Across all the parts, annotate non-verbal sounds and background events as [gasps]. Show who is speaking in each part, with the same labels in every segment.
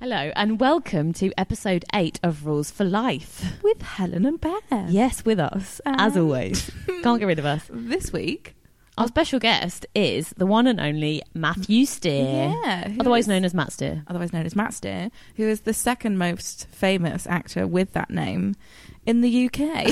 Speaker 1: Hello, and welcome to episode eight of Rules for Life.
Speaker 2: with Helen and Bear.
Speaker 1: Yes, with us, as
Speaker 2: Uh. [laughs]
Speaker 1: always. Can't get rid of us.
Speaker 2: This week.
Speaker 1: Our special guest is the one and only Matthew Steer,
Speaker 2: Yeah. who
Speaker 1: otherwise
Speaker 2: is-
Speaker 1: known as Matt Steer.
Speaker 2: otherwise known as Matt Steer, who is the second most famous actor with that name in the UK.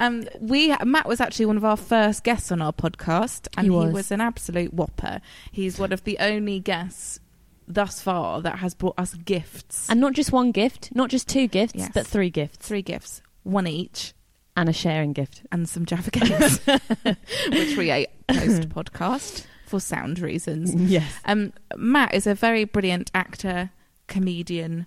Speaker 2: [laughs]
Speaker 1: [laughs]
Speaker 2: um, we Matt was actually one of our first guests on our podcast, and
Speaker 1: He
Speaker 2: he
Speaker 1: was.
Speaker 2: was, an absolute whopper. He's one of the only guests thus far that has brought us gifts.
Speaker 1: And not just one gift, not just two gifts,
Speaker 2: Yes.
Speaker 1: but three gifts
Speaker 2: three gifts, one each,
Speaker 1: and a
Speaker 2: [laughs]
Speaker 1: sharing gift.
Speaker 2: and some Jaffa cakes, [laughs] which we ate post podcast for sound reasons.
Speaker 1: Yes.
Speaker 2: Um, Matt is a very brilliant actor, comedian,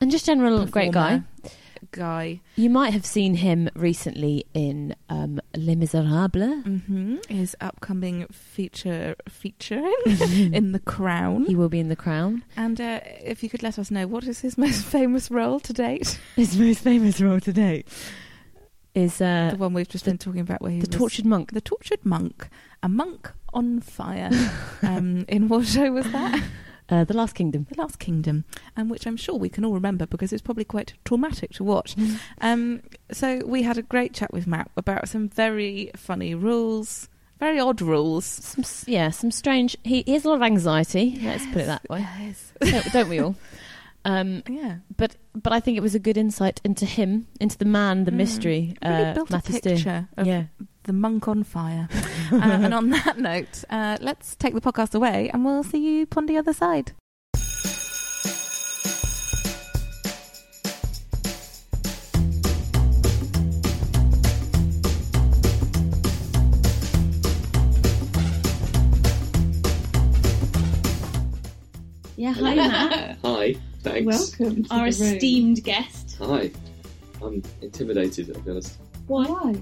Speaker 1: And just general Mm, great guy.
Speaker 2: performer, Guy.
Speaker 1: You might have seen him recently in um, Les Miserables.
Speaker 2: hmm His upcoming feature [laughs]
Speaker 1: [laughs]
Speaker 2: featuring in The Crown.
Speaker 1: He will be in The Crown.
Speaker 2: And uh, if you could let us know, what is his [laughs] most famous role to date?
Speaker 1: His most famous role to date is uh,
Speaker 2: the one we've just
Speaker 1: the-
Speaker 2: been talking about, where he
Speaker 1: the
Speaker 2: was
Speaker 1: Tortured Monk.
Speaker 2: the tortured monk, a monk on
Speaker 1: [laughs]
Speaker 2: fire. um, in what show was that? [laughs]
Speaker 1: Uh, the Last Kingdom.
Speaker 2: The Last Kingdom, um, which I'm sure we can all remember because it's probably quite traumatic to watch. Um, so we had a great chat with Matt about some very funny rules, very odd rules.
Speaker 1: Some, s- yeah, some strange. He, he has a lot of anxiety. Let's put it that way. [laughs] Don't, don't
Speaker 3: [laughs]
Speaker 1: we all? Um,
Speaker 2: Yeah,
Speaker 1: but but I think it was a good insight into him, into the man, the
Speaker 2: Mm.
Speaker 1: mystery.
Speaker 2: really
Speaker 1: uh,
Speaker 2: built
Speaker 1: Matthew
Speaker 2: a
Speaker 1: Steer.
Speaker 2: picture of
Speaker 1: Yeah.
Speaker 2: the monk on
Speaker 1: [laughs]
Speaker 2: fire. uh, and on that note, uh, let's take the podcast away, and we'll see you on the other side.
Speaker 1: Yeah. Hi, Matt.
Speaker 4: Hi, thanks.
Speaker 3: Welcome to
Speaker 1: Our
Speaker 3: the room.
Speaker 1: esteemed guest.
Speaker 4: Hi. I'm intimidated, I'll be honest.
Speaker 3: Why?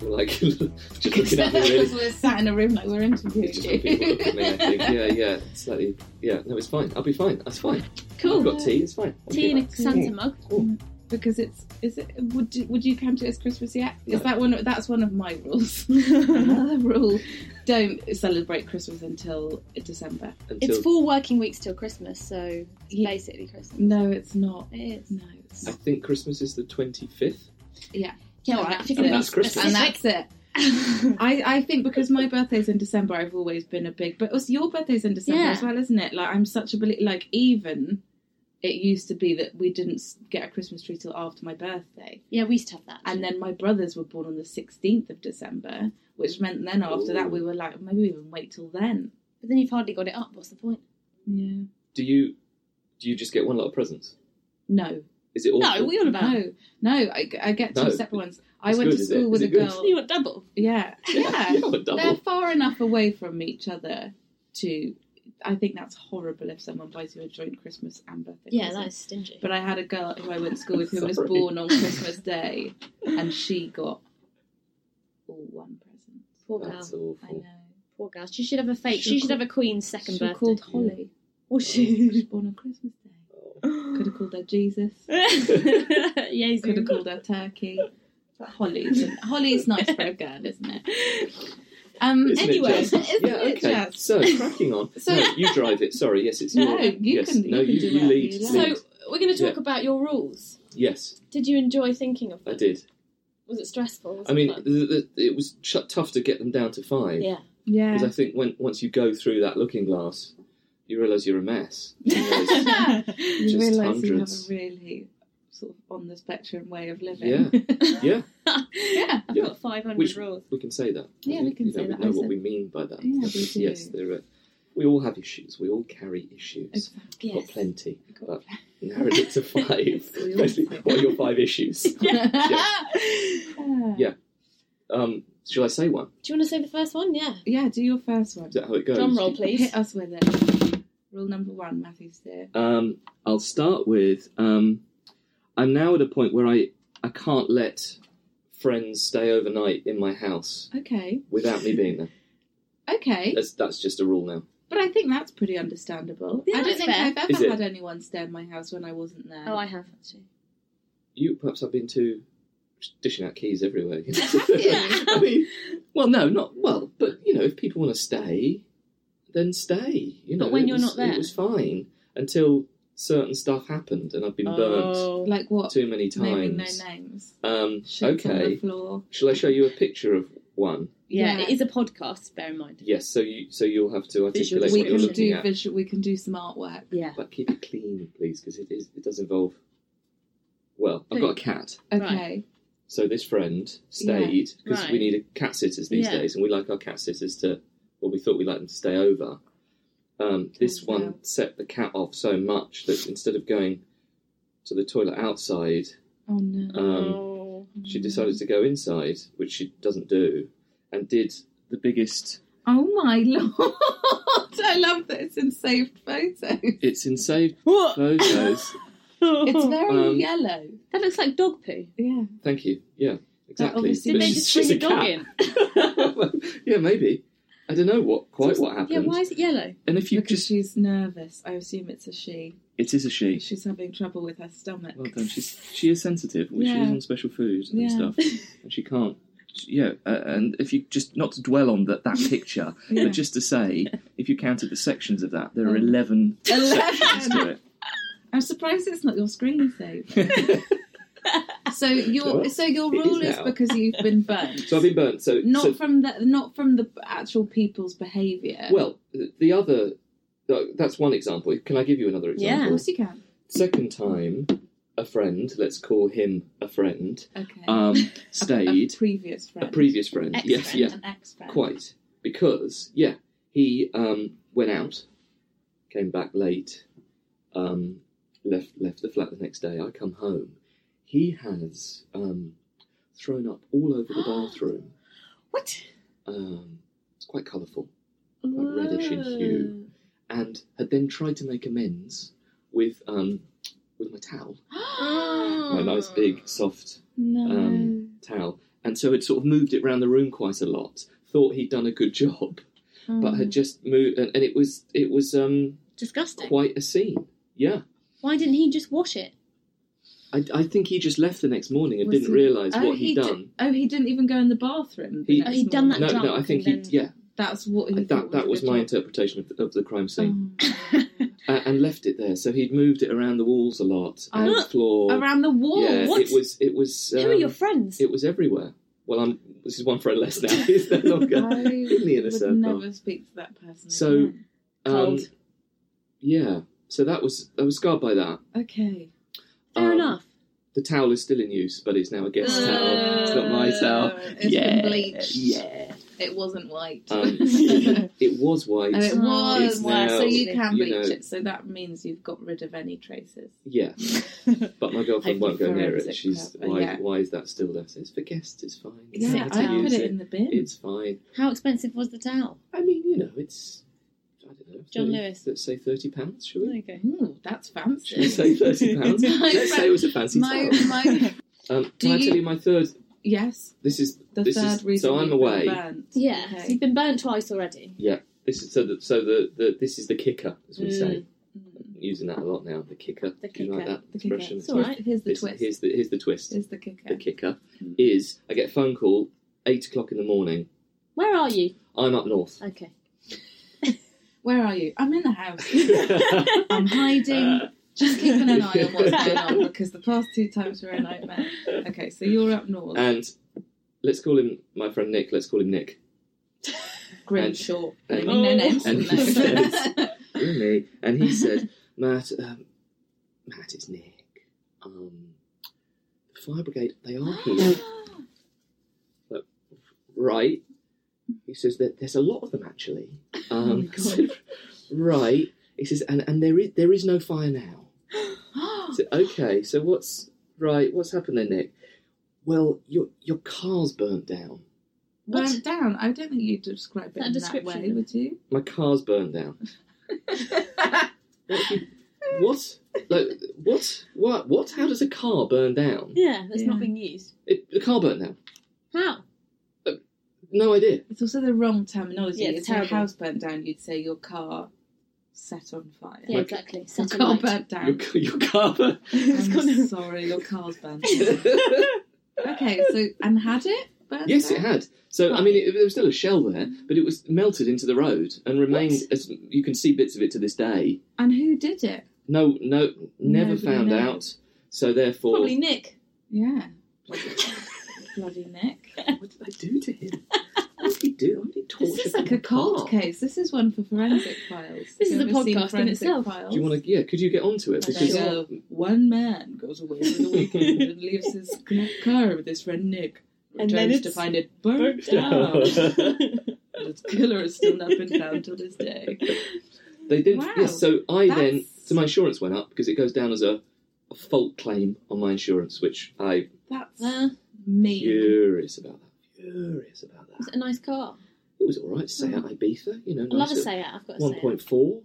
Speaker 4: Like, [laughs] just looking at me,
Speaker 3: Because
Speaker 4: really.
Speaker 3: we're sat in a room like we're interviewing
Speaker 4: Just when people look at me, I think, yeah, yeah, slightly. Yeah, no, it's fine. I'll be fine. That's fine. I've
Speaker 3: cool.
Speaker 4: got tea, it's fine. I'll
Speaker 3: Tea
Speaker 4: be
Speaker 3: in a
Speaker 4: fine.
Speaker 3: Santa mug.
Speaker 4: Cool.
Speaker 3: Because it's is it would you, would you count it as Christmas yet? Is
Speaker 4: No.
Speaker 3: that one? That's one of my rules. [laughs] Another rule: don't celebrate Christmas until December.
Speaker 4: Until
Speaker 5: It's four working weeks till Christmas, so it's
Speaker 3: Yeah.
Speaker 5: basically Christmas.
Speaker 3: No, it's not.
Speaker 5: It is.
Speaker 3: No, it's
Speaker 4: I
Speaker 3: not.
Speaker 4: think Christmas is the 25th.
Speaker 5: Yeah,
Speaker 3: No,
Speaker 5: well,
Speaker 3: that's
Speaker 5: if you're gonna
Speaker 4: it.
Speaker 5: be
Speaker 4: That's Christmas.
Speaker 5: specific-
Speaker 3: And that's it.
Speaker 5: [laughs]
Speaker 3: I, I think because my birthday's in December, I've always been a big. But also your birthday's in December
Speaker 5: Yeah.
Speaker 3: as well, isn't it? Like I'm such a belie Like even it used to be that we didn't s- get a Christmas tree till after my birthday,
Speaker 5: yeah, we used to have that.
Speaker 3: and then my brothers were born on the 16th of December, which meant then after that we were like maybe we even wait till then.
Speaker 5: but then you've hardly got it up. What's the point?
Speaker 3: Yeah.
Speaker 4: Do you do you just get one lot of presents?
Speaker 3: No.
Speaker 4: Is it all?
Speaker 5: No, we all about.
Speaker 3: Hmm. No. No. I, I get two
Speaker 4: No.
Speaker 3: separate ones. I
Speaker 4: It's
Speaker 3: went
Speaker 4: good,
Speaker 3: to
Speaker 4: is
Speaker 3: school
Speaker 4: it?
Speaker 3: with a
Speaker 4: Is it good?
Speaker 3: girl.
Speaker 5: You want double?
Speaker 3: Yeah. Yeah.
Speaker 4: [laughs] yeah but double.
Speaker 3: They're far enough away from each other to. I think that's horrible if someone buys you a joint Christmas and birthday.
Speaker 5: Yeah,
Speaker 3: present.
Speaker 5: that is stingy.
Speaker 3: But I had a girl who I went to school with
Speaker 4: [laughs]
Speaker 3: who was
Speaker 4: Sorry.
Speaker 3: born on Christmas Day, and she got all one present.
Speaker 5: Poor girl.
Speaker 4: That's
Speaker 3: I know.
Speaker 4: awful.
Speaker 5: Poor girl. She should have a fake.
Speaker 3: She
Speaker 5: She should
Speaker 3: called-
Speaker 5: have a queen's second
Speaker 3: she
Speaker 5: birthday.
Speaker 3: called
Speaker 5: [laughs]
Speaker 3: Holly.
Speaker 5: Or
Speaker 3: She was
Speaker 5: she. [laughs]
Speaker 3: born on Christmas Day.
Speaker 4: Oh.
Speaker 3: Could have called her Jesus.
Speaker 4: [laughs]
Speaker 5: yeah, he's
Speaker 3: Could have
Speaker 5: good.
Speaker 3: called her Turkey. But Holly's Holly's nice for a girl, isn't it?
Speaker 4: [laughs]
Speaker 3: Um.
Speaker 4: Isn't it
Speaker 3: anyway, [laughs]
Speaker 4: just-
Speaker 3: isn't
Speaker 4: yeah,
Speaker 3: it
Speaker 4: okay.
Speaker 3: just?
Speaker 4: So, cracking on.
Speaker 3: [laughs] So-
Speaker 4: no, you drive it. Sorry, yes, it's
Speaker 3: No,
Speaker 4: your.
Speaker 3: you
Speaker 4: yes,
Speaker 3: can-
Speaker 4: no,
Speaker 3: you can
Speaker 4: you,
Speaker 3: do
Speaker 4: you
Speaker 3: whatever
Speaker 4: lead.
Speaker 3: you like.
Speaker 5: So
Speaker 4: lead.
Speaker 5: we're going to talk
Speaker 4: Yeah.
Speaker 5: about your rules.
Speaker 4: yes,
Speaker 5: Did you enjoy thinking of
Speaker 4: I
Speaker 5: them?
Speaker 4: did.
Speaker 5: Was it stressful? Was
Speaker 4: I
Speaker 5: it
Speaker 4: mean,
Speaker 5: fun?
Speaker 4: the, the, it was ch- tough to get them down to five.
Speaker 5: yeah.
Speaker 3: Yeah.
Speaker 4: Because I think when once you go through that looking glass, you realise you're
Speaker 3: [laughs]
Speaker 4: a mess. You realise-
Speaker 3: you
Speaker 4: Just
Speaker 3: realise
Speaker 4: hundreds.
Speaker 3: you have a really sort of on the spectrum way of living. Yeah.
Speaker 4: yeah,
Speaker 3: [laughs] yeah.
Speaker 5: I've
Speaker 4: Yeah.
Speaker 5: got 500
Speaker 4: Which-
Speaker 5: rules.
Speaker 4: we can say that. I
Speaker 3: Yeah, we
Speaker 4: think,
Speaker 3: can
Speaker 4: you know,
Speaker 3: say
Speaker 4: we
Speaker 3: that,
Speaker 4: know
Speaker 3: I
Speaker 4: what
Speaker 3: said.
Speaker 4: we mean by that.
Speaker 3: Yeah, we do.
Speaker 4: Yes, there are. We all have issues. We all carry issues. I've
Speaker 5: Yes.
Speaker 4: Got
Speaker 5: [laughs]
Speaker 4: plenty. But
Speaker 3: [laughs]
Speaker 4: narrowed it to five.
Speaker 3: Yes,
Speaker 4: [laughs]
Speaker 3: we all do.
Speaker 4: what are your
Speaker 3: [laughs]
Speaker 4: five issues?
Speaker 3: yeah.
Speaker 4: Yeah. Um, shall I say one?
Speaker 5: Do you want to say the first one? Yeah.
Speaker 3: Yeah, do your first one.
Speaker 4: Is that how it goes?
Speaker 5: Drum roll, please.
Speaker 3: Hit us with it. Rule number one, Matthew's there.
Speaker 4: [laughs] Um, I'll start with um, I'm now at a point where I, I can't let friends stay overnight in my house
Speaker 3: Okay.
Speaker 4: without me being
Speaker 5: [laughs]
Speaker 4: there.
Speaker 3: Okay.
Speaker 4: That's, that's just a rule now.
Speaker 3: But I think that's pretty understandable.
Speaker 5: Yeah,
Speaker 3: I don't
Speaker 5: that's
Speaker 3: think
Speaker 5: fair.
Speaker 3: I've
Speaker 4: Is
Speaker 3: ever
Speaker 4: it?
Speaker 3: had anyone stay in my house when I wasn't there.
Speaker 5: Oh, I have actually.
Speaker 4: You perhaps I've been too dishing out keys everywhere.
Speaker 5: [laughs]
Speaker 4: you know.
Speaker 3: Yeah.
Speaker 4: [laughs] I mean, well, no, not well, but you know, if people want to stay, then stay. You know,
Speaker 5: But when
Speaker 4: it
Speaker 5: you're
Speaker 4: was-
Speaker 5: not there.
Speaker 4: it was fine. until certain stuff happened, and I've been burnt
Speaker 5: Oh.
Speaker 3: Like what?
Speaker 4: too many
Speaker 3: Naming no
Speaker 4: times.
Speaker 3: names.
Speaker 4: Um,
Speaker 3: Shit on the
Speaker 4: okay,
Speaker 3: floor.
Speaker 4: shall I show you a picture of one?
Speaker 5: Yeah,
Speaker 3: Yeah.
Speaker 5: it is a podcast. Bear in mind.
Speaker 4: Yes, so you so you'll have to
Speaker 5: Visual
Speaker 4: articulate
Speaker 3: We
Speaker 4: what you're
Speaker 3: can
Speaker 5: description.
Speaker 4: looking
Speaker 3: do
Speaker 4: at,
Speaker 3: visual. We can do some artwork.
Speaker 5: Yeah.
Speaker 4: but keep it clean, please, because it is it does involve. Well, I've got a cat,
Speaker 3: Okay.
Speaker 4: so this friend stayed because we
Speaker 5: Right.
Speaker 4: need a cat sitters these
Speaker 5: Yeah.
Speaker 4: days, and we like our cat sitters to. Well, we thought we like them to stay over. Um, this
Speaker 3: Okay.
Speaker 4: one set the cat off so much that instead of going to the toilet outside,
Speaker 3: Oh no.
Speaker 4: um,
Speaker 5: oh.
Speaker 4: she decided to go inside, which she doesn't do, and did the biggest.
Speaker 3: Oh my [laughs] lord! I love that it's in saved photos.
Speaker 4: It's in saved photos. [laughs]
Speaker 3: It's very
Speaker 4: Um,
Speaker 3: yellow.
Speaker 5: That looks like dog poo.
Speaker 3: Yeah.
Speaker 4: Thank you. Yeah, exactly.
Speaker 3: obviously-
Speaker 5: Did
Speaker 4: But
Speaker 5: they
Speaker 4: she's-
Speaker 5: just bring
Speaker 4: she's
Speaker 5: a dog in?
Speaker 4: cat. [laughs] yeah, maybe. I don't know what quite what happened.
Speaker 5: Yeah, why is it yellow?
Speaker 4: And if you
Speaker 3: because
Speaker 4: just,
Speaker 3: she's nervous. I assume it's a she.
Speaker 4: it is a she.
Speaker 3: She's having trouble with her stomach.
Speaker 4: Well done. She's she is sensitive. which She
Speaker 3: Yeah.
Speaker 4: is on special food and
Speaker 3: Yeah.
Speaker 4: stuff, and she can't. she- Yeah, uh, and if you just not to dwell on that that
Speaker 5: [laughs]
Speaker 4: picture,
Speaker 3: Yeah.
Speaker 4: but just to say, if you counted the sections of that, there are
Speaker 5: Oh.
Speaker 3: Mm.
Speaker 4: eleven sections
Speaker 3: Eleven.
Speaker 4: to
Speaker 3: I'm surprised it's not your screensaver.
Speaker 4: it. [laughs]
Speaker 3: So your
Speaker 4: Well,
Speaker 3: so your
Speaker 4: it is
Speaker 3: rule is,
Speaker 4: now.
Speaker 3: because you've been burnt.
Speaker 4: [laughs] So I've been burnt. So
Speaker 3: not
Speaker 4: so-
Speaker 3: from the not from the actual people's behaviour.
Speaker 4: well, th- the other uh, that's one example. Can I give you another
Speaker 5: Yeah.
Speaker 3: of
Speaker 4: example?
Speaker 3: course you can.
Speaker 4: Second time, a friend, let's call him a friend,
Speaker 3: Okay.
Speaker 4: um,
Speaker 3: A- [laughs]
Speaker 4: stayed
Speaker 3: a previous
Speaker 4: a,
Speaker 3: friend.
Speaker 4: previous friend.
Speaker 5: Ex-friend.
Speaker 4: yes, yeah,
Speaker 5: An ex-friend.
Speaker 4: quite because yeah, he um, went out, came back late, um, left left the flat the next day. I come home, he has um, thrown up all over the bathroom.
Speaker 5: What? [gasps]
Speaker 4: Um, it's quite colourful. Quite reddish in hue. and had then tried to make amends with um with my towel,
Speaker 5: Oh.
Speaker 4: my nice big soft
Speaker 3: no.
Speaker 4: um, towel, and so it sort of moved it round the room quite a lot. Thought he'd done a good [laughs] job,
Speaker 5: Oh.
Speaker 4: but had just moved, and, and it was it was um
Speaker 5: Disgusting.
Speaker 4: quite a scene. Yeah,
Speaker 5: Why didn't he just wash it?
Speaker 4: I, I think he just left the next morning and
Speaker 3: Was
Speaker 4: didn't
Speaker 3: he-
Speaker 5: Uh,
Speaker 4: realise what
Speaker 3: he
Speaker 4: he had done.
Speaker 3: Di- oh, he didn't even go in the bathroom.
Speaker 4: He-
Speaker 3: the
Speaker 4: Oh,
Speaker 3: next
Speaker 5: he'd done
Speaker 3: morning.
Speaker 5: that
Speaker 4: No,
Speaker 5: drunk
Speaker 4: no, I think he
Speaker 5: and then-
Speaker 4: yeah
Speaker 3: That's what he
Speaker 4: that that was my interpretation of the, of the crime scene,
Speaker 5: Oh.
Speaker 4: [laughs] uh, and left it there. So he'd moved it around the walls a lot
Speaker 5: Uh,
Speaker 4: and
Speaker 3: Oh.
Speaker 4: the floor.
Speaker 3: around the wall.
Speaker 4: yeah,
Speaker 5: What?
Speaker 4: it was it was. Um,
Speaker 5: Who are your friends?
Speaker 4: It was everywhere. Well, I'm. This is one friend less
Speaker 3: [laughs]
Speaker 4: now. He's no longer [laughs] [laughs] in
Speaker 3: I
Speaker 4: the inner
Speaker 3: would
Speaker 4: circle.
Speaker 3: never speak to that person.
Speaker 4: So,
Speaker 3: again.
Speaker 4: um,
Speaker 5: Cold.
Speaker 4: yeah. So that was I was scarred by that.
Speaker 3: okay,
Speaker 5: Fair
Speaker 4: um,
Speaker 5: enough.
Speaker 4: The towel is still in use, but it's now a guest towel. It's not my towel.
Speaker 3: Uh, it's
Speaker 4: yeah,
Speaker 3: been bleached.
Speaker 4: yeah.
Speaker 3: It wasn't white. [laughs]
Speaker 4: Um,
Speaker 3: oh,
Speaker 4: It was white.
Speaker 3: it was
Speaker 4: [laughs] It's
Speaker 3: white.
Speaker 4: now,
Speaker 3: so you can
Speaker 4: you
Speaker 3: bleach
Speaker 4: know-
Speaker 3: it. So that means you've got rid of any traces.
Speaker 4: yeah,
Speaker 3: [laughs]
Speaker 4: but my girlfriend won't go near it. She's
Speaker 3: Forensic
Speaker 4: why?
Speaker 3: lab, yeah.
Speaker 4: Why is that still there? So It's for guests. It's fine. It's
Speaker 3: Yeah,
Speaker 4: there to
Speaker 3: I
Speaker 5: I'd
Speaker 3: put
Speaker 4: use
Speaker 3: it in the bin.
Speaker 4: It's fine.
Speaker 5: How expensive was the towel?
Speaker 4: I mean, you know, it's I don't know.
Speaker 5: John
Speaker 4: 30
Speaker 5: Lewis.
Speaker 4: Let's say thirty pounds, shall
Speaker 5: [laughs]
Speaker 4: we?
Speaker 5: Okay.
Speaker 3: Ooh, that's
Speaker 4: Should
Speaker 3: fancy.
Speaker 4: we
Speaker 3: [laughs]
Speaker 4: say thirty pounds?
Speaker 3: My
Speaker 4: Let's say it was a fancy
Speaker 3: my,
Speaker 4: towel.
Speaker 3: my,
Speaker 4: Um,
Speaker 3: Do
Speaker 4: can I
Speaker 3: you-
Speaker 4: tell you my third?
Speaker 3: yes,
Speaker 4: This is
Speaker 3: the
Speaker 4: This
Speaker 3: third
Speaker 4: is-
Speaker 3: reason.
Speaker 4: so I'm
Speaker 3: we've
Speaker 4: away.
Speaker 3: Been burnt.
Speaker 5: Yeah,
Speaker 3: Okay.
Speaker 5: so you've been burned twice already.
Speaker 4: this is so that so the, the this is the kicker as we say.
Speaker 3: Mm,
Speaker 4: Using that a lot now. The kicker.
Speaker 5: The
Speaker 4: Do you like
Speaker 5: kicker.
Speaker 4: that
Speaker 3: The kicker.
Speaker 4: expression?
Speaker 5: It's all right.
Speaker 3: Here's the
Speaker 4: This-
Speaker 3: twist.
Speaker 4: Here's the here's the twist.
Speaker 3: Here's the kicker.
Speaker 4: The kicker
Speaker 3: Mm.
Speaker 4: is I get a phone call eight o'clock in the morning.
Speaker 5: Where are you?
Speaker 4: I'm
Speaker 3: [laughs]
Speaker 4: up north. [laughs]
Speaker 5: Okay.
Speaker 3: Where are you? I'm in the house.
Speaker 4: [laughs] yeah,
Speaker 3: I'm hiding. Just keeping an eye on what's going on
Speaker 4: [laughs] Uh.
Speaker 3: because the past two times were a nightmare. Okay, so you're up north.
Speaker 4: and let's call him my friend Nick. Let's call him Nick.
Speaker 3: Grimshaw.
Speaker 4: and-
Speaker 3: Naming their names.
Speaker 4: and- [laughs]
Speaker 3: No. [laughs]
Speaker 4: Really? And he said, Matt, um, Matt, it's Nick. Um, the fire brigade, they are here. right? He says that there's a lot of them actually. Um, [laughs] I said, right? He says, and, and there is there is no fire now. I said, okay, so what's right? What's happened then, Nick? Well, your your car's burnt down.
Speaker 5: What?
Speaker 3: Burnt down. I don't think you'd describe it
Speaker 5: That
Speaker 3: in that
Speaker 5: description.
Speaker 3: way, would you?
Speaker 4: My car's burnt down. What? do you- what? Like what? What? What? How does a car burn down?
Speaker 5: Yeah, that's
Speaker 3: Yeah.
Speaker 5: not being used.
Speaker 4: It, the car burnt down.
Speaker 5: How?
Speaker 4: No idea.
Speaker 3: it's also the wrong terminology.
Speaker 5: Yeah, it's
Speaker 3: if your
Speaker 5: terrible.
Speaker 3: house burnt down, you'd say your car set on fire.
Speaker 5: Yeah,
Speaker 4: My-
Speaker 5: exactly.
Speaker 3: Your
Speaker 5: Set a
Speaker 3: car
Speaker 5: light.
Speaker 3: burnt
Speaker 4: Your,
Speaker 3: down. [laughs]
Speaker 4: your car [laughs] burnt.
Speaker 5: It's
Speaker 3: I'm
Speaker 5: gonna-
Speaker 3: sorry, your car's burnt down. okay, so and had it burnt
Speaker 4: yes,
Speaker 3: down?
Speaker 4: it had. So I mean, it, there was still a shell there, but it was melted into the road and remained. As you can see bits of it to this day.
Speaker 3: And who did it?
Speaker 4: No, no, never
Speaker 3: Nobody
Speaker 4: found
Speaker 3: knows.
Speaker 4: out. So therefore,
Speaker 5: Probably Nick.
Speaker 3: [laughs] Yeah. Bloody Nick.
Speaker 4: what did they do to him? What did he do? Why did he torture?
Speaker 3: This is
Speaker 4: from
Speaker 3: like a
Speaker 4: the
Speaker 3: cold
Speaker 4: park?
Speaker 3: case. This is one for forensic files.
Speaker 5: This is
Speaker 3: You
Speaker 5: a
Speaker 3: ever seen
Speaker 5: podcast in
Speaker 3: Forensic
Speaker 5: itself.
Speaker 3: Files?
Speaker 4: Do you want to? Yeah, could you get onto it?
Speaker 5: I don't
Speaker 4: Because
Speaker 3: So one man goes away for the weekend and leaves his
Speaker 5: [laughs]
Speaker 3: car with his friend Nick.
Speaker 5: And then
Speaker 3: Returns to
Speaker 5: it's
Speaker 3: find it burnt [laughs] down.
Speaker 4: [laughs]
Speaker 3: Its killer has still not been found till this day.
Speaker 4: they didn't.
Speaker 3: Wow.
Speaker 4: Yes. So I then,
Speaker 3: That's-
Speaker 4: so my insurance went up because it goes down as a, a fault claim on my insurance, which I
Speaker 3: That's
Speaker 5: Uh,
Speaker 3: mean.
Speaker 4: furious about that. Furious about
Speaker 5: was
Speaker 4: that.
Speaker 5: it a nice car?
Speaker 4: It was all right. Say out Ibiza, you know.
Speaker 5: I love
Speaker 4: nice
Speaker 5: a
Speaker 4: little-
Speaker 5: say out. I've got to
Speaker 4: One
Speaker 5: say
Speaker 4: point four,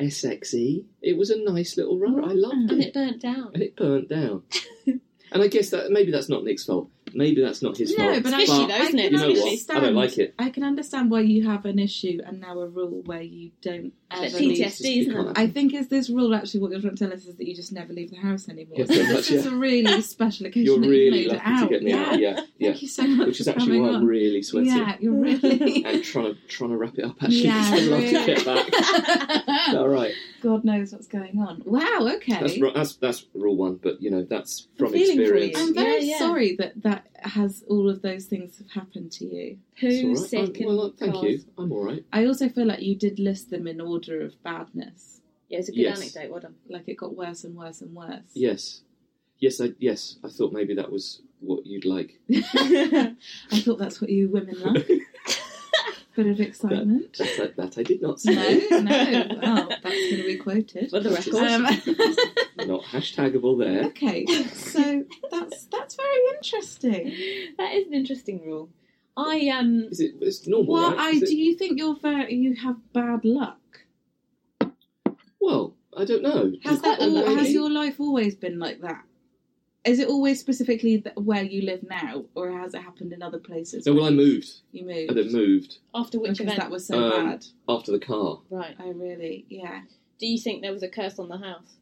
Speaker 4: SXE. It was a nice little rubber. I loved
Speaker 5: And
Speaker 4: it,
Speaker 5: it burnt down.
Speaker 4: and it burnt down.
Speaker 3: [laughs]
Speaker 4: and I guess that maybe that's not Nick's fault. Maybe that's not his
Speaker 3: No,
Speaker 4: fault.
Speaker 3: but
Speaker 5: It's fishy
Speaker 4: but
Speaker 5: though, isn't
Speaker 3: I
Speaker 5: it?
Speaker 4: you know
Speaker 3: It's
Speaker 4: what?
Speaker 3: fishy.
Speaker 4: I don't like it.
Speaker 3: I can understand why you have an issue and now a rule where you don't
Speaker 5: But
Speaker 3: ever leave.
Speaker 5: PTSD,
Speaker 4: You
Speaker 5: isn't
Speaker 4: can't
Speaker 5: it?
Speaker 3: I think is this rule actually what you're trying to tell us is that you just never leave the house anymore.
Speaker 4: Yeah,
Speaker 3: so
Speaker 4: pretty
Speaker 3: [laughs] this
Speaker 4: much,
Speaker 3: is a
Speaker 4: [laughs]
Speaker 3: really special occasion
Speaker 4: You're
Speaker 3: that
Speaker 4: really
Speaker 3: you've made it
Speaker 4: lucky
Speaker 3: out.
Speaker 4: to get me
Speaker 3: yeah.
Speaker 4: out. Yeah, yeah.
Speaker 3: Thank you so much.
Speaker 4: Which is
Speaker 3: for
Speaker 4: actually why
Speaker 3: coming
Speaker 4: I'm
Speaker 3: on.
Speaker 4: really sweaty
Speaker 3: Yeah, you're really. [laughs]
Speaker 4: [laughs] and Uh, trying to trying to wrap it up. Actually,
Speaker 3: Yeah,
Speaker 4: [laughs] I'd love
Speaker 3: really.
Speaker 4: to get back. all right,
Speaker 3: God knows what's going on. Wow. Okay.
Speaker 4: that's ru- that's that's rule one, but you know that's from
Speaker 5: feeling for
Speaker 4: experience.
Speaker 5: you.
Speaker 3: I'm very
Speaker 5: Yeah, yeah.
Speaker 3: sorry that that has all of those things have happened to you.
Speaker 4: It's all
Speaker 5: Poo,
Speaker 4: right.
Speaker 5: sick,
Speaker 4: I-
Speaker 5: and
Speaker 4: well, thank you.
Speaker 5: cars.
Speaker 4: I'm all right.
Speaker 3: I also feel like you did list them in order of badness.
Speaker 5: Yeah, it's a good
Speaker 4: Yes.
Speaker 5: anecdote. Well done.
Speaker 3: Like it got worse and worse and worse.
Speaker 4: Yes, yes, I yes. I thought maybe that was what you'd like.
Speaker 3: [laughs] I thought that's what you women
Speaker 4: [laughs]
Speaker 3: like. Bit of excitement.
Speaker 4: That's like that. I did not
Speaker 3: No,
Speaker 4: say. [laughs]
Speaker 3: no. Well, that's going to be quoted.
Speaker 5: For the
Speaker 4: Which is-
Speaker 5: record,
Speaker 3: Um,
Speaker 4: not hashtagable there.
Speaker 3: okay, so that's that's very interesting.
Speaker 5: [laughs] that is an interesting rule. I um,
Speaker 4: Is it? It's normal.
Speaker 3: Well,
Speaker 4: right?
Speaker 3: I
Speaker 4: Oh, Is it-
Speaker 3: do you think you're very you have bad luck?
Speaker 4: Well, I don't know.
Speaker 3: Has
Speaker 4: Just-
Speaker 3: that
Speaker 5: quite
Speaker 3: al- has
Speaker 5: unlucky.
Speaker 3: your life always been like that? Is it always specifically th- where you live now, or has it happened in other places?
Speaker 4: No, well, I moved.
Speaker 3: you
Speaker 4: I
Speaker 3: moved
Speaker 4: then moved
Speaker 5: after which
Speaker 3: because
Speaker 5: event?
Speaker 3: that was so
Speaker 4: Um,
Speaker 3: bad.
Speaker 4: after the car.
Speaker 5: Right.
Speaker 3: I really, yeah,
Speaker 5: Do you think there was a curse on the house?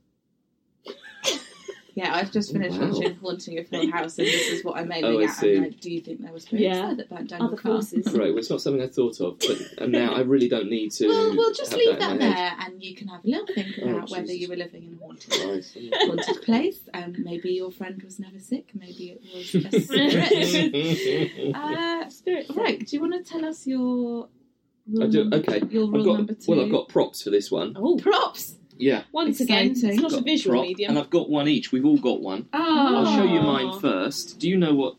Speaker 3: yeah. I've just
Speaker 4: Oh,
Speaker 3: finished
Speaker 4: wow.
Speaker 3: watching Haunting of Hill House, and this is what I'm aiming
Speaker 4: Oh, I
Speaker 3: at.
Speaker 4: see.
Speaker 3: I'm like, do you think there was spirits
Speaker 5: Yeah.
Speaker 3: there that burnt down
Speaker 5: Other
Speaker 3: your car?
Speaker 5: forces.
Speaker 4: Right. Well, it's not something I thought of, but and now I really don't need to.
Speaker 3: [laughs] Well, we'll just
Speaker 4: have
Speaker 3: leave
Speaker 4: that,
Speaker 3: that
Speaker 4: in my head.
Speaker 3: there, and you can have a little think
Speaker 4: Oh,
Speaker 3: about whether
Speaker 4: Jesus.
Speaker 3: you were living in a haunted
Speaker 4: Nice.
Speaker 3: haunted place. Um, maybe your friend was never sick. Maybe it was
Speaker 4: [laughs]
Speaker 3: a spirit. uh,
Speaker 5: Spirit.
Speaker 3: right. Do you want to tell us your?
Speaker 4: I
Speaker 3: Rule
Speaker 4: do.
Speaker 5: Mm.
Speaker 3: num-
Speaker 4: Okay.
Speaker 3: Your
Speaker 4: I've
Speaker 3: rule
Speaker 4: got,
Speaker 3: number two.
Speaker 4: well, I've got props for this one.
Speaker 5: Oh,
Speaker 3: props.
Speaker 4: Yeah.
Speaker 5: once again,
Speaker 3: Exciting.
Speaker 5: it's not
Speaker 4: Got
Speaker 5: a
Speaker 4: a
Speaker 5: visual
Speaker 4: prop,
Speaker 5: medium.
Speaker 4: And I've got one each. We've all got one.
Speaker 3: Oh,
Speaker 4: I'll show you
Speaker 5: Aw.
Speaker 4: mine first. Do you know what?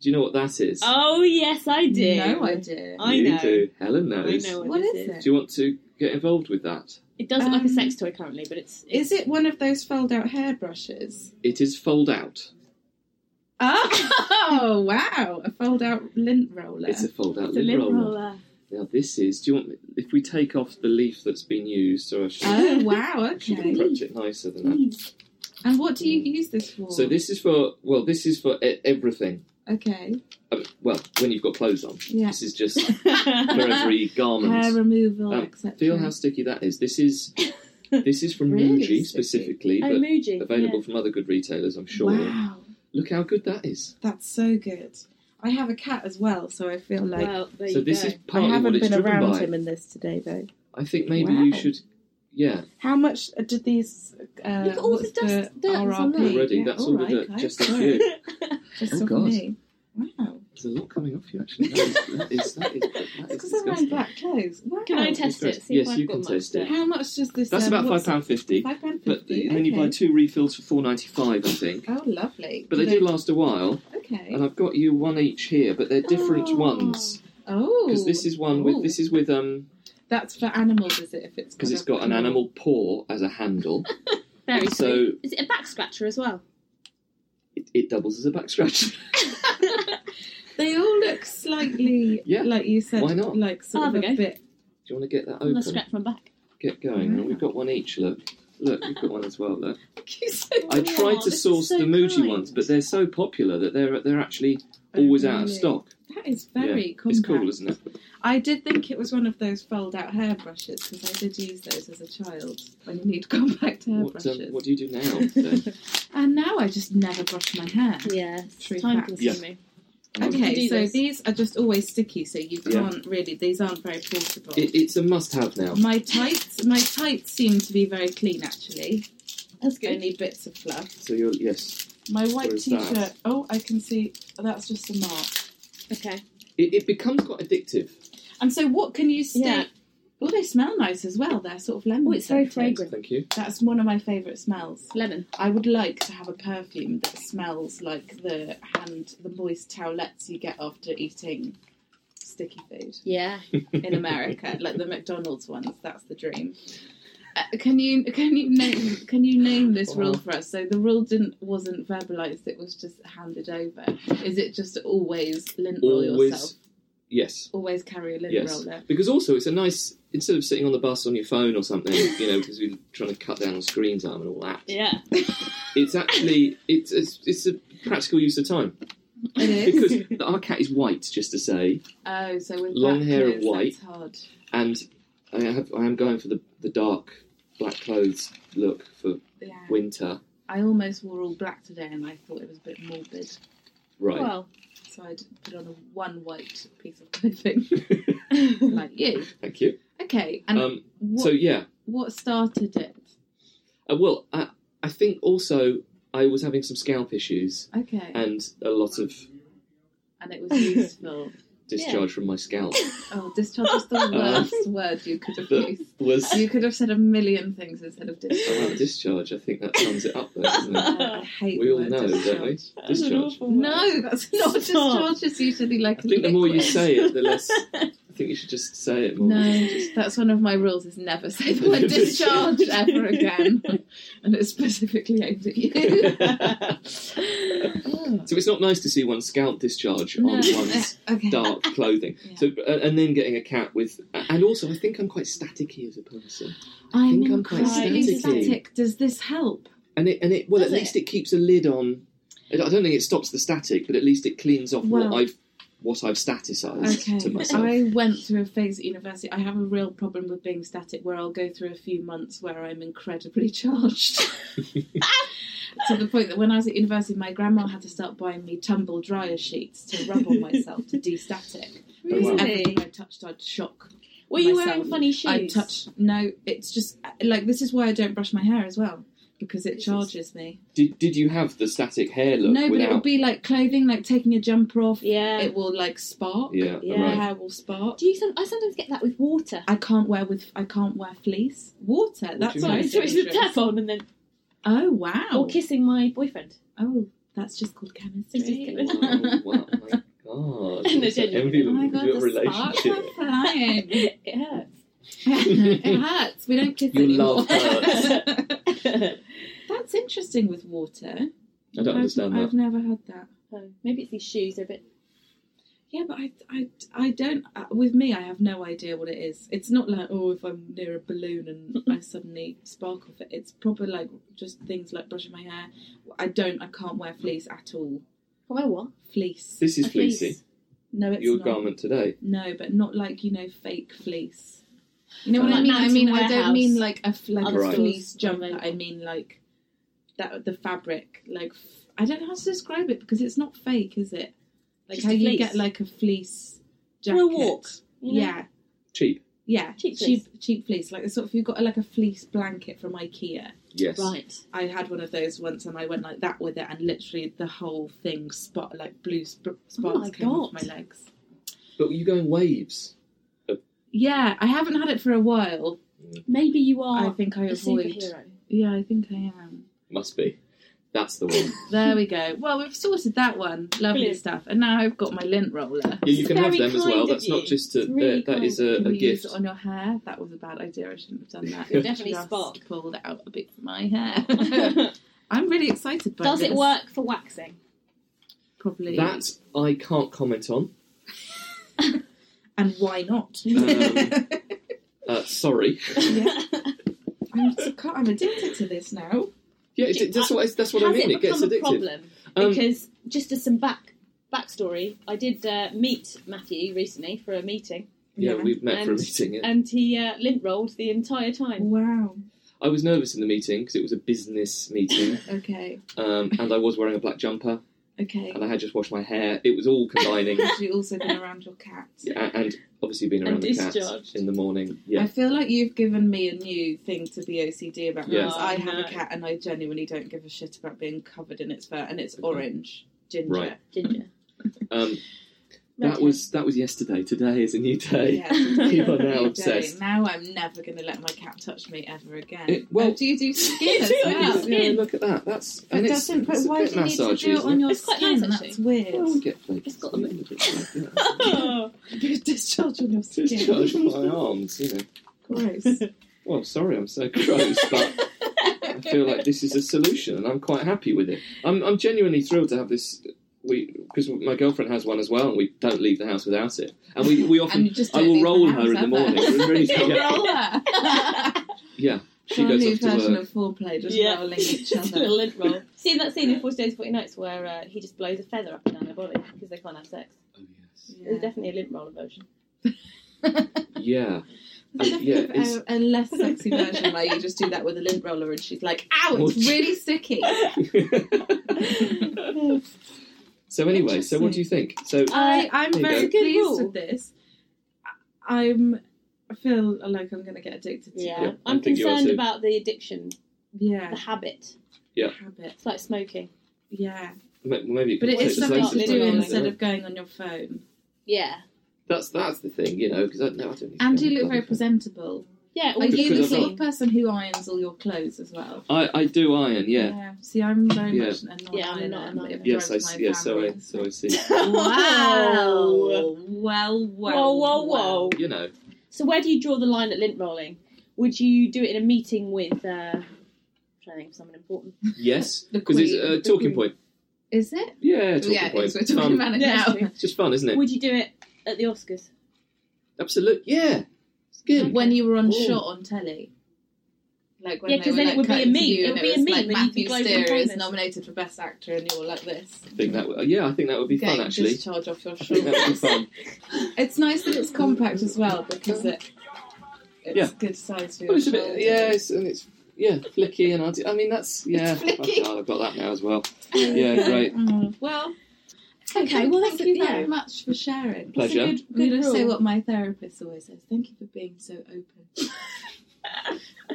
Speaker 4: Do you know what that is?
Speaker 5: Oh yes, I do.
Speaker 3: No, I do.
Speaker 5: I
Speaker 4: you
Speaker 5: know.
Speaker 4: do. Helen
Speaker 5: I
Speaker 4: knows.
Speaker 5: know what,
Speaker 3: What
Speaker 5: this
Speaker 3: is
Speaker 5: is.
Speaker 3: it?
Speaker 4: Do you want to get involved with that?
Speaker 5: It does look like
Speaker 3: Um,
Speaker 5: a sex toy currently, but it's,
Speaker 3: Is it one of those fold-out hairbrushes?
Speaker 4: It is fold out.
Speaker 3: Oh [laughs] wow, a fold-out lint roller.
Speaker 4: It's a fold out
Speaker 5: it's a lint
Speaker 4: roller.
Speaker 5: roller. [laughs]
Speaker 4: Now this is. Do you want? me- If we take off the leaf that's been used, so I should
Speaker 3: Oh wow,
Speaker 4: should [laughs]
Speaker 3: okay.
Speaker 4: approach it nicer than that.
Speaker 3: And what do you use this for?
Speaker 4: So this is for. Well, this is for e- everything.
Speaker 3: Okay.
Speaker 4: I mean, well, when you've got clothes on,
Speaker 3: Yeah.
Speaker 4: this is just
Speaker 3: [laughs]
Speaker 4: for
Speaker 3: Hair
Speaker 4: every garment.
Speaker 3: removal,
Speaker 4: Um,
Speaker 3: etc.
Speaker 4: Feel how sticky that is.
Speaker 3: [coughs]
Speaker 4: This is. This is from
Speaker 3: Really sticky.
Speaker 4: Muji specifically,
Speaker 5: Oh,
Speaker 4: but
Speaker 5: Muji.
Speaker 4: available from other good retailers, I'm sure.
Speaker 3: Wow,
Speaker 4: Look how good that is.
Speaker 3: that's so good. I have a cat as well, so I feel
Speaker 5: yeah.
Speaker 3: like
Speaker 5: well, there
Speaker 4: so
Speaker 5: you
Speaker 4: this
Speaker 5: go.
Speaker 4: is
Speaker 3: I
Speaker 4: partly what
Speaker 3: haven't
Speaker 4: it's
Speaker 3: been
Speaker 4: driven
Speaker 3: around
Speaker 4: by.
Speaker 3: him in this today though.
Speaker 4: I think maybe
Speaker 3: Wow.
Speaker 4: you should. Yeah,
Speaker 3: How much did these? Uh,
Speaker 5: Look at all
Speaker 3: what's
Speaker 5: the dust- dirt that's on
Speaker 3: RRP?
Speaker 5: there.
Speaker 4: already.
Speaker 3: Yeah,
Speaker 4: that's all
Speaker 3: all
Speaker 4: with
Speaker 3: right,
Speaker 4: it. Just a
Speaker 3: guys.
Speaker 4: few.
Speaker 3: Just
Speaker 4: Oh,
Speaker 3: off
Speaker 4: God.
Speaker 3: me. Wow.
Speaker 4: There's a lot coming off you actually. That is. That is.
Speaker 3: [laughs]
Speaker 4: That is, that is
Speaker 3: Because I'm wearing
Speaker 4: disgusting.
Speaker 3: black clothes. Wow.
Speaker 5: Can I test it? See
Speaker 4: oh, Yes,
Speaker 5: if I've
Speaker 4: you
Speaker 5: got
Speaker 4: can
Speaker 5: much
Speaker 4: taste
Speaker 5: dirt.
Speaker 4: it.
Speaker 3: How much does this?
Speaker 4: That's
Speaker 3: um,
Speaker 4: about
Speaker 3: what's-
Speaker 4: five pound fifty.
Speaker 3: Five pound
Speaker 4: But
Speaker 3: fifty.
Speaker 4: then you buy
Speaker 3: okay.
Speaker 4: two refills for four ninety five, I think.
Speaker 3: Oh, lovely.
Speaker 4: But they do last a while,
Speaker 3: Okay.
Speaker 4: and I've got you one each here, but they're different
Speaker 5: Oh.
Speaker 4: ones
Speaker 3: Oh.
Speaker 4: because this is one
Speaker 3: Ooh.
Speaker 4: with this is with um
Speaker 3: That's for animals, is it? If it's
Speaker 4: because it's
Speaker 3: a
Speaker 4: got an
Speaker 3: claw.
Speaker 4: animal paw as a handle,
Speaker 5: Very sweet.
Speaker 4: so
Speaker 5: Is it a back scratcher as [laughs] well?
Speaker 4: it, it doubles as a back scratch. [laughs]
Speaker 3: They all look slightly,
Speaker 4: [laughs] Yeah.
Speaker 3: like you said,
Speaker 4: Why not?
Speaker 3: like sort
Speaker 5: Oh,
Speaker 3: of
Speaker 5: there we
Speaker 3: a
Speaker 5: go.
Speaker 3: bit.
Speaker 4: Do you want to get that
Speaker 5: I'm gonna
Speaker 4: open?
Speaker 5: scratch my back.
Speaker 4: Get going.
Speaker 3: Mm-hmm.
Speaker 4: And we've got one each. Look, look, you've got one as well. Look.
Speaker 3: You said-
Speaker 4: I
Speaker 5: Aw,
Speaker 4: tried to
Speaker 5: this is
Speaker 4: source
Speaker 5: so
Speaker 4: the Muji
Speaker 5: kind.
Speaker 4: ones, but they're so popular that they're they're actually
Speaker 3: Oh,
Speaker 4: always out of
Speaker 3: really? Oh,
Speaker 4: stock.
Speaker 3: That is very compact.
Speaker 4: It's cool, isn't it?
Speaker 3: I did think it was one of those fold-out hairbrushes because I did use those as a child when you need [laughs] compact
Speaker 4: What, um,
Speaker 3: hairbrushes.
Speaker 4: what do you
Speaker 3: [laughs]
Speaker 4: do now? then?
Speaker 3: And now I just never brush my hair.
Speaker 5: Yes.
Speaker 3: True
Speaker 5: Time
Speaker 3: fact.
Speaker 5: consuming. can
Speaker 4: um,
Speaker 3: Okay,
Speaker 5: do
Speaker 3: so
Speaker 5: this.
Speaker 3: these are just always sticky, so you
Speaker 4: Yeah.
Speaker 3: can't really. These aren't very portable.
Speaker 4: It, it's a must-have now.
Speaker 3: my tights, my tights seem to be very clean actually.
Speaker 5: That's
Speaker 3: Only bits of fluff.
Speaker 4: So you're yes,
Speaker 3: My white
Speaker 4: Where's
Speaker 3: t-shirt.
Speaker 4: that?
Speaker 3: Oh, I can see that's just a mark.
Speaker 5: Okay.
Speaker 4: it, it becomes quite addictive.
Speaker 3: And so, what can you stick?
Speaker 5: Yeah.
Speaker 3: Oh, they smell nice as well. They're sort of lemon.
Speaker 5: Oh, it's very
Speaker 3: scented.
Speaker 5: fragrant.
Speaker 4: Thank you.
Speaker 3: That's one of my favourite smells.
Speaker 5: Lemon.
Speaker 3: I would like to have a perfume that smells like the hand, the moist towelettes you get after eating sticky food
Speaker 5: Yeah.
Speaker 3: in
Speaker 5: [laughs]
Speaker 3: America, like the McDonald's ones. That's the dream. Uh, can you can you name can you name this
Speaker 4: Wow.
Speaker 3: rule for us? So the rule didn't wasn't verbalized; it was just handed over. Is it just always lint roll
Speaker 4: Always-
Speaker 3: yourself?
Speaker 4: Yes,
Speaker 3: Always carry a lint
Speaker 4: Yes.
Speaker 5: [laughs]
Speaker 3: roller.
Speaker 4: because also it's a nice instead of sitting on the bus on your phone or something, you know, because we're trying to cut down on screen time and all that.
Speaker 5: Yeah.
Speaker 4: It's actually it's it's, it's a practical use of time
Speaker 3: It is.
Speaker 4: because our cat is white, just to say,
Speaker 3: Oh, so with
Speaker 4: Long
Speaker 3: black
Speaker 4: hair and
Speaker 3: clothes,
Speaker 4: white.
Speaker 3: That's hard.
Speaker 4: and I have I am going for the the dark black clothes look for
Speaker 3: Yeah.
Speaker 4: winter.
Speaker 3: I almost wore all black today, and I thought it was a bit morbid,
Speaker 4: Right.
Speaker 5: [laughs] Well,
Speaker 3: so I would put on a one white piece of clothing, [laughs] like you.
Speaker 4: Thank you.
Speaker 3: Okay, and
Speaker 4: Um,
Speaker 3: what,
Speaker 4: so yeah,
Speaker 3: what started it?
Speaker 4: uh, well, I, I think also I was having some scalp issues
Speaker 3: Okay,
Speaker 4: and a lot of
Speaker 3: and it was useful.
Speaker 4: discharge from my scalp
Speaker 3: oh, discharge is
Speaker 4: [laughs] Uh,
Speaker 3: the worst word you could have
Speaker 4: But-
Speaker 3: used. [laughs]
Speaker 4: was
Speaker 3: You could have said a million things instead of
Speaker 4: [laughs] Oh,
Speaker 3: discharge.
Speaker 4: discharge. I think that sums it up, though,
Speaker 3: [laughs]
Speaker 4: doesn't it?
Speaker 3: Uh, I hate
Speaker 4: We
Speaker 3: the
Speaker 4: all
Speaker 3: word
Speaker 4: know,
Speaker 3: discharge.
Speaker 4: don't we?
Speaker 5: that's an
Speaker 4: Discharge.
Speaker 5: awful word.
Speaker 3: No, that's not discharge. Is usually like
Speaker 4: I think the more you
Speaker 3: liquid.
Speaker 4: say it,
Speaker 3: [laughs]
Speaker 4: the less. I think you should just say it more. [laughs]
Speaker 3: No, [laughs] that's one of my rules is never say the word discharge ever again. [laughs] and it's specifically aimed at
Speaker 4: [laughs]
Speaker 3: you. [laughs] Oh.
Speaker 4: so it's not nice to see one's scalp discharge
Speaker 3: [laughs]
Speaker 4: on one's
Speaker 3: uh, okay.
Speaker 4: dark clothing.
Speaker 3: Yeah.
Speaker 4: So uh, and then getting a cat with, and also I think I'm quite staticky as a person. I
Speaker 3: I'm
Speaker 4: think I'm quite
Speaker 3: incredibly
Speaker 5: staticky.
Speaker 3: static. Does this help?
Speaker 4: And it, and it well,
Speaker 5: Does
Speaker 4: at
Speaker 5: it?
Speaker 4: least it keeps a lid on. I don't think it stops the static, but at least it cleans off
Speaker 3: Well-
Speaker 4: what I've what I've staticised
Speaker 3: Okay.
Speaker 4: to myself.
Speaker 3: I went through a phase at university. I have a real problem with being static where I'll go through a few months where I'm incredibly [laughs] charged. to the point that when I was at university, my grandma had to start buying me tumble dryer sheets to rub on myself to de-static. Because
Speaker 4: [laughs] Really?
Speaker 3: everything I touched, I'd shock
Speaker 5: Were you
Speaker 3: myself.
Speaker 5: wearing funny shoes?
Speaker 3: I touch no. It's just like this is why I don't brush my hair as well because it
Speaker 5: This is-
Speaker 3: charges me.
Speaker 4: Did, did you have the static hair look
Speaker 3: No, but it will
Speaker 4: without?
Speaker 3: be like clothing, like taking a jumper off.
Speaker 5: Yeah.
Speaker 3: It will like spark.
Speaker 4: Yeah,
Speaker 5: Yeah.
Speaker 3: My
Speaker 4: right.
Speaker 3: hair will spark.
Speaker 5: Do you? Some, I sometimes get that with water.
Speaker 3: I can't wear with I can't wear fleece water.
Speaker 4: What
Speaker 3: That's
Speaker 4: do you mean?
Speaker 3: why
Speaker 5: Sorry,
Speaker 3: it's
Speaker 5: switch the
Speaker 3: dangerous.
Speaker 5: tap on and then
Speaker 3: Oh wow.
Speaker 5: or kissing my boyfriend.
Speaker 3: Oh, that's just called chemistry.
Speaker 5: It's just [laughs]
Speaker 4: Oh, [laughs] wow, my God.
Speaker 5: And the
Speaker 4: It's an
Speaker 5: genuine-
Speaker 3: Oh
Speaker 4: enviable
Speaker 3: my god, the spark
Speaker 4: relationship.
Speaker 3: went
Speaker 4: [laughs]
Speaker 3: flying.
Speaker 5: [laughs] it [laughs] hurts.
Speaker 3: [laughs] it hurts. We don't kiss
Speaker 4: Your
Speaker 3: anymore.
Speaker 4: love hurts.
Speaker 3: [laughs] That's interesting with water.
Speaker 4: I don't understand
Speaker 3: I've,
Speaker 4: that.
Speaker 3: I've never had that.
Speaker 5: Oh, maybe it's these shoes. They're a bit.
Speaker 3: Yeah, but I, I, I don't. Uh, with me, I have no idea what it is. It's not like oh, if I'm near a balloon [laughs] and I suddenly spark off it. It's proper like just things like brushing my hair. I don't. I can't wear fleece at all.
Speaker 5: Can I wear what?
Speaker 3: Fleece.
Speaker 4: This is
Speaker 5: A fleece.
Speaker 4: fleecy.
Speaker 3: No, it's
Speaker 4: Your
Speaker 3: not.
Speaker 4: garment today.
Speaker 3: No, but not like you know fake fleece. You know
Speaker 5: From,
Speaker 3: what I
Speaker 5: like,
Speaker 3: mean? I
Speaker 5: Mountain
Speaker 3: mean I don't
Speaker 5: Warehouse.
Speaker 3: mean like a f- like
Speaker 5: Other
Speaker 3: a
Speaker 4: Right.
Speaker 3: fleece
Speaker 5: stores, probably.
Speaker 3: jumper. I mean like that the fabric. Like f- I don't know how to describe it because it's not fake, is it? Like
Speaker 5: Just
Speaker 3: how
Speaker 5: a
Speaker 3: you
Speaker 5: fleece.
Speaker 3: get like a fleece
Speaker 5: For
Speaker 3: jacket.
Speaker 5: a walk, you know?
Speaker 3: Yeah,
Speaker 4: Cheap.
Speaker 3: yeah,
Speaker 5: Cheap
Speaker 3: cheap, cheap fleece. Like the sort of you got like a fleece blanket from IKEA.
Speaker 4: Yes.
Speaker 5: Right.
Speaker 3: I had one of those once, and I went like that with it, and literally the whole thing spot like blue sp- spots
Speaker 5: Oh my
Speaker 3: came off my
Speaker 5: God.
Speaker 3: legs.
Speaker 4: But you go in waves.
Speaker 3: Yeah, I haven't had it for a while.
Speaker 5: Maybe you
Speaker 3: I
Speaker 5: are
Speaker 3: think I
Speaker 5: Oh, a
Speaker 3: avoid.
Speaker 5: superhero.
Speaker 3: Yeah, I think I am.
Speaker 4: Must be. That's
Speaker 5: [laughs]
Speaker 4: the one.
Speaker 3: There we go. Well, we've sorted that one. Lovely
Speaker 5: Brilliant.
Speaker 3: stuff. And now I've got my lint roller.
Speaker 4: yeah, you can have
Speaker 5: Very
Speaker 4: them as
Speaker 5: kind
Speaker 4: well.
Speaker 5: of
Speaker 4: That's not
Speaker 5: you.
Speaker 4: just a.
Speaker 5: It's really
Speaker 4: that is a,
Speaker 3: Can
Speaker 4: a
Speaker 3: we use
Speaker 4: gift.
Speaker 3: it on your hair? That was a bad idea. I shouldn't have done
Speaker 5: [laughs]
Speaker 3: that.
Speaker 4: It'll
Speaker 5: definitely
Speaker 3: Just
Speaker 5: spark.
Speaker 3: Pulled out a bit of my hair. [laughs]
Speaker 5: [laughs]
Speaker 3: I'm really excited by
Speaker 5: Does
Speaker 3: this.
Speaker 5: it work for waxing?
Speaker 3: Probably.
Speaker 4: That I can't comment on.
Speaker 3: And why not?
Speaker 4: [laughs] Um, Uh,
Speaker 5: [laughs]
Speaker 4: sorry.
Speaker 3: Yeah. I'm, so- can't- I'm addicted to this now.
Speaker 4: Yeah, it, that's what I, that's what
Speaker 5: [laughs]
Speaker 4: I
Speaker 5: Has
Speaker 4: mean.
Speaker 5: it
Speaker 4: It, gets
Speaker 5: become a
Speaker 4: addictive.
Speaker 5: problem?
Speaker 4: Um,
Speaker 5: because just as some back backstory, I did uh, meet Matthew recently for a meeting,
Speaker 4: yeah,
Speaker 3: Yeah.
Speaker 4: we've met for a
Speaker 5: And-
Speaker 4: meeting. yeah.
Speaker 5: and he uh, lint rolled the entire time.
Speaker 3: Wow.
Speaker 4: I
Speaker 5: [laughs]
Speaker 4: was nervous in the meeting because it was a business meeting,
Speaker 3: Okay.
Speaker 4: um, and I was wearing a black jumper.
Speaker 3: Okay.
Speaker 4: and I had just washed my hair. It was
Speaker 5: [laughs]
Speaker 4: all combining,
Speaker 3: Have you also been around your cat?
Speaker 4: yeah, and obviously being
Speaker 5: And
Speaker 4: around the cats
Speaker 5: discharged.
Speaker 4: in the morning.
Speaker 3: I
Speaker 4: Yeah,
Speaker 3: feel like you've given me a new thing to be OCD about
Speaker 4: Yeah.
Speaker 3: because I
Speaker 5: Oh,
Speaker 3: have
Speaker 5: no.
Speaker 3: a cat and I genuinely don't give a shit about being covered in its fur and it's
Speaker 4: Okay.
Speaker 3: orange, ginger.
Speaker 4: Right.
Speaker 5: Ginger. [laughs]
Speaker 4: um, that was that was yesterday. Today is a new day.
Speaker 3: Yeah,
Speaker 4: [laughs]
Speaker 3: it's a
Speaker 5: People
Speaker 3: [laughs]
Speaker 5: are
Speaker 3: new
Speaker 4: now
Speaker 3: day.
Speaker 4: obsessed.
Speaker 3: Now I'm never going to let my cat touch me ever again.
Speaker 4: It- well-
Speaker 3: Oh, do
Speaker 4: [laughs]
Speaker 3: you do skin
Speaker 5: You
Speaker 3: as
Speaker 5: do it on your
Speaker 3: well?
Speaker 5: skin.
Speaker 4: Yeah, look at that. That's
Speaker 3: But
Speaker 4: and it's,
Speaker 3: doesn't, but
Speaker 4: it's a
Speaker 3: why
Speaker 4: bit
Speaker 3: do you need to
Speaker 4: massage,
Speaker 3: do it
Speaker 4: isn't
Speaker 3: on your
Speaker 5: It's quite
Speaker 3: skin?
Speaker 5: nice,
Speaker 3: That's
Speaker 5: actually.
Speaker 3: weird.
Speaker 4: Well, we get flakes.
Speaker 5: It's got a bit-
Speaker 3: [laughs]
Speaker 4: Yeah.
Speaker 5: Oh. [laughs]
Speaker 3: There's [laughs] discharge on your skin.
Speaker 4: Discharge from my arms, you know.
Speaker 3: [laughs] Gross.
Speaker 4: Well, sorry, I'm so gross, but I feel like this is a solution, and I'm quite happy with it. I'm, I'm genuinely thrilled to have this. We because my girlfriend has one as well, and we don't leave the house without it. And we, we
Speaker 3: And
Speaker 4: often
Speaker 3: you just
Speaker 4: I
Speaker 3: don't
Speaker 4: will
Speaker 3: leave
Speaker 4: roll
Speaker 3: house
Speaker 4: her in the
Speaker 3: ever.
Speaker 4: morning.
Speaker 3: [laughs]
Speaker 4: We're really-
Speaker 3: You'll
Speaker 4: yeah.
Speaker 3: roll her.
Speaker 4: she
Speaker 3: Our new
Speaker 4: goes off to
Speaker 3: version
Speaker 4: work.
Speaker 3: of foreplay, just
Speaker 5: Yeah.
Speaker 3: rolling
Speaker 5: [laughs]
Speaker 3: each
Speaker 5: Just a
Speaker 3: other.
Speaker 5: lint roll. Seen that scene in 40 Days, 40 Nights where uh, he just blows a feather up and down their body because they can't have sex?
Speaker 4: Oh, yes.
Speaker 5: There's definitely a lint roller version.
Speaker 3: [laughs]
Speaker 4: Yeah,
Speaker 3: There's
Speaker 4: Um,
Speaker 3: definitely
Speaker 4: yeah,
Speaker 3: a-
Speaker 4: it's-
Speaker 3: a, less sexy version where you just do that with a lint roller and she's like, ow,
Speaker 4: What?
Speaker 3: it's really
Speaker 5: [laughs]
Speaker 3: sticky.
Speaker 4: [laughs] so anyway, so what do you think? So
Speaker 3: I, I'm
Speaker 4: There you
Speaker 3: very
Speaker 4: go.
Speaker 5: Good
Speaker 3: pleased
Speaker 5: rule.
Speaker 3: with this. I- I'm, I feel like I'm going to get addicted to
Speaker 5: Yeah.
Speaker 4: Yeah, I
Speaker 5: I'm
Speaker 4: think you are
Speaker 5: concerned
Speaker 4: too.
Speaker 5: about the addiction,
Speaker 3: Yeah.
Speaker 5: the habit.
Speaker 4: Yeah.
Speaker 3: Habit.
Speaker 5: It's like smoking.
Speaker 3: Yeah.
Speaker 4: ma- maybe it
Speaker 3: But it
Speaker 5: Well,
Speaker 4: could take
Speaker 3: is
Speaker 5: it's
Speaker 4: the
Speaker 3: something
Speaker 5: not
Speaker 4: places
Speaker 3: to
Speaker 5: lint
Speaker 3: do
Speaker 4: where-
Speaker 5: rolling.
Speaker 3: instead of going on your phone.
Speaker 5: Yeah.
Speaker 4: That's that's the thing, you know, because I, no, I don't. need to
Speaker 3: And
Speaker 4: go
Speaker 3: you
Speaker 4: on
Speaker 3: look very
Speaker 4: the bloody
Speaker 3: presentable.
Speaker 5: Yeah.
Speaker 3: Are
Speaker 5: all
Speaker 3: you
Speaker 4: Because
Speaker 3: the
Speaker 4: I've
Speaker 3: sort
Speaker 4: got-
Speaker 3: of person who irons all your clothes as well?
Speaker 4: phone. I, I do iron, yeah.
Speaker 3: See, I'm very
Speaker 4: Yeah.
Speaker 3: much an annoying
Speaker 5: Yeah, I'm not
Speaker 3: ironer.
Speaker 5: an
Speaker 3: It
Speaker 4: Yes, I
Speaker 3: drives
Speaker 4: s-
Speaker 3: my
Speaker 4: yeah, so I
Speaker 3: family.
Speaker 4: so I
Speaker 3: [laughs]
Speaker 4: see.
Speaker 3: Wow. Well, well,
Speaker 5: Whoa, whoa,
Speaker 3: well.
Speaker 5: whoa.
Speaker 4: You know,
Speaker 5: So where do you draw the line at lint rolling? Would you do it in a meeting with, uh, I'm trying to think of someone important?
Speaker 4: yes,
Speaker 3: [laughs] The
Speaker 4: because it's
Speaker 3: queen.
Speaker 4: a talking point.
Speaker 3: Is it?
Speaker 4: Yeah, talking
Speaker 3: yeah, it
Speaker 4: point.
Speaker 3: is. We're talking
Speaker 4: Um,
Speaker 3: about it
Speaker 5: Yeah,
Speaker 3: now.
Speaker 5: it's
Speaker 3: [laughs]
Speaker 5: true.
Speaker 4: It's just fun, isn't it?
Speaker 5: Would you do it at the [laughs] Oscars?
Speaker 4: Absolute, yeah. It's good.
Speaker 3: When you were on
Speaker 4: Ooh.
Speaker 3: shot on telly. Like when
Speaker 5: Yeah,
Speaker 3: they
Speaker 5: 'cause
Speaker 3: were,
Speaker 5: then it
Speaker 3: like,
Speaker 5: would be a
Speaker 3: cutting to
Speaker 5: meme.
Speaker 3: you
Speaker 5: It
Speaker 3: and
Speaker 5: would be a
Speaker 3: was,
Speaker 5: meme
Speaker 3: like
Speaker 5: and you'd be
Speaker 3: Matthew
Speaker 5: global
Speaker 3: Steer is
Speaker 5: famous.
Speaker 3: nominated for Best Actor and you were like this.
Speaker 4: I think that. would- Yeah, I think that would be fun.
Speaker 3: Getting
Speaker 4: Actually,
Speaker 3: discharge off your
Speaker 4: I think that would be
Speaker 3: shoulders.
Speaker 4: fun.
Speaker 3: it's nice that it's compact as well because it, it's
Speaker 4: Yeah.
Speaker 3: good size for your
Speaker 4: Well, it's a
Speaker 3: shoulder.
Speaker 4: bit, yeah, it's, and it's yeah, flicky and arty. I mean, that's yeah.
Speaker 3: flicky.
Speaker 4: I've, I've got that now as well. Yeah, great.
Speaker 3: Mm, Well,
Speaker 5: Okay, well,
Speaker 3: thank
Speaker 5: that's
Speaker 3: you
Speaker 5: it,
Speaker 3: very
Speaker 5: yeah. Mm-hmm.
Speaker 3: much for sharing.
Speaker 4: Pleasure.
Speaker 3: It's a good,
Speaker 5: Good
Speaker 3: good to say
Speaker 5: rule.
Speaker 3: what my therapist always says. Thank you for being so
Speaker 5: [laughs]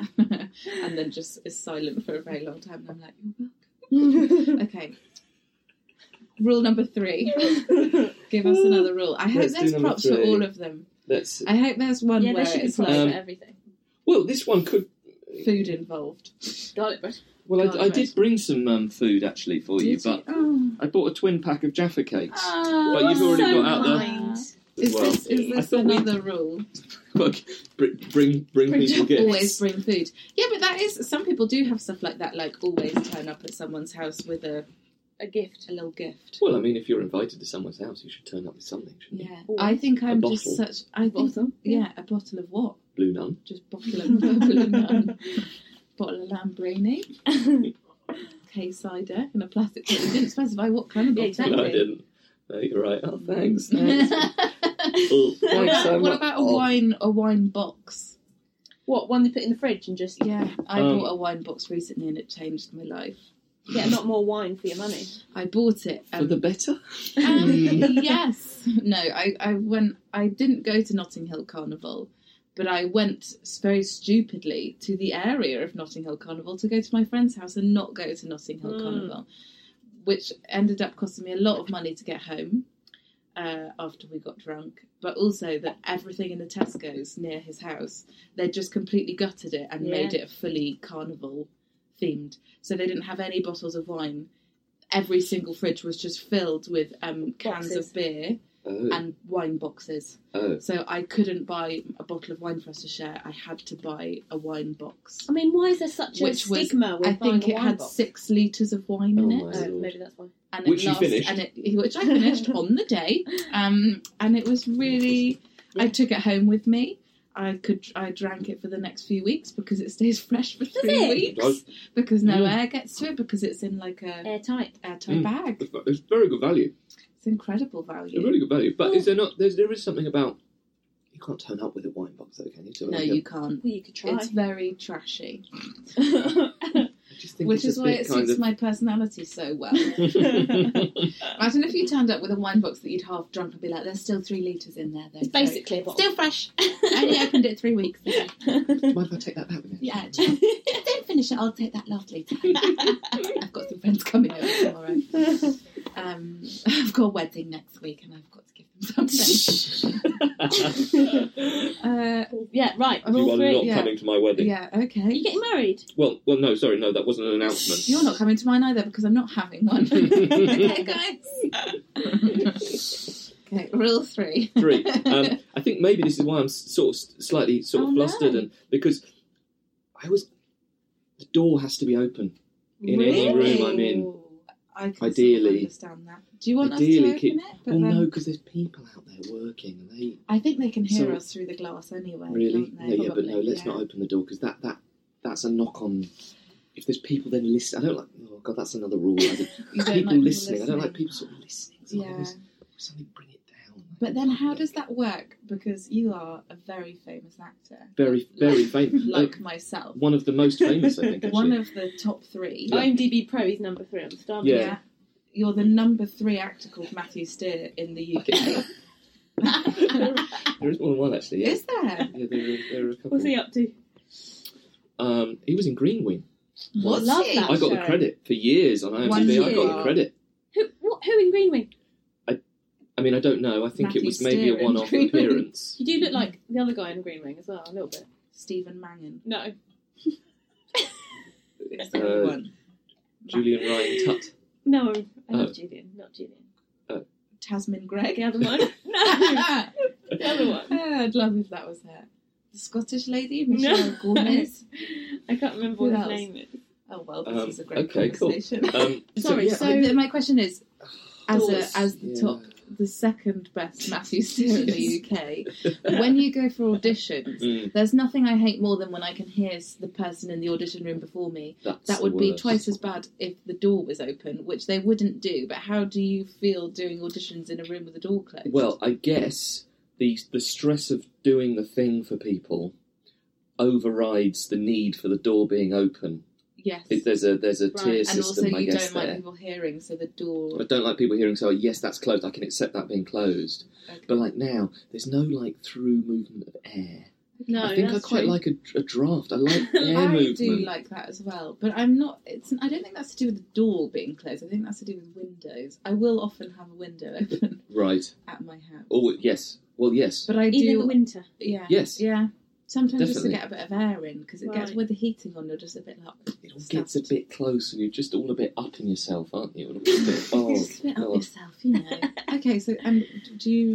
Speaker 3: open. and then just is silent for a very long time. And I'm like, you're
Speaker 5: [laughs]
Speaker 3: welcome. okay. Rule number three. Give us another rule. I hope
Speaker 4: Let's do
Speaker 3: there's
Speaker 4: number
Speaker 3: props for
Speaker 4: three.
Speaker 3: all of them.
Speaker 4: That's
Speaker 3: I hope there's one
Speaker 5: yeah, there
Speaker 3: where
Speaker 5: should be
Speaker 3: it's
Speaker 5: props
Speaker 3: like
Speaker 4: Um,
Speaker 5: for everything.
Speaker 4: well. This one could.
Speaker 3: food involved.
Speaker 5: Garlic bread.
Speaker 4: Well,
Speaker 3: God,
Speaker 4: I, I
Speaker 3: right.
Speaker 4: did bring some um, food actually for you,
Speaker 3: Did
Speaker 4: but
Speaker 3: Oh.
Speaker 4: I bought a twin pack of Jaffa cakes.
Speaker 3: Oh,
Speaker 4: But you've already
Speaker 3: so
Speaker 4: got out the-
Speaker 3: kind.
Speaker 4: as
Speaker 3: Is
Speaker 4: well.
Speaker 3: this, is
Speaker 4: I
Speaker 3: this
Speaker 4: thought we-
Speaker 3: another rule?
Speaker 4: Look, bring bring, bring people gifts.
Speaker 3: always bring food. Yeah, but that is some people do have stuff like that, like always turn up at someone's house with a,
Speaker 5: A gift.
Speaker 3: a little gift.
Speaker 4: Well, I mean, if you're invited to someone's house, you should turn up with something, shouldn't you?
Speaker 3: Yeah, I think I'm just
Speaker 4: bottle.
Speaker 3: such. I think,
Speaker 5: Bottle,
Speaker 3: yeah, a bottle of what?
Speaker 4: Blue nun.
Speaker 3: Just bottle of bottle of none. bottle of Lambrini,
Speaker 4: [laughs]
Speaker 3: K cider in a plastic. bottle. You didn't specify what kind of bottle.
Speaker 5: Yeah, exactly.
Speaker 4: No, I didn't. No, you're right. Oh,
Speaker 3: [laughs]
Speaker 4: thanks. [laughs] thanks. Oh, thanks
Speaker 3: what about,
Speaker 4: so
Speaker 3: what
Speaker 4: much.
Speaker 3: about a
Speaker 4: Oh,
Speaker 3: wine? A wine box.
Speaker 5: what, one they put in the fridge and just
Speaker 3: Yeah, I
Speaker 4: Um,
Speaker 3: bought a wine box recently and it changed my life.
Speaker 5: get a lot more wine for your money?
Speaker 3: I bought it
Speaker 4: Oh, for
Speaker 3: and
Speaker 4: the better.
Speaker 5: [laughs]
Speaker 3: Um,
Speaker 4: Mm.
Speaker 3: yes. No, I, I went. I didn't go to Notting Hill Carnival, but I went s- very stupidly to the area of Notting Hill Carnival to go to my friend's house and not go to Notting Hill
Speaker 5: Mm.
Speaker 3: Carnival, which ended up costing me a lot of money to get home uh, after we got drunk. But also that everything in the Tesco's near his house, they just completely gutted it and
Speaker 5: Yeah.
Speaker 3: made it fully carnival themed. So they didn't have any bottles of wine. Every single fridge was just filled with um, cans
Speaker 5: Boxes.
Speaker 3: of beer
Speaker 4: Oh,
Speaker 3: and wine boxes.
Speaker 4: oh.
Speaker 3: So I couldn't buy a bottle of wine for us to share. I had to buy a wine box.
Speaker 5: I mean, why is there such a
Speaker 3: Which was-
Speaker 5: stigma with
Speaker 3: I think
Speaker 5: buying a
Speaker 3: it
Speaker 5: wine
Speaker 3: had
Speaker 5: box?
Speaker 3: six litres of wine
Speaker 4: Oh
Speaker 3: in
Speaker 4: my
Speaker 3: it.
Speaker 5: Oh,
Speaker 4: Lord.
Speaker 5: maybe that's why.
Speaker 3: And
Speaker 4: Which
Speaker 3: it
Speaker 4: you
Speaker 3: last,
Speaker 4: finished.
Speaker 3: And it, which I finished on the day. Um, and it was really, I took it home with me. I could, I drank it for the next few weeks because it stays [laughs] fresh for three
Speaker 5: it?
Speaker 3: weeks.
Speaker 4: Does.
Speaker 3: Because no
Speaker 4: Mm.
Speaker 3: air gets to it because it's in like a
Speaker 5: Airtight.
Speaker 3: airtight
Speaker 4: Mm.
Speaker 3: bag.
Speaker 4: It's it's very good value.
Speaker 3: It's incredible value.
Speaker 4: It's really good value. But is there not? There's, there is something about you can't turn up with a wine box, though, can you? To
Speaker 3: no,
Speaker 4: like a-
Speaker 3: you can't.
Speaker 5: [laughs] Well, you could try.
Speaker 3: It's very trashy.
Speaker 4: I just
Speaker 6: think
Speaker 3: Which
Speaker 6: it's
Speaker 3: is
Speaker 6: a
Speaker 3: why
Speaker 6: bit
Speaker 3: it
Speaker 6: kind
Speaker 3: suits [laughs]
Speaker 6: of.
Speaker 3: my personality so
Speaker 5: [laughs]
Speaker 3: well.
Speaker 5: my-
Speaker 3: Imagine if you turned up with a wine box that you'd half drunk and be like, "There's still three liters in there, though."
Speaker 5: It's basically a bottle.
Speaker 3: still fresh. I only opened it three weeks
Speaker 5: [laughs]
Speaker 3: ago.
Speaker 6: Mind if I take that back
Speaker 4: [laughs]
Speaker 6: with me?
Speaker 3: Yeah, don't, [laughs] don't finish it. I'll take that last later. [laughs] I've got some friends coming over tomorrow.
Speaker 5: [laughs]
Speaker 3: Um, [laughs] I've got a wedding next week, and I've got to give them
Speaker 5: [laughs]
Speaker 3: something. uh,
Speaker 5: yeah, right.
Speaker 3: Rule
Speaker 5: Rule
Speaker 4: You are
Speaker 5: three.
Speaker 4: not
Speaker 3: yeah.
Speaker 4: coming to my wedding.
Speaker 3: yeah,
Speaker 5: Are you
Speaker 3: okay.
Speaker 5: getting
Speaker 4: [laughs]
Speaker 5: married?
Speaker 4: Well, well, no, sorry, no, that wasn't an announcement.
Speaker 3: You're not coming to mine either because I'm not having
Speaker 5: [laughs]
Speaker 3: one. [laughs] okay, guys. okay, rule three. [laughs]
Speaker 4: [laughs] Three. Um, I think maybe this is why I'm s- sort of s- slightly sort of
Speaker 3: Oh,
Speaker 4: flustered,
Speaker 3: no.
Speaker 4: and because I was, the door has to be open. In any room I'm in.
Speaker 3: I can
Speaker 4: Ideally-
Speaker 3: sort of understand that. Do you want
Speaker 4: Ideally,
Speaker 3: us to
Speaker 4: keep-
Speaker 3: open it? But
Speaker 4: well,
Speaker 3: then-
Speaker 4: no, because there's people out there working, and they
Speaker 3: I think they can hear
Speaker 4: So-
Speaker 3: us through the glass anyway.
Speaker 4: really,
Speaker 3: can't
Speaker 4: no,
Speaker 3: they?
Speaker 4: yeah, but no,
Speaker 3: Probably,
Speaker 4: let's
Speaker 3: yeah.
Speaker 4: not open the door because that that that's a knock on. If there's people then listen, I don't like. Oh god, that's another rule. I don't-
Speaker 3: [laughs] You don't
Speaker 4: people
Speaker 3: like
Speaker 4: listening. I don't like people sort of listening. So I
Speaker 3: Yeah.
Speaker 4: always, something bring it down.
Speaker 3: But then how does that work? Because you are a very famous actor.
Speaker 4: Very, very famous.
Speaker 3: [laughs] Like myself.
Speaker 4: one of the most famous, I think. Actually.
Speaker 3: [laughs] One of the top three.
Speaker 4: Yeah.
Speaker 5: IMDb Pro is number three on the star.
Speaker 4: Yeah.
Speaker 3: You're the number three actor called Matthew Steer in the UK.
Speaker 5: [laughs]
Speaker 4: [laughs] there is more than one actually. Yeah,
Speaker 3: Is there?
Speaker 4: yeah there, are, there are a couple.
Speaker 5: What's he up to?
Speaker 4: Um, he was in Green Wing.
Speaker 3: What's
Speaker 5: Love
Speaker 3: he?
Speaker 5: that.
Speaker 4: I got the
Speaker 5: show.
Speaker 4: credit for years on
Speaker 3: One
Speaker 4: IMDb. I got the
Speaker 3: year.
Speaker 4: credit.
Speaker 5: Who? What, who in Greenwing?
Speaker 4: I mean, I don't know. I think it
Speaker 3: Matthew
Speaker 4: was maybe
Speaker 3: Steer
Speaker 4: a
Speaker 3: in
Speaker 4: one-off
Speaker 3: Green Wing.
Speaker 4: appearance.
Speaker 5: You do look like the other guy in Greenwing as well, a little bit.
Speaker 3: Stephen Mangan.
Speaker 5: No.
Speaker 3: It's
Speaker 4: Uh,
Speaker 3: the only one.
Speaker 4: Julian Ryan Tutt.
Speaker 5: No, I love
Speaker 4: Oh.
Speaker 5: Julian, not Julian.
Speaker 3: Tasman Gregg. [laughs]
Speaker 4: [laughs]
Speaker 5: The other [laughs] one? no,
Speaker 3: Ah,
Speaker 5: the other
Speaker 3: [laughs]
Speaker 5: one.
Speaker 3: I'd love if that was her. The Scottish lady,
Speaker 5: No.
Speaker 3: Michelle
Speaker 5: [laughs]
Speaker 3: Gomez.
Speaker 5: I can't remember
Speaker 3: Who
Speaker 5: what his
Speaker 3: else?
Speaker 5: name is.
Speaker 3: Oh well, this
Speaker 4: Um,
Speaker 3: is a great
Speaker 4: okay, cool.
Speaker 3: conversation.
Speaker 4: [laughs] Um,
Speaker 5: Sorry,
Speaker 4: yeah,
Speaker 5: so-
Speaker 4: I-
Speaker 3: So my question is, as
Speaker 5: Doors.
Speaker 3: a, as the
Speaker 4: Yeah.
Speaker 3: top, the second best
Speaker 4: [laughs]
Speaker 3: Matthew Steer in the UK, when you go for auditions,
Speaker 4: Mm,
Speaker 3: there's nothing I hate more than when I can hear s- the person in the audition room before me.
Speaker 4: that's
Speaker 3: That
Speaker 4: the
Speaker 3: would be
Speaker 4: worst.
Speaker 3: twice as bad if the door was open, which they wouldn't do. But how do you feel doing auditions in a room with the door closed?
Speaker 4: Well, I guess the the stress of doing the thing for people overrides the need for the door being open.
Speaker 3: yes,
Speaker 4: It, there's a there's a
Speaker 5: Right,
Speaker 4: tier
Speaker 5: and
Speaker 3: and also
Speaker 4: system, I
Speaker 3: you
Speaker 4: guess.
Speaker 3: don't
Speaker 4: there,
Speaker 3: like people hearing, so the door.
Speaker 4: I don't like people hearing so yes that's closed I can accept that being closed
Speaker 3: Okay.
Speaker 4: but like now there's no like through movement of air
Speaker 5: No,
Speaker 4: I think I
Speaker 5: that's
Speaker 4: quite
Speaker 5: true.
Speaker 4: like a, a draft I
Speaker 3: [laughs]
Speaker 4: like air
Speaker 3: I
Speaker 4: movement
Speaker 3: do like that as well, but I'm not. It's. I don't think that's to do with the door being closed. I think that's to do with windows. I will often have a window [laughs] open
Speaker 4: right
Speaker 3: at my house,
Speaker 4: oh yes well yes
Speaker 3: but I
Speaker 5: Even in
Speaker 3: do.
Speaker 5: the [laughs] winter.
Speaker 3: yeah.
Speaker 4: Yes.
Speaker 3: Yeah. Sometimes just to
Speaker 4: Definitely.
Speaker 3: get a bit of air in because it gets
Speaker 5: Right.
Speaker 3: with the heating on, you're just a bit like.
Speaker 4: it all gets a bit close and you're just all a bit up in yourself aren't you All a bit,
Speaker 3: [laughs] you
Speaker 4: oh
Speaker 3: just spit up
Speaker 4: God.
Speaker 3: yourself, you
Speaker 4: [laughs]
Speaker 3: know. okay, so um, do you?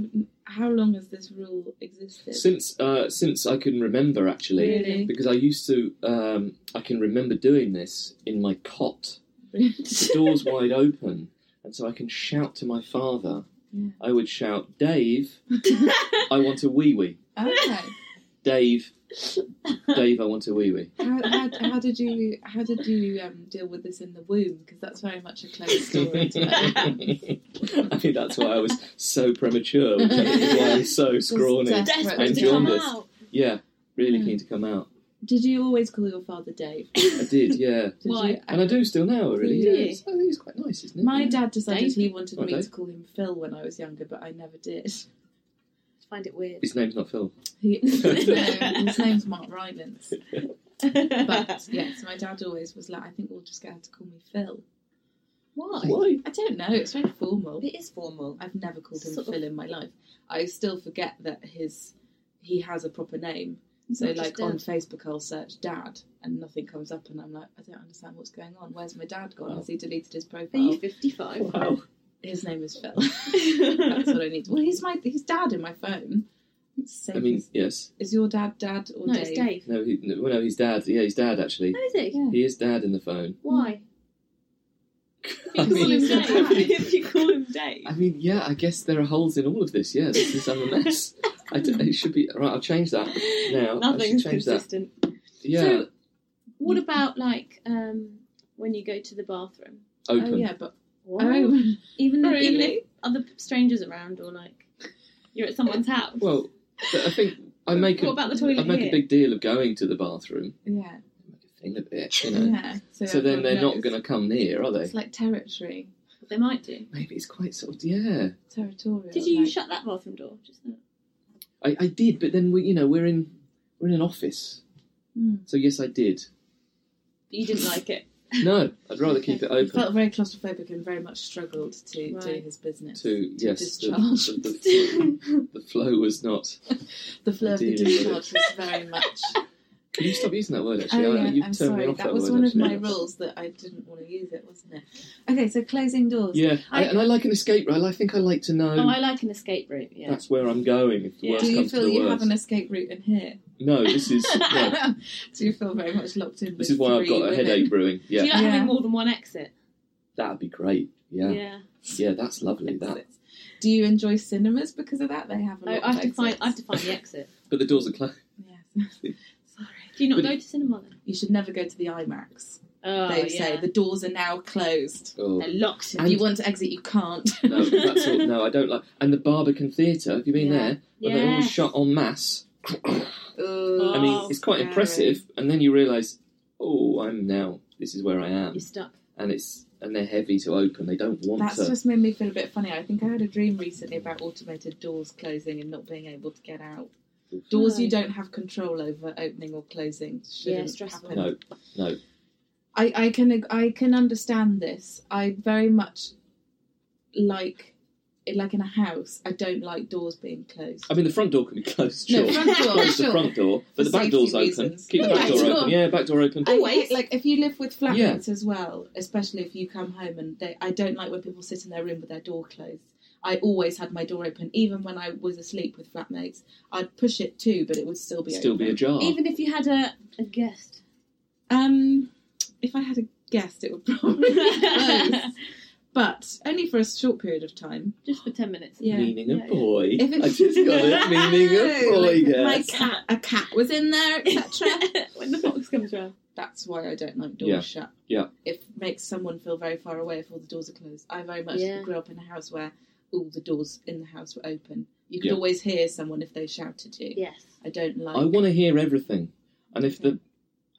Speaker 3: How long has this rule existed?
Speaker 4: since uh, since I can remember actually
Speaker 3: Really?
Speaker 4: because I used to um, I can remember doing this in my cot the door's
Speaker 3: [laughs]
Speaker 4: wide open and so I can shout to my father
Speaker 3: Yeah.
Speaker 4: I would shout Dave I want a wee wee
Speaker 3: [laughs] okay.
Speaker 4: Dave, Dave, I want a wee wee.
Speaker 3: How, how, how did you how did you um, deal with this in the womb? Because that's very much a closed story.
Speaker 4: [laughs]
Speaker 3: to that.
Speaker 4: I think that's why I was so premature, which I think is why I'm so scrawny.
Speaker 3: Just-
Speaker 5: Desperate
Speaker 4: And
Speaker 5: to come
Speaker 4: jaundice.
Speaker 5: out.
Speaker 4: Yeah, really keen to come out.
Speaker 3: Did you always call your father
Speaker 5: [coughs]
Speaker 3: Dave?
Speaker 4: I did, yeah.
Speaker 3: Did
Speaker 5: Why?
Speaker 3: you-
Speaker 4: And I do still now, I really
Speaker 3: Do
Speaker 4: do.
Speaker 5: you?
Speaker 4: It's- I think it's quite nice, isn't it?
Speaker 3: My
Speaker 4: Yeah.
Speaker 3: dad decided
Speaker 5: Dave?
Speaker 3: he wanted
Speaker 4: Why,
Speaker 3: me
Speaker 4: Dave?
Speaker 3: to call him Phil when I was younger, but I never
Speaker 5: [laughs]
Speaker 3: did.
Speaker 5: I find it weird.
Speaker 4: His name's not Phil.
Speaker 3: He, [laughs] no, his name's Mark Rylance.
Speaker 5: [laughs]
Speaker 3: But yes, my dad always was like, I think we'll just get her to call me Phil.
Speaker 5: Why?
Speaker 4: Why?
Speaker 3: I don't know, it's very formal.
Speaker 5: It is formal.
Speaker 3: I've never called him
Speaker 5: Sort of-
Speaker 3: Phil in my life. I still forget that his he has a proper name. So
Speaker 5: not
Speaker 3: like
Speaker 5: just
Speaker 3: on Facebook, I'll search dad, and nothing comes up, and I'm like, I don't understand what's going on. Where's my dad gone? Has he deleted his
Speaker 5: Are
Speaker 3: profile?
Speaker 5: you 55? [laughs]
Speaker 4: Wow.
Speaker 3: His name is Phil. That's what I need. Well, he's my he's dad in my phone. It's safe.
Speaker 4: [laughs] I mean, yes.
Speaker 3: is your dad dad or
Speaker 5: no,
Speaker 3: Dave?
Speaker 5: it's Dave.
Speaker 4: No, he, no, well, no, he's dad. Yeah, he's dad, actually.
Speaker 5: How is he?
Speaker 3: Yeah.
Speaker 4: He is dad in the phone.
Speaker 5: [laughs] Why?
Speaker 4: I
Speaker 5: If you call
Speaker 4: mean-
Speaker 5: him
Speaker 4: I mean-
Speaker 5: Dave. [laughs] if you call him [laughs] Dave.
Speaker 4: I mean, yeah, I guess there are holes in all of this. Yeah, this is I'm a mess. I d- it should be right. I'll change that now.
Speaker 5: Nothing's
Speaker 4: I should change that.
Speaker 5: consistent.
Speaker 4: Yeah,
Speaker 5: So, what about like um, when you go to the bathroom?
Speaker 4: open.
Speaker 3: Oh yeah, but
Speaker 5: Oh,
Speaker 3: oh,
Speaker 5: even if,
Speaker 3: [laughs]
Speaker 5: even
Speaker 3: really?
Speaker 5: if other strangers around or like you're at someone's house.
Speaker 4: Well, but I think I make
Speaker 5: what
Speaker 4: a,
Speaker 5: about the
Speaker 4: I
Speaker 5: toilet
Speaker 4: make
Speaker 5: here?
Speaker 4: a big deal of going to the bathroom.
Speaker 3: yeah.
Speaker 4: in the bit, you know.
Speaker 3: Yeah. So,
Speaker 4: So then
Speaker 3: everyone
Speaker 4: they're not
Speaker 3: knows.
Speaker 4: going to come near, are they?
Speaker 3: It's like territory,
Speaker 5: But they might do.
Speaker 4: Maybe it's quite sort of yeah.
Speaker 3: territorial.
Speaker 5: Did you
Speaker 3: like-
Speaker 5: shut that bathroom door just now?
Speaker 4: I, I did, but then we, you know, we're in we're in an office,
Speaker 3: Hmm.
Speaker 4: so yes, I did.
Speaker 5: But [laughs] you didn't like it.
Speaker 4: No, I'd rather keep it
Speaker 3: He
Speaker 4: open
Speaker 3: felt very claustrophobic and very much struggled to do
Speaker 5: Right.
Speaker 3: his business.
Speaker 4: to yes, the,
Speaker 3: discharge.
Speaker 4: the, the, the flow was not.
Speaker 3: The flow of the
Speaker 4: Ideally,
Speaker 3: discharge was very
Speaker 5: [laughs]
Speaker 3: much.
Speaker 4: Can you stop using that word?
Speaker 3: Oh,
Speaker 4: Actually, I-
Speaker 3: yeah,
Speaker 4: you
Speaker 3: I'm
Speaker 4: turned me
Speaker 3: sorry.
Speaker 4: off
Speaker 3: That,
Speaker 4: that,
Speaker 3: was
Speaker 4: word,
Speaker 3: one of
Speaker 4: actually.
Speaker 3: my rules that I didn't want to use it, wasn't it? Okay, so closing doors.
Speaker 4: Yeah, I,
Speaker 5: I-
Speaker 4: and I like an escape route. I think I like to know
Speaker 5: Oh, I like an escape route. Yeah.
Speaker 4: that's where I'm going. If the
Speaker 5: Yeah.
Speaker 4: worst
Speaker 3: Do you
Speaker 4: comes
Speaker 3: feel
Speaker 4: to the
Speaker 3: you
Speaker 4: worst.
Speaker 3: have an escape route in here?
Speaker 4: No,
Speaker 3: [laughs]
Speaker 4: this is no,
Speaker 3: Do you feel very much locked in?
Speaker 4: this
Speaker 3: with
Speaker 4: is why I've
Speaker 3: three
Speaker 4: got a
Speaker 3: women?
Speaker 4: headache brewing. Yeah,
Speaker 5: Do you like
Speaker 3: Yeah.
Speaker 5: having more than one exit?
Speaker 4: that'd be great. Yeah. yeah, that's lovely. That,
Speaker 3: Do you enjoy cinemas because of that? They have. A
Speaker 5: Oh,
Speaker 3: lot
Speaker 5: I have to
Speaker 3: of
Speaker 5: find.
Speaker 3: exits.
Speaker 5: I have to find the exit.
Speaker 4: but the doors are closed.
Speaker 3: Yes. Sorry.
Speaker 5: Do you not
Speaker 4: But-
Speaker 5: go to cinema then?
Speaker 3: You should never go to the IMAX.
Speaker 5: Oh,
Speaker 3: they say the doors are now closed.
Speaker 4: Oh.
Speaker 5: They're locked.
Speaker 3: If you want to exit, you can't.
Speaker 4: [laughs]
Speaker 3: [laughs]
Speaker 4: No, that's all, no, I don't like. And the Barbican Theatre, have you been
Speaker 3: Yeah.
Speaker 4: there?
Speaker 5: Yeah.
Speaker 4: Where they're all shot en masse.
Speaker 3: Ooh,
Speaker 4: I mean,
Speaker 5: Oh,
Speaker 4: it's quite
Speaker 3: scary.
Speaker 4: impressive. And then you realise, oh, I'm now. This is where I am.
Speaker 5: You're stuck.
Speaker 4: And it's and they're heavy to open. They don't want
Speaker 3: That's
Speaker 4: to.
Speaker 3: just made me feel a bit funny. I think I had a dream recently about automated doors closing and not being able to get out. Doors you don't have control over opening or closing shouldn't
Speaker 5: stressful.
Speaker 3: happen.
Speaker 4: No, no.
Speaker 3: I, I can ag- I can understand this. I very much like like in a house. I don't like doors being closed.
Speaker 4: I mean, the front door can be [laughs] closed.
Speaker 3: No,
Speaker 4: Sure.
Speaker 3: front door,
Speaker 4: Close the
Speaker 3: sure.
Speaker 4: front door, but
Speaker 3: For
Speaker 4: the back
Speaker 3: safety
Speaker 4: door's open.
Speaker 3: reasons.
Speaker 4: Keep the back
Speaker 3: Yeah,
Speaker 4: door
Speaker 3: sure.
Speaker 4: open. Yeah, back door open.
Speaker 3: I
Speaker 5: Always.
Speaker 3: hate, like if you live with flatmates as well, especially if you come home and they, I don't like when people sit in their room with their door closed. I always had my door open, even when I was asleep with flatmates. I'd push it too, but it would still be
Speaker 4: Still
Speaker 3: open.
Speaker 4: be ajar.
Speaker 5: Even if you had a, a guest.
Speaker 3: Um, if I had a guest, it would probably be closed, but only for a short period of time.
Speaker 5: Just for 10 minutes.
Speaker 3: Yeah.
Speaker 4: Meaning
Speaker 5: Yeah,
Speaker 4: a
Speaker 5: yeah.
Speaker 4: boy.
Speaker 3: If it's
Speaker 4: [laughs] I just got it. Meaning
Speaker 3: [laughs]
Speaker 4: a
Speaker 3: No,
Speaker 4: boy.
Speaker 3: like my
Speaker 4: yes.
Speaker 3: cat, a cat was in there,
Speaker 4: [laughs]
Speaker 3: etc.
Speaker 5: when the fox comes round.
Speaker 3: That's why I don't like doors
Speaker 4: Yeah.
Speaker 3: shut.
Speaker 4: Yeah.
Speaker 3: It makes someone feel very far away if all the doors are closed. I very much
Speaker 5: Yeah.
Speaker 3: grew up in a house where all the doors in the house were open. You could
Speaker 4: Yeah.
Speaker 3: always hear someone if they shouted you.
Speaker 5: Yes.
Speaker 3: I don't like
Speaker 4: I want to hear everything. And if the,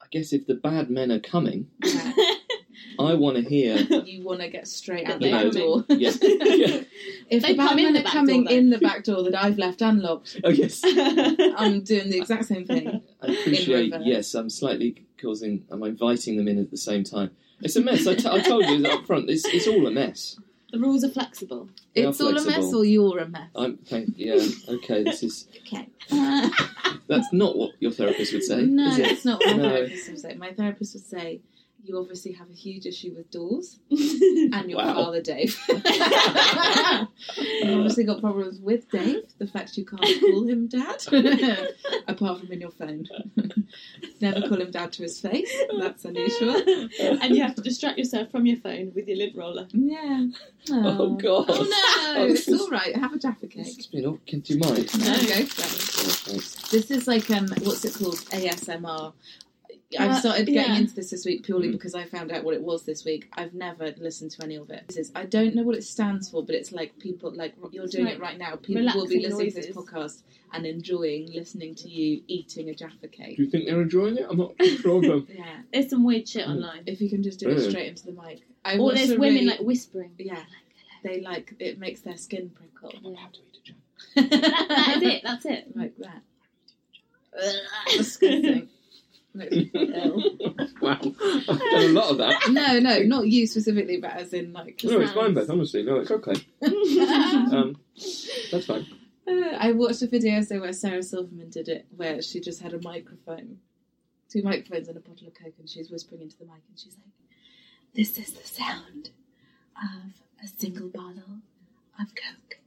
Speaker 4: I guess if the bad men are coming,
Speaker 3: that.
Speaker 4: [laughs] I want to hear.
Speaker 3: You want to get straight out the
Speaker 5: They
Speaker 3: back
Speaker 4: come
Speaker 3: door.
Speaker 4: Yes.
Speaker 3: [laughs]
Speaker 4: [laughs] Yeah.
Speaker 3: If
Speaker 5: They
Speaker 3: the
Speaker 5: come
Speaker 3: Batman
Speaker 5: in the
Speaker 3: are
Speaker 5: back
Speaker 3: coming
Speaker 5: door, though.
Speaker 3: in the back door that I've left unlocked,
Speaker 4: Oh yes.
Speaker 3: I'm doing the exact same thing.
Speaker 4: I appreciate.
Speaker 3: reverse.
Speaker 4: Yes, I'm slightly causing. I'm inviting them in at the same time. It's a mess. I, t- I told you up front. It's, it's all a mess.
Speaker 5: [laughs] the rules are flexible.
Speaker 4: [laughs] They are
Speaker 3: it's all a mess,
Speaker 4: flexible.
Speaker 3: or you're a mess.
Speaker 4: I'm. Thank, yeah. Okay. This is.
Speaker 3: Okay.
Speaker 4: That's not what your therapist would say.
Speaker 3: No,
Speaker 4: is it?
Speaker 3: that's not what my
Speaker 4: No.
Speaker 3: therapist would say. My therapist would say, You obviously have a huge issue with doors and your
Speaker 4: Wow.
Speaker 3: father,
Speaker 4: [laughs]
Speaker 3: Dave. [laughs] You've obviously got problems with Dave, the fact you can't call him dad, [laughs] apart from in your phone. [laughs] Never call him dad to his face, that's unusual.
Speaker 5: and you have to distract yourself from your phone with your lint roller.
Speaker 3: Yeah.
Speaker 4: [laughs] Oh God.
Speaker 3: Oh
Speaker 4: [laughs]
Speaker 3: no,
Speaker 4: Oh,
Speaker 3: it's
Speaker 4: this is-
Speaker 3: all right. Have a Jaffa cake.
Speaker 4: It's just been all- Can do you mind?
Speaker 3: No,
Speaker 5: No.
Speaker 3: go for it.
Speaker 4: Oh, thanks.
Speaker 3: This is like um, what's it called? ASMR.
Speaker 5: Uh,
Speaker 3: I've started getting
Speaker 5: yeah.
Speaker 3: into this this week purely
Speaker 4: Mm.
Speaker 3: because I found out what it was this week. I've never listened to any of it. This is, I don't know what it stands for, but it's like people like you're doing
Speaker 5: like
Speaker 3: it right now. People will be
Speaker 5: relaxing
Speaker 3: listening to this
Speaker 5: noises.
Speaker 3: podcast and enjoying listening to you eating a jaffa cake.
Speaker 4: Do you think they're enjoying it? I'm not sure.
Speaker 5: [laughs]
Speaker 4: Of them.
Speaker 3: Yeah,
Speaker 5: There's some weird shit online.
Speaker 3: if you can just do it
Speaker 4: Really?
Speaker 3: straight into the mic. I
Speaker 5: or
Speaker 3: also
Speaker 5: there's women
Speaker 3: really-
Speaker 5: like whispering. [laughs]
Speaker 3: yeah, they like it makes their skin prickle.
Speaker 5: Yeah.
Speaker 4: How do we do jam?
Speaker 5: That, that is it. That's it.
Speaker 3: [laughs] like that.
Speaker 5: [laughs] Disgusting.
Speaker 3: Disgusting. Makes me feel ill.
Speaker 4: Wow. I've done a lot of
Speaker 5: [laughs]
Speaker 4: that.
Speaker 3: no, no, not you specifically, but as in like.
Speaker 5: Oh.
Speaker 4: No, it's fine,
Speaker 3: sounds.
Speaker 4: Beth. Honestly, no,
Speaker 5: [laughs]
Speaker 4: it's okay. Um, that's fine.
Speaker 3: Uh, I watched a video so where Sarah Silverman did it, where she just had a microphone, two microphones and a bottle of coke, and she's whispering into the mic, and she's like, "This is the sound of a single bottle of coke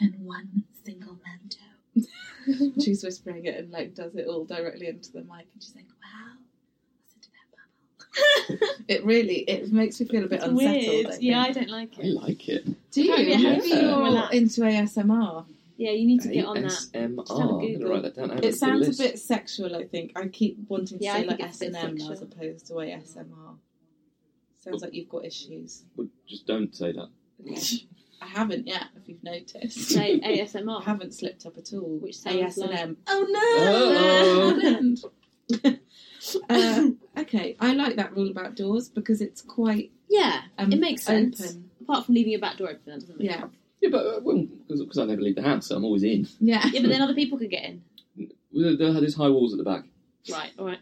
Speaker 3: and one single mento."
Speaker 5: [laughs]
Speaker 3: she's whispering it and like does it all directly into the mic, and she's like, "Wow." listen to that
Speaker 5: [laughs]
Speaker 3: bubble." It really it makes me feel a bit
Speaker 5: It's
Speaker 3: unsettled. I
Speaker 5: weird.
Speaker 3: think.
Speaker 5: Yeah, I don't like
Speaker 4: I
Speaker 5: it.
Speaker 4: like it.
Speaker 3: Do you?
Speaker 5: Apparently it
Speaker 4: helps
Speaker 3: Maybe
Speaker 4: you
Speaker 3: you're
Speaker 5: relax.
Speaker 3: into ASMR.
Speaker 5: Yeah, you need to get on that. have
Speaker 4: ASMR.
Speaker 5: a
Speaker 4: I'm going to
Speaker 5: Google.
Speaker 4: write that down. I have
Speaker 3: It
Speaker 4: for
Speaker 3: sounds
Speaker 4: list.
Speaker 3: a bit sexual, I think. I keep wanting to
Speaker 5: Yeah, I
Speaker 3: say
Speaker 5: think
Speaker 3: like S
Speaker 5: it's a bit
Speaker 3: and M as
Speaker 5: sexual.
Speaker 3: opposed to ASMR. Sounds like you've got
Speaker 5: [laughs]
Speaker 3: issues.
Speaker 4: Well, just don't say that.
Speaker 3: I haven't yet, if you've noticed.
Speaker 5: Say
Speaker 3: I [laughs]
Speaker 5: ASMR.
Speaker 3: haven't slipped up at all.
Speaker 5: Which sounds
Speaker 3: AS and M.
Speaker 5: Oh
Speaker 4: Uh-oh.
Speaker 3: happened. [laughs] Uh, okay, I like that rule about doors because it's quite
Speaker 5: Yeah,
Speaker 3: um,
Speaker 5: it makes sense.
Speaker 3: open.
Speaker 5: Apart from leaving a back door open, that doesn't make
Speaker 3: Yeah.
Speaker 5: sense.
Speaker 4: Yeah, but uh, because I never leave the house, so I'm always in.
Speaker 3: Yeah,
Speaker 5: Yeah, but then other people can get in.
Speaker 4: Well, There are these high walls at the back.
Speaker 5: Right, all right.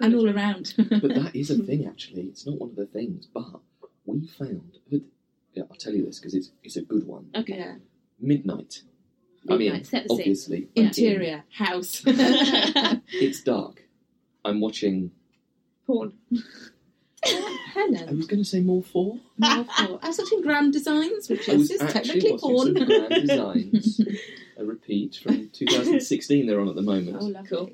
Speaker 3: and all
Speaker 5: [laughs]
Speaker 3: around.
Speaker 4: But that is
Speaker 3: Mm.
Speaker 4: a thing, actually. It's not one of the things, but we found. Yeah, I'll tell you this because it's it's a good one.
Speaker 5: Okay. [laughs]
Speaker 3: yeah.
Speaker 4: Midnight. I mean,
Speaker 5: Midnight, set the scene.
Speaker 4: obviously,
Speaker 5: Yeah.
Speaker 3: Interior
Speaker 5: [laughs]
Speaker 3: house. [laughs]
Speaker 4: it's dark. I'm watching.
Speaker 5: Porn.
Speaker 4: I
Speaker 3: Helen.
Speaker 4: was going to say more four.
Speaker 3: Marvel. I was watching Grand Designs, which
Speaker 4: I was
Speaker 3: is is
Speaker 4: actually
Speaker 3: technically
Speaker 4: watching
Speaker 3: porn. [laughs]
Speaker 4: some Grand Designs, a repeat from 2016. They're on at the moment.
Speaker 3: oh, lovely.
Speaker 5: Cool.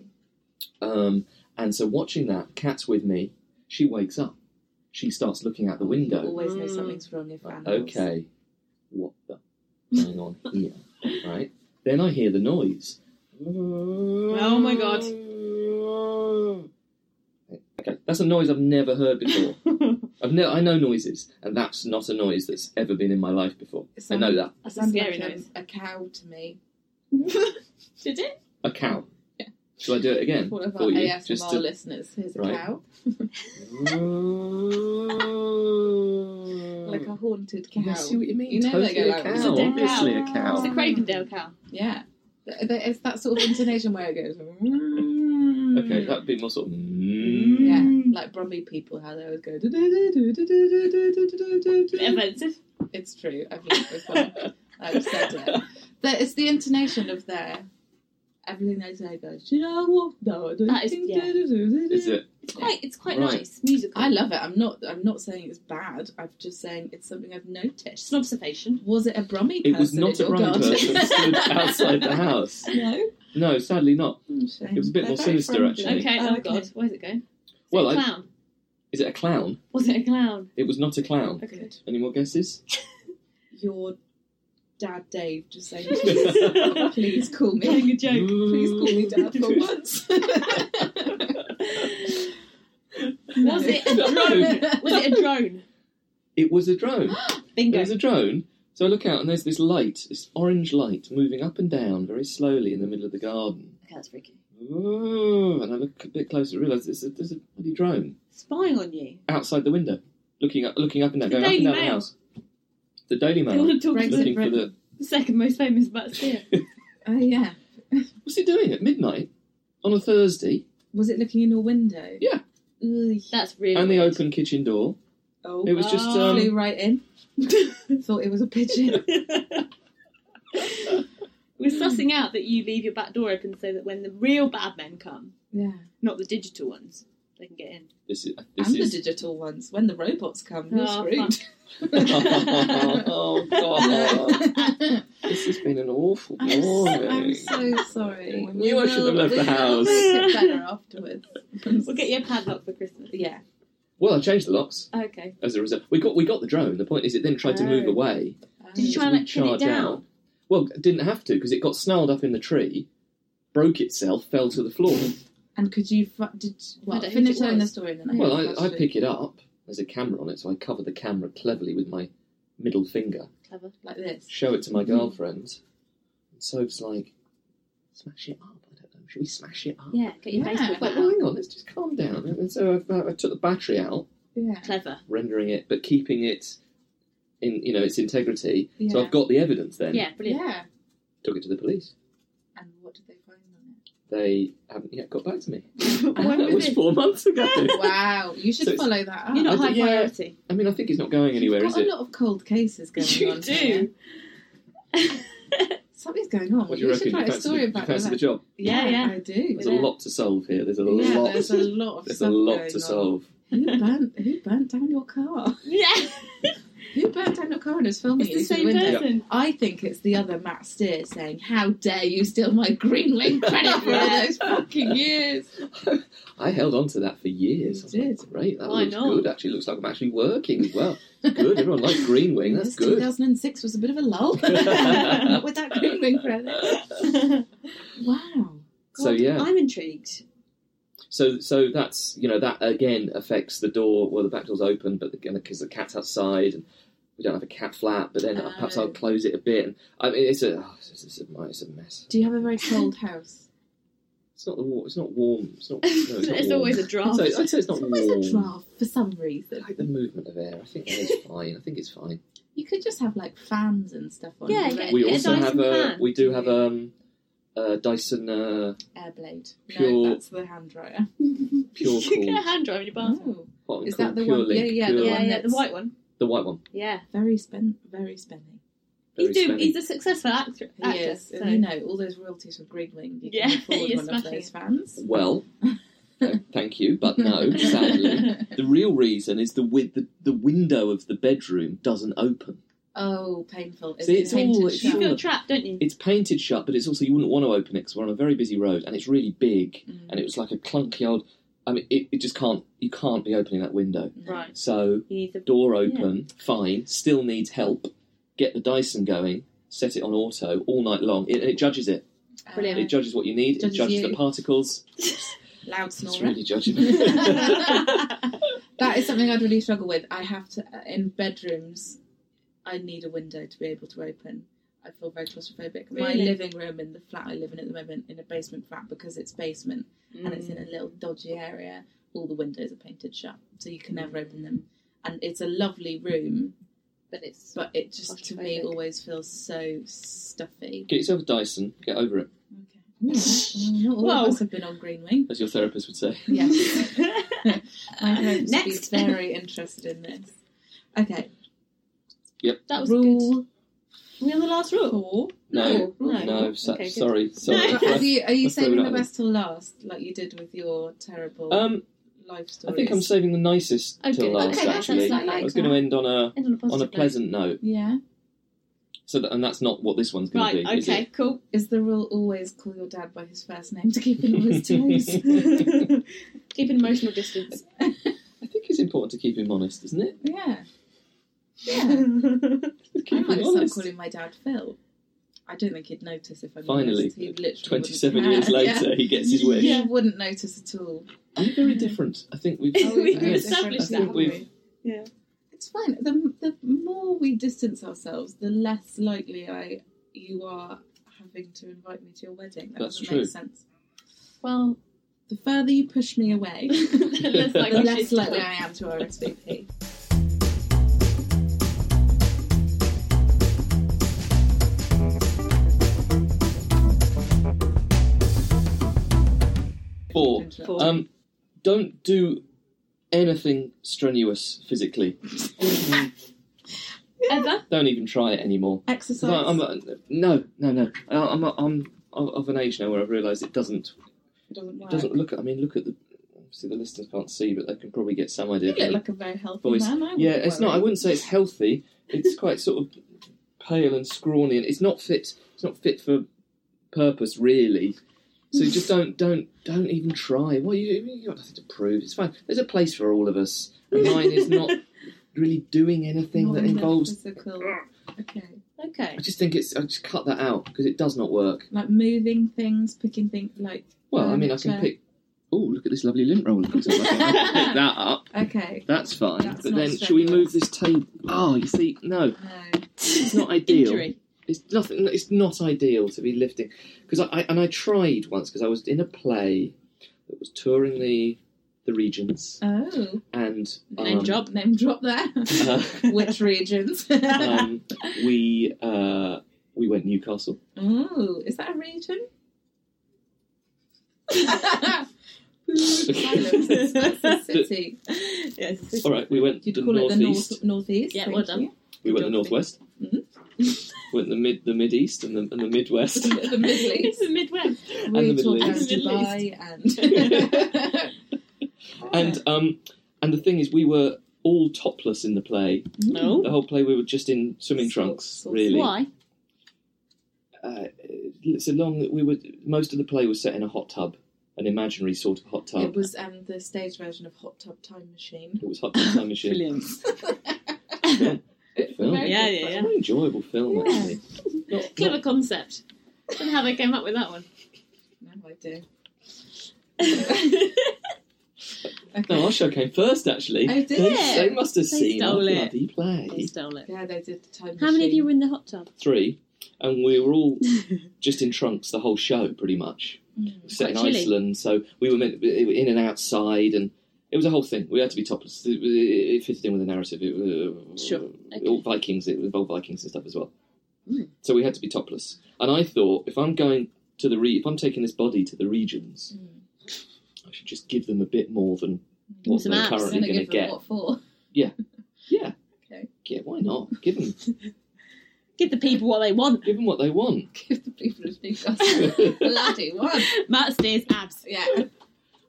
Speaker 4: Um, and so watching that, Cat's with me. She wakes up. She starts looking out the window.
Speaker 3: Always know
Speaker 5: Mm.
Speaker 3: something's wrong if animals.
Speaker 4: Okay, what the going on here? Right. Then I hear the noise. Oh
Speaker 5: my God.
Speaker 4: Okay, that's a noise I've never
Speaker 3: [laughs]
Speaker 4: heard before. I've ne- I know noises, and that's not a noise that's ever been in my life before.
Speaker 3: It
Speaker 4: I
Speaker 3: sounds-
Speaker 4: know that.
Speaker 5: That's a
Speaker 3: sounds
Speaker 5: scary
Speaker 3: like
Speaker 5: noise.
Speaker 3: a, a cow to me.
Speaker 5: [laughs] Did it?
Speaker 4: A cow.
Speaker 3: Yeah.
Speaker 4: Shall I do it again?
Speaker 3: One of our
Speaker 4: for you?
Speaker 3: ASMR
Speaker 4: Just to-
Speaker 3: listeners. Here's
Speaker 4: Right.
Speaker 3: a cow. like a haunted cow.
Speaker 4: I see what Oh. you mean.
Speaker 3: You know they
Speaker 4: totally
Speaker 3: go
Speaker 4: a
Speaker 3: like-
Speaker 4: cow.
Speaker 3: It's a dead cow.
Speaker 4: Obviously a cow.
Speaker 5: It's a Cravendale cow.
Speaker 3: Yeah. Th- th- It's that sort of intonation where it goes. [laughs]
Speaker 4: Okay,
Speaker 3: Okay,
Speaker 4: that'd be more sort of. mm.
Speaker 3: Yeah, like Brumby people, how they always go. [laughs]
Speaker 5: A bit offensive.
Speaker 3: It's true. I've lived
Speaker 5: [laughs]
Speaker 3: this one. I've said it. But it's the intonation of their everything they say goes. "Should I walk down the
Speaker 5: That is-
Speaker 3: ding,
Speaker 5: yeah.
Speaker 3: ding, ding, ding,
Speaker 4: Is
Speaker 3: ding?"
Speaker 4: it?
Speaker 5: It's quite, it's quite
Speaker 4: Right.
Speaker 5: nice. Musical.
Speaker 3: I love it. I'm not. I'm not saying it's bad. I'm just saying it's something I've
Speaker 5: It's
Speaker 3: noticed.
Speaker 5: an observation.
Speaker 3: Was it a Brummy?
Speaker 4: It was
Speaker 3: person in
Speaker 4: not a
Speaker 3: your
Speaker 4: blind
Speaker 3: garden?
Speaker 4: person stood outside the house.
Speaker 3: [laughs] no.
Speaker 4: No, sadly not.
Speaker 3: Hmm, shame.
Speaker 4: It was a bit
Speaker 3: They're
Speaker 4: more
Speaker 3: very
Speaker 4: sinister,
Speaker 3: friendly.
Speaker 4: actually.
Speaker 5: Okay,
Speaker 3: Oh,
Speaker 5: oh,
Speaker 3: okay.
Speaker 5: god, where's it going? Is
Speaker 4: Well,
Speaker 5: it a
Speaker 4: I-
Speaker 5: clown?
Speaker 4: Is it a clown?
Speaker 5: Was it a clown?
Speaker 4: It was not a clown.
Speaker 5: Okay.
Speaker 4: Any more guesses?
Speaker 3: Your dad, Dave, just
Speaker 5: [laughs]
Speaker 3: saying.
Speaker 5: [laughs] Telling
Speaker 3: Please call
Speaker 5: [laughs]
Speaker 3: me.
Speaker 5: a joke.
Speaker 4: [laughs]
Speaker 3: Please call me dad [laughs] for once.
Speaker 5: Was it a drone?
Speaker 4: [laughs]
Speaker 5: Was it a drone?
Speaker 4: It was a
Speaker 3: [laughs]
Speaker 4: drone. It
Speaker 5: Bingo.
Speaker 4: was a drone. So I look out and there's this light, this orange light, moving up and down very slowly in the middle of the garden.
Speaker 5: Okay, that's freaky.
Speaker 4: Ooh, and I look a bit closer and realise there's a, there's a bloody drone
Speaker 5: Spying on you.
Speaker 4: outside the window, looking up, looking up and down,
Speaker 5: The
Speaker 4: going up and
Speaker 5: Daily
Speaker 4: down the
Speaker 5: Mail.
Speaker 4: house. The Daily
Speaker 5: They want
Speaker 4: Mail.
Speaker 5: to talk
Speaker 3: Brexit,
Speaker 5: to
Speaker 4: Looking for the.
Speaker 5: the second most famous Batsir.
Speaker 3: Oh yeah.
Speaker 4: What's he doing at midnight on a Thursday?
Speaker 3: Was it looking in your window?
Speaker 4: Yeah.
Speaker 3: Ugh.
Speaker 5: That's really.
Speaker 4: And the
Speaker 5: weird.
Speaker 4: open kitchen door.
Speaker 3: Oh,
Speaker 4: It was just.
Speaker 5: Oh.
Speaker 4: Um,
Speaker 3: flew right in.
Speaker 5: [laughs]
Speaker 3: Thought it was a pigeon.
Speaker 5: We're sussing out that you leave your back door open so that when the real bad men come,
Speaker 3: Yeah.
Speaker 5: not the digital ones, they can get in.
Speaker 4: this is. This
Speaker 3: and
Speaker 4: is
Speaker 3: the digital ones. When the robots come, you're
Speaker 5: Oh,
Speaker 3: screwed.
Speaker 4: [laughs]
Speaker 3: [laughs]
Speaker 4: [laughs] oh god! This has been an awful
Speaker 3: I'm, so, I'm
Speaker 4: morning.
Speaker 3: so sorry.
Speaker 4: I knew I should have left the
Speaker 3: we will
Speaker 4: house.
Speaker 3: Make it better
Speaker 5: [laughs]
Speaker 3: afterwards.
Speaker 5: We'll get you a padlock for Christmas.
Speaker 3: Yeah.
Speaker 4: Well, I changed the locks
Speaker 5: Okay.
Speaker 4: as a result. We got we got the drone. The point is, it then tried to move
Speaker 5: Oh.
Speaker 4: away.
Speaker 3: Um,
Speaker 5: Did you
Speaker 4: Because
Speaker 5: try and
Speaker 4: we
Speaker 5: like pin it
Speaker 4: charge out.
Speaker 5: down?
Speaker 4: Well, it didn't have to because it got snarled up in the tree, broke itself, fell to
Speaker 5: [laughs]
Speaker 4: the floor.
Speaker 3: And could you fi- did well,
Speaker 5: don't know
Speaker 3: finish
Speaker 5: if it
Speaker 3: telling the
Speaker 5: was.
Speaker 3: story and then I
Speaker 4: well,
Speaker 3: have a
Speaker 4: I, I
Speaker 3: question.
Speaker 4: pick it up. There's a camera on it, so I cover the camera cleverly with my middle finger,
Speaker 5: Clever.
Speaker 3: like this.
Speaker 4: show it to
Speaker 5: Mm-hmm.
Speaker 4: my girlfriend. And Soap's like, smash it up. I don't know. Should we smash it up?
Speaker 5: Yeah, get your
Speaker 3: Yeah.
Speaker 5: baseball
Speaker 4: Like,
Speaker 5: bat
Speaker 4: well,
Speaker 5: out.
Speaker 4: hang on, let's just calm down. And so I, I took the battery out,
Speaker 3: Yeah.
Speaker 5: Clever.
Speaker 4: rendering it, but keeping it in, you know, its integrity.
Speaker 3: Yeah.
Speaker 4: So I've got the evidence then.
Speaker 5: Yeah, brilliant.
Speaker 3: Yeah.
Speaker 4: Took it to the police.
Speaker 3: And what did they find on
Speaker 4: They haven't yet got back
Speaker 3: [laughs]
Speaker 4: to me.
Speaker 5: When
Speaker 4: that
Speaker 5: was
Speaker 4: was
Speaker 5: this?
Speaker 4: four months ago.
Speaker 3: it? Wow, you should
Speaker 4: [laughs] So it's-
Speaker 3: follow that up.
Speaker 5: You're
Speaker 4: I
Speaker 5: not high
Speaker 4: did- yeah.
Speaker 5: priority. [laughs]
Speaker 4: I mean, I think it's not going anywhere,
Speaker 3: Got
Speaker 4: is
Speaker 3: a
Speaker 4: it?
Speaker 3: lot of cold cases going
Speaker 5: You
Speaker 3: on.
Speaker 5: do.
Speaker 3: here. Something's going on.
Speaker 4: What do you,
Speaker 3: should
Speaker 4: reckon?
Speaker 3: write a
Speaker 4: You fancy,
Speaker 3: story
Speaker 4: the, you
Speaker 3: about
Speaker 4: fancy
Speaker 3: that.
Speaker 4: the job?
Speaker 3: Yeah,
Speaker 5: Yeah,
Speaker 3: I do.
Speaker 4: There's a
Speaker 5: Yeah.
Speaker 4: lot to solve here. There's a
Speaker 3: Yeah,
Speaker 4: lot.
Speaker 3: there's a lot of
Speaker 4: there's a
Speaker 3: stuff
Speaker 4: lot
Speaker 3: going
Speaker 4: to
Speaker 3: on.
Speaker 4: solve.
Speaker 3: Who burnt, who burnt down your car?
Speaker 5: yeah.
Speaker 3: Who burnt down your car and was filming
Speaker 5: It's the
Speaker 3: it through
Speaker 5: same
Speaker 3: window?
Speaker 5: person.
Speaker 3: I think it's the other Matt Steer saying, How dare you steal my Greenlink credit for all those fucking years?
Speaker 4: I held on to that for years.
Speaker 3: You
Speaker 4: I was like,
Speaker 3: did.
Speaker 4: Great, that
Speaker 5: Why
Speaker 4: looks
Speaker 5: not?
Speaker 4: good. Actually, looks like I'm actually working
Speaker 3: [laughs]
Speaker 4: as well. Good. Everyone likes Green Wing. That's
Speaker 3: This
Speaker 4: good.
Speaker 3: 2006 was a bit of a lull [laughs] with that Greenwing credit.
Speaker 5: [laughs]
Speaker 3: Wow.
Speaker 4: So
Speaker 5: God,
Speaker 4: yeah.
Speaker 5: I'm intrigued.
Speaker 4: So, so that's you know that again affects the door. Well, the back door's open, but because the, cat's outside, and we don't have a cat flap. But then uh, perhaps
Speaker 3: Oh.
Speaker 4: I'll close it a bit. And I mean, it's a oh, it's, it's a it's a mess.
Speaker 3: Do you have a very cold house?
Speaker 4: It's not the warm. It's not warm. It's not. [laughs] No, it's,
Speaker 5: [laughs]
Speaker 4: not
Speaker 5: There's
Speaker 4: warm.
Speaker 5: always a draft.
Speaker 4: So I'd say it's not
Speaker 3: It's always
Speaker 4: warm.
Speaker 3: a draft for some
Speaker 4: I
Speaker 3: reason.
Speaker 4: like the movement of air. I think that is fine. I think it's fine.
Speaker 3: You could just have like fans and stuff on.
Speaker 5: Yeah,
Speaker 3: your
Speaker 5: yeah.
Speaker 4: We
Speaker 5: a
Speaker 4: also
Speaker 5: Dyson
Speaker 4: have a.
Speaker 5: fan.
Speaker 4: We do have um, a Dyson uh,
Speaker 3: air blade.
Speaker 4: Pure-
Speaker 3: No, that's the hand dryer.
Speaker 5: [laughs]
Speaker 4: Pure
Speaker 5: you get a
Speaker 4: Cool
Speaker 5: hand dryer in your bathroom.
Speaker 3: Oh,
Speaker 4: Hot and
Speaker 3: Is
Speaker 4: Cool
Speaker 3: that the
Speaker 4: Pure
Speaker 3: one-
Speaker 4: Link,
Speaker 3: yeah, yeah, the
Speaker 4: Pure
Speaker 5: Yeah,
Speaker 4: Link.
Speaker 5: yeah, the white one.
Speaker 4: the white one.
Speaker 5: Yeah,
Speaker 3: very spend, very spending.
Speaker 5: he's
Speaker 4: Very
Speaker 5: doing.
Speaker 4: smelly.
Speaker 5: He's a successful actor. actor
Speaker 3: Yes,
Speaker 5: so.
Speaker 3: and you know all those royalties from Greenwing. You
Speaker 5: Yeah, [laughs]
Speaker 3: can afford
Speaker 5: you're
Speaker 3: one of
Speaker 5: smashing
Speaker 3: those
Speaker 5: it.
Speaker 3: fans. [laughs]
Speaker 4: Well, uh, thank you, but no, sadly. The real reason is the, wi- the the window of the bedroom doesn't open.
Speaker 3: oh, painful. Is
Speaker 4: See,
Speaker 3: it
Speaker 4: it's
Speaker 3: painted
Speaker 4: all- it's
Speaker 5: you
Speaker 3: shut?
Speaker 4: all-
Speaker 5: feel trapped, don't you?
Speaker 4: It's painted shut, but it's also you wouldn't want to open it because we're on a very busy road and it's really big,
Speaker 3: Mm.
Speaker 4: and it was like a clunky old. I mean, it, it just can't. You can't be opening that window.
Speaker 3: Mm.
Speaker 5: Right.
Speaker 4: So
Speaker 5: You need the
Speaker 4: door open, fine. Still needs help. Get the Dyson going. Set it on auto all night long. It, it judges it.
Speaker 3: Um,
Speaker 5: Brilliant.
Speaker 4: It judges what you need.
Speaker 3: Judges
Speaker 4: it judges
Speaker 3: you.
Speaker 4: the particles.
Speaker 3: Loud
Speaker 4: It's
Speaker 3: snorer. [laughs]
Speaker 4: really judging.
Speaker 3: That is something I'd really struggle with. I have to in bedrooms. I need a window to be able to open. I feel very claustrophobic. My
Speaker 5: Really?
Speaker 3: living room in the flat I live in at the moment in a basement flat because it's basement and it's in
Speaker 5: Mm.
Speaker 3: a little dodgy area. All the windows are painted shut, so you
Speaker 5: Mm.
Speaker 3: can never open them. And it's a lovely room,
Speaker 5: [laughs] but it's
Speaker 3: but it just to me
Speaker 5: Claustrophobic.
Speaker 3: always feels so stuffy.
Speaker 4: Get yourself a Dyson. Get over it,
Speaker 3: Okay. Not all
Speaker 5: Mm. Whoa.
Speaker 3: of us have been on Greenwing.
Speaker 4: as your therapist would say.
Speaker 5: [laughs]
Speaker 3: Yes. My parents would
Speaker 5: Next.
Speaker 3: be very interested in this. Okay.
Speaker 5: that was good.
Speaker 3: Rule
Speaker 5: We on the last rule.
Speaker 3: four.
Speaker 4: No,
Speaker 5: Oh, No,
Speaker 4: no.
Speaker 5: no.
Speaker 4: so-
Speaker 5: Okay, good. [laughs]
Speaker 4: sorry, sorry.
Speaker 5: No.
Speaker 3: But Are you, are you
Speaker 4: Let's throw
Speaker 3: saving
Speaker 4: it
Speaker 3: the
Speaker 4: out.
Speaker 3: best till last, like you did with your terrible
Speaker 4: [laughs] um,
Speaker 3: life
Speaker 4: I
Speaker 3: stories?
Speaker 4: think I'm saving the nicest
Speaker 5: Oh,
Speaker 4: till
Speaker 5: good.
Speaker 4: last.
Speaker 5: Okay, that
Speaker 4: actually,
Speaker 5: sounds like
Speaker 4: I was
Speaker 3: that.
Speaker 4: going to end on a
Speaker 5: End on a
Speaker 4: on
Speaker 5: positive
Speaker 4: a
Speaker 5: note.
Speaker 4: pleasant note.
Speaker 3: Yeah.
Speaker 4: So, that, and that's not what this one's going
Speaker 5: Right.
Speaker 4: to be. is
Speaker 5: Okay.
Speaker 4: it?
Speaker 5: Cool.
Speaker 3: Is the rule always call your dad by his first name to keep him on his
Speaker 4: [laughs]
Speaker 3: toes?
Speaker 5: [laughs] Keep an emotional [laughs] distance.
Speaker 4: I think it's important to keep him honest, isn't it?
Speaker 3: yeah. Yeah.
Speaker 5: [laughs] That's
Speaker 4: Keep
Speaker 3: I
Speaker 4: him
Speaker 3: might start
Speaker 4: honest.
Speaker 3: calling my dad Phil. I don't think he'd notice if I
Speaker 4: Finally,
Speaker 3: noticed. He literally wouldn't [laughs]
Speaker 5: [laughs]
Speaker 4: Twenty-seven
Speaker 3: care.
Speaker 4: years
Speaker 3: Yeah.
Speaker 4: later, he gets his wish.
Speaker 3: He wouldn't notice at all.
Speaker 4: We're very different. I think
Speaker 5: [laughs]
Speaker 4: we've.
Speaker 5: Oh, we've
Speaker 4: yes,
Speaker 5: established
Speaker 4: I
Speaker 5: that,
Speaker 4: think
Speaker 5: haven't
Speaker 4: we've.
Speaker 5: Yeah.
Speaker 3: It's fine. The, the more we distance ourselves, the less likely I you are having to invite me to your wedding. That
Speaker 4: That's
Speaker 3: doesn't
Speaker 4: true.
Speaker 3: make sense. Well, the further you push me
Speaker 4: [laughs]
Speaker 3: away,
Speaker 5: like
Speaker 3: the
Speaker 5: actually
Speaker 3: less likely
Speaker 5: talk.
Speaker 3: I am to RSVP.
Speaker 4: Four. Um, don't do anything strenuous physically.
Speaker 5: [laughs] Ever?
Speaker 4: Don't even try it anymore.
Speaker 3: Exercise.
Speaker 4: No, I'm a, no, no, no. I, I'm, a, I'm of of an age now where I've realised it doesn't.
Speaker 3: it doesn't work.
Speaker 4: It doesn't look. at- I mean, look at the. Obviously, the listeners can't see, but they can probably get some
Speaker 3: You
Speaker 4: idea.
Speaker 3: look
Speaker 4: from-
Speaker 3: like a very healthy
Speaker 4: Boys.
Speaker 3: man. I
Speaker 4: yeah,
Speaker 3: wouldn't
Speaker 4: it's not. I
Speaker 3: worry.
Speaker 4: wouldn't say it's healthy. It's [laughs] quite sort of pale and scrawny, and it's not fit. It's not fit for purpose, really. So
Speaker 3: [laughs]
Speaker 4: just don't, don't, don't even try. What you, you got nothing to prove. It's fine. There's a place for all of us, and mine
Speaker 3: [laughs]
Speaker 4: is not really doing anything
Speaker 3: Not
Speaker 4: that
Speaker 3: enough
Speaker 4: involves.
Speaker 3: physical. Okay.
Speaker 5: Okay. [laughs]
Speaker 4: I just think it's. I just cut that out because it does not work.
Speaker 3: Like moving things, picking things, like.
Speaker 4: Well, I mean, I can
Speaker 3: furniture.
Speaker 4: pick. Oh, look at this lovely lint roller. I can pick that
Speaker 3: [laughs]
Speaker 4: up.
Speaker 3: Okay.
Speaker 4: That's fine.
Speaker 3: That's
Speaker 4: but
Speaker 3: not
Speaker 4: then, should we move
Speaker 3: strenuous.
Speaker 4: this table? Oh, you see, no,
Speaker 3: No. [laughs]
Speaker 4: it's not ideal.
Speaker 5: Injury.
Speaker 4: It's nothing. It's not ideal to be lifting because I, I and I tried once because I was in a play that was touring the the regions
Speaker 3: Oh.
Speaker 4: and um,
Speaker 3: Name drop. Name drop
Speaker 4: [laughs]
Speaker 3: there. [laughs]
Speaker 4: uh,
Speaker 3: Which
Speaker 4: [laughs]
Speaker 3: regions?
Speaker 4: um, we uh, we went Newcastle.
Speaker 3: Oh, is that a
Speaker 4: [laughs]
Speaker 3: region? Silence. That's a city.
Speaker 5: yes.
Speaker 4: All right, we went
Speaker 3: You'd
Speaker 4: the
Speaker 3: call it the
Speaker 4: northeast.
Speaker 3: north northeast.
Speaker 5: Yeah,
Speaker 3: thank
Speaker 5: well done.
Speaker 3: you. [laughs]
Speaker 4: we went the
Speaker 5: geography.
Speaker 4: northwest.
Speaker 3: Mm-hmm.
Speaker 4: went the mid the mid east and the and the
Speaker 3: [laughs]
Speaker 4: midwest.
Speaker 3: The
Speaker 4: [laughs]
Speaker 3: Middle East.
Speaker 5: It's the Midwest.
Speaker 4: the
Speaker 3: we
Speaker 4: Middle
Speaker 3: talk about
Speaker 5: East.
Speaker 3: Dubai and.
Speaker 4: [laughs] And um, and the thing is, we were all topless in the play.
Speaker 5: No.
Speaker 4: The whole play, we were just in swimming
Speaker 3: Sort-
Speaker 4: trunks.
Speaker 3: sort-
Speaker 4: really,
Speaker 5: Why?
Speaker 4: Uh, it's a long. We were most of the play was set in a hot tub, an imaginary sort of hot tub.
Speaker 3: It was um, the stage version of Hot Tub Time Machine.
Speaker 4: It was hot tub time machine.
Speaker 5: Brilliant.
Speaker 3: It's
Speaker 4: film.
Speaker 3: very
Speaker 5: Yeah,
Speaker 3: good
Speaker 5: yeah,
Speaker 3: fun.
Speaker 5: yeah.
Speaker 4: It's an enjoyable film,
Speaker 3: Yeah.
Speaker 4: actually. Not-
Speaker 5: Clever
Speaker 4: not-
Speaker 5: concept. And how they came up with that [laughs] one.
Speaker 3: Now I do.
Speaker 4: no,
Speaker 3: Okay.
Speaker 4: our show came first, actually.
Speaker 3: Oh, did
Speaker 4: they,
Speaker 5: it?
Speaker 4: they must have
Speaker 5: They
Speaker 4: seen our
Speaker 5: stole it.
Speaker 4: bloody play.
Speaker 5: They stole it.
Speaker 3: Yeah, they did the time
Speaker 5: How many of
Speaker 3: machine.
Speaker 5: you were in the hot tub? [laughs]
Speaker 4: Three, and we were all just in trunks the whole show, pretty much. set in
Speaker 5: Mm. Quite chilly.
Speaker 4: Iceland, so we were meant in and outside, and it was a whole thing. We had to be topless. It, it, it fitted in with the narrative. It, uh,
Speaker 5: Sure. Okay.
Speaker 4: All Vikings. It involved Vikings and stuff as well.
Speaker 5: Mm.
Speaker 4: So we had to be topless. And I thought, if I'm going to the re- if I'm taking this body to the regions,
Speaker 5: Mm.
Speaker 4: I should just give them a bit more than what
Speaker 5: Some
Speaker 4: they're
Speaker 5: apps,
Speaker 4: currently
Speaker 3: Gonna
Speaker 4: going to
Speaker 3: give them
Speaker 4: get.
Speaker 3: what for? [laughs]
Speaker 4: Yeah.
Speaker 3: Okay.
Speaker 4: Yeah. Why not? Give them. [laughs]
Speaker 5: Give the people what they want.
Speaker 4: give them what they want.
Speaker 3: Give the people a
Speaker 4: [laughs]
Speaker 3: big gossip. Bloody one.
Speaker 5: Matt Steers abs.
Speaker 3: Yeah.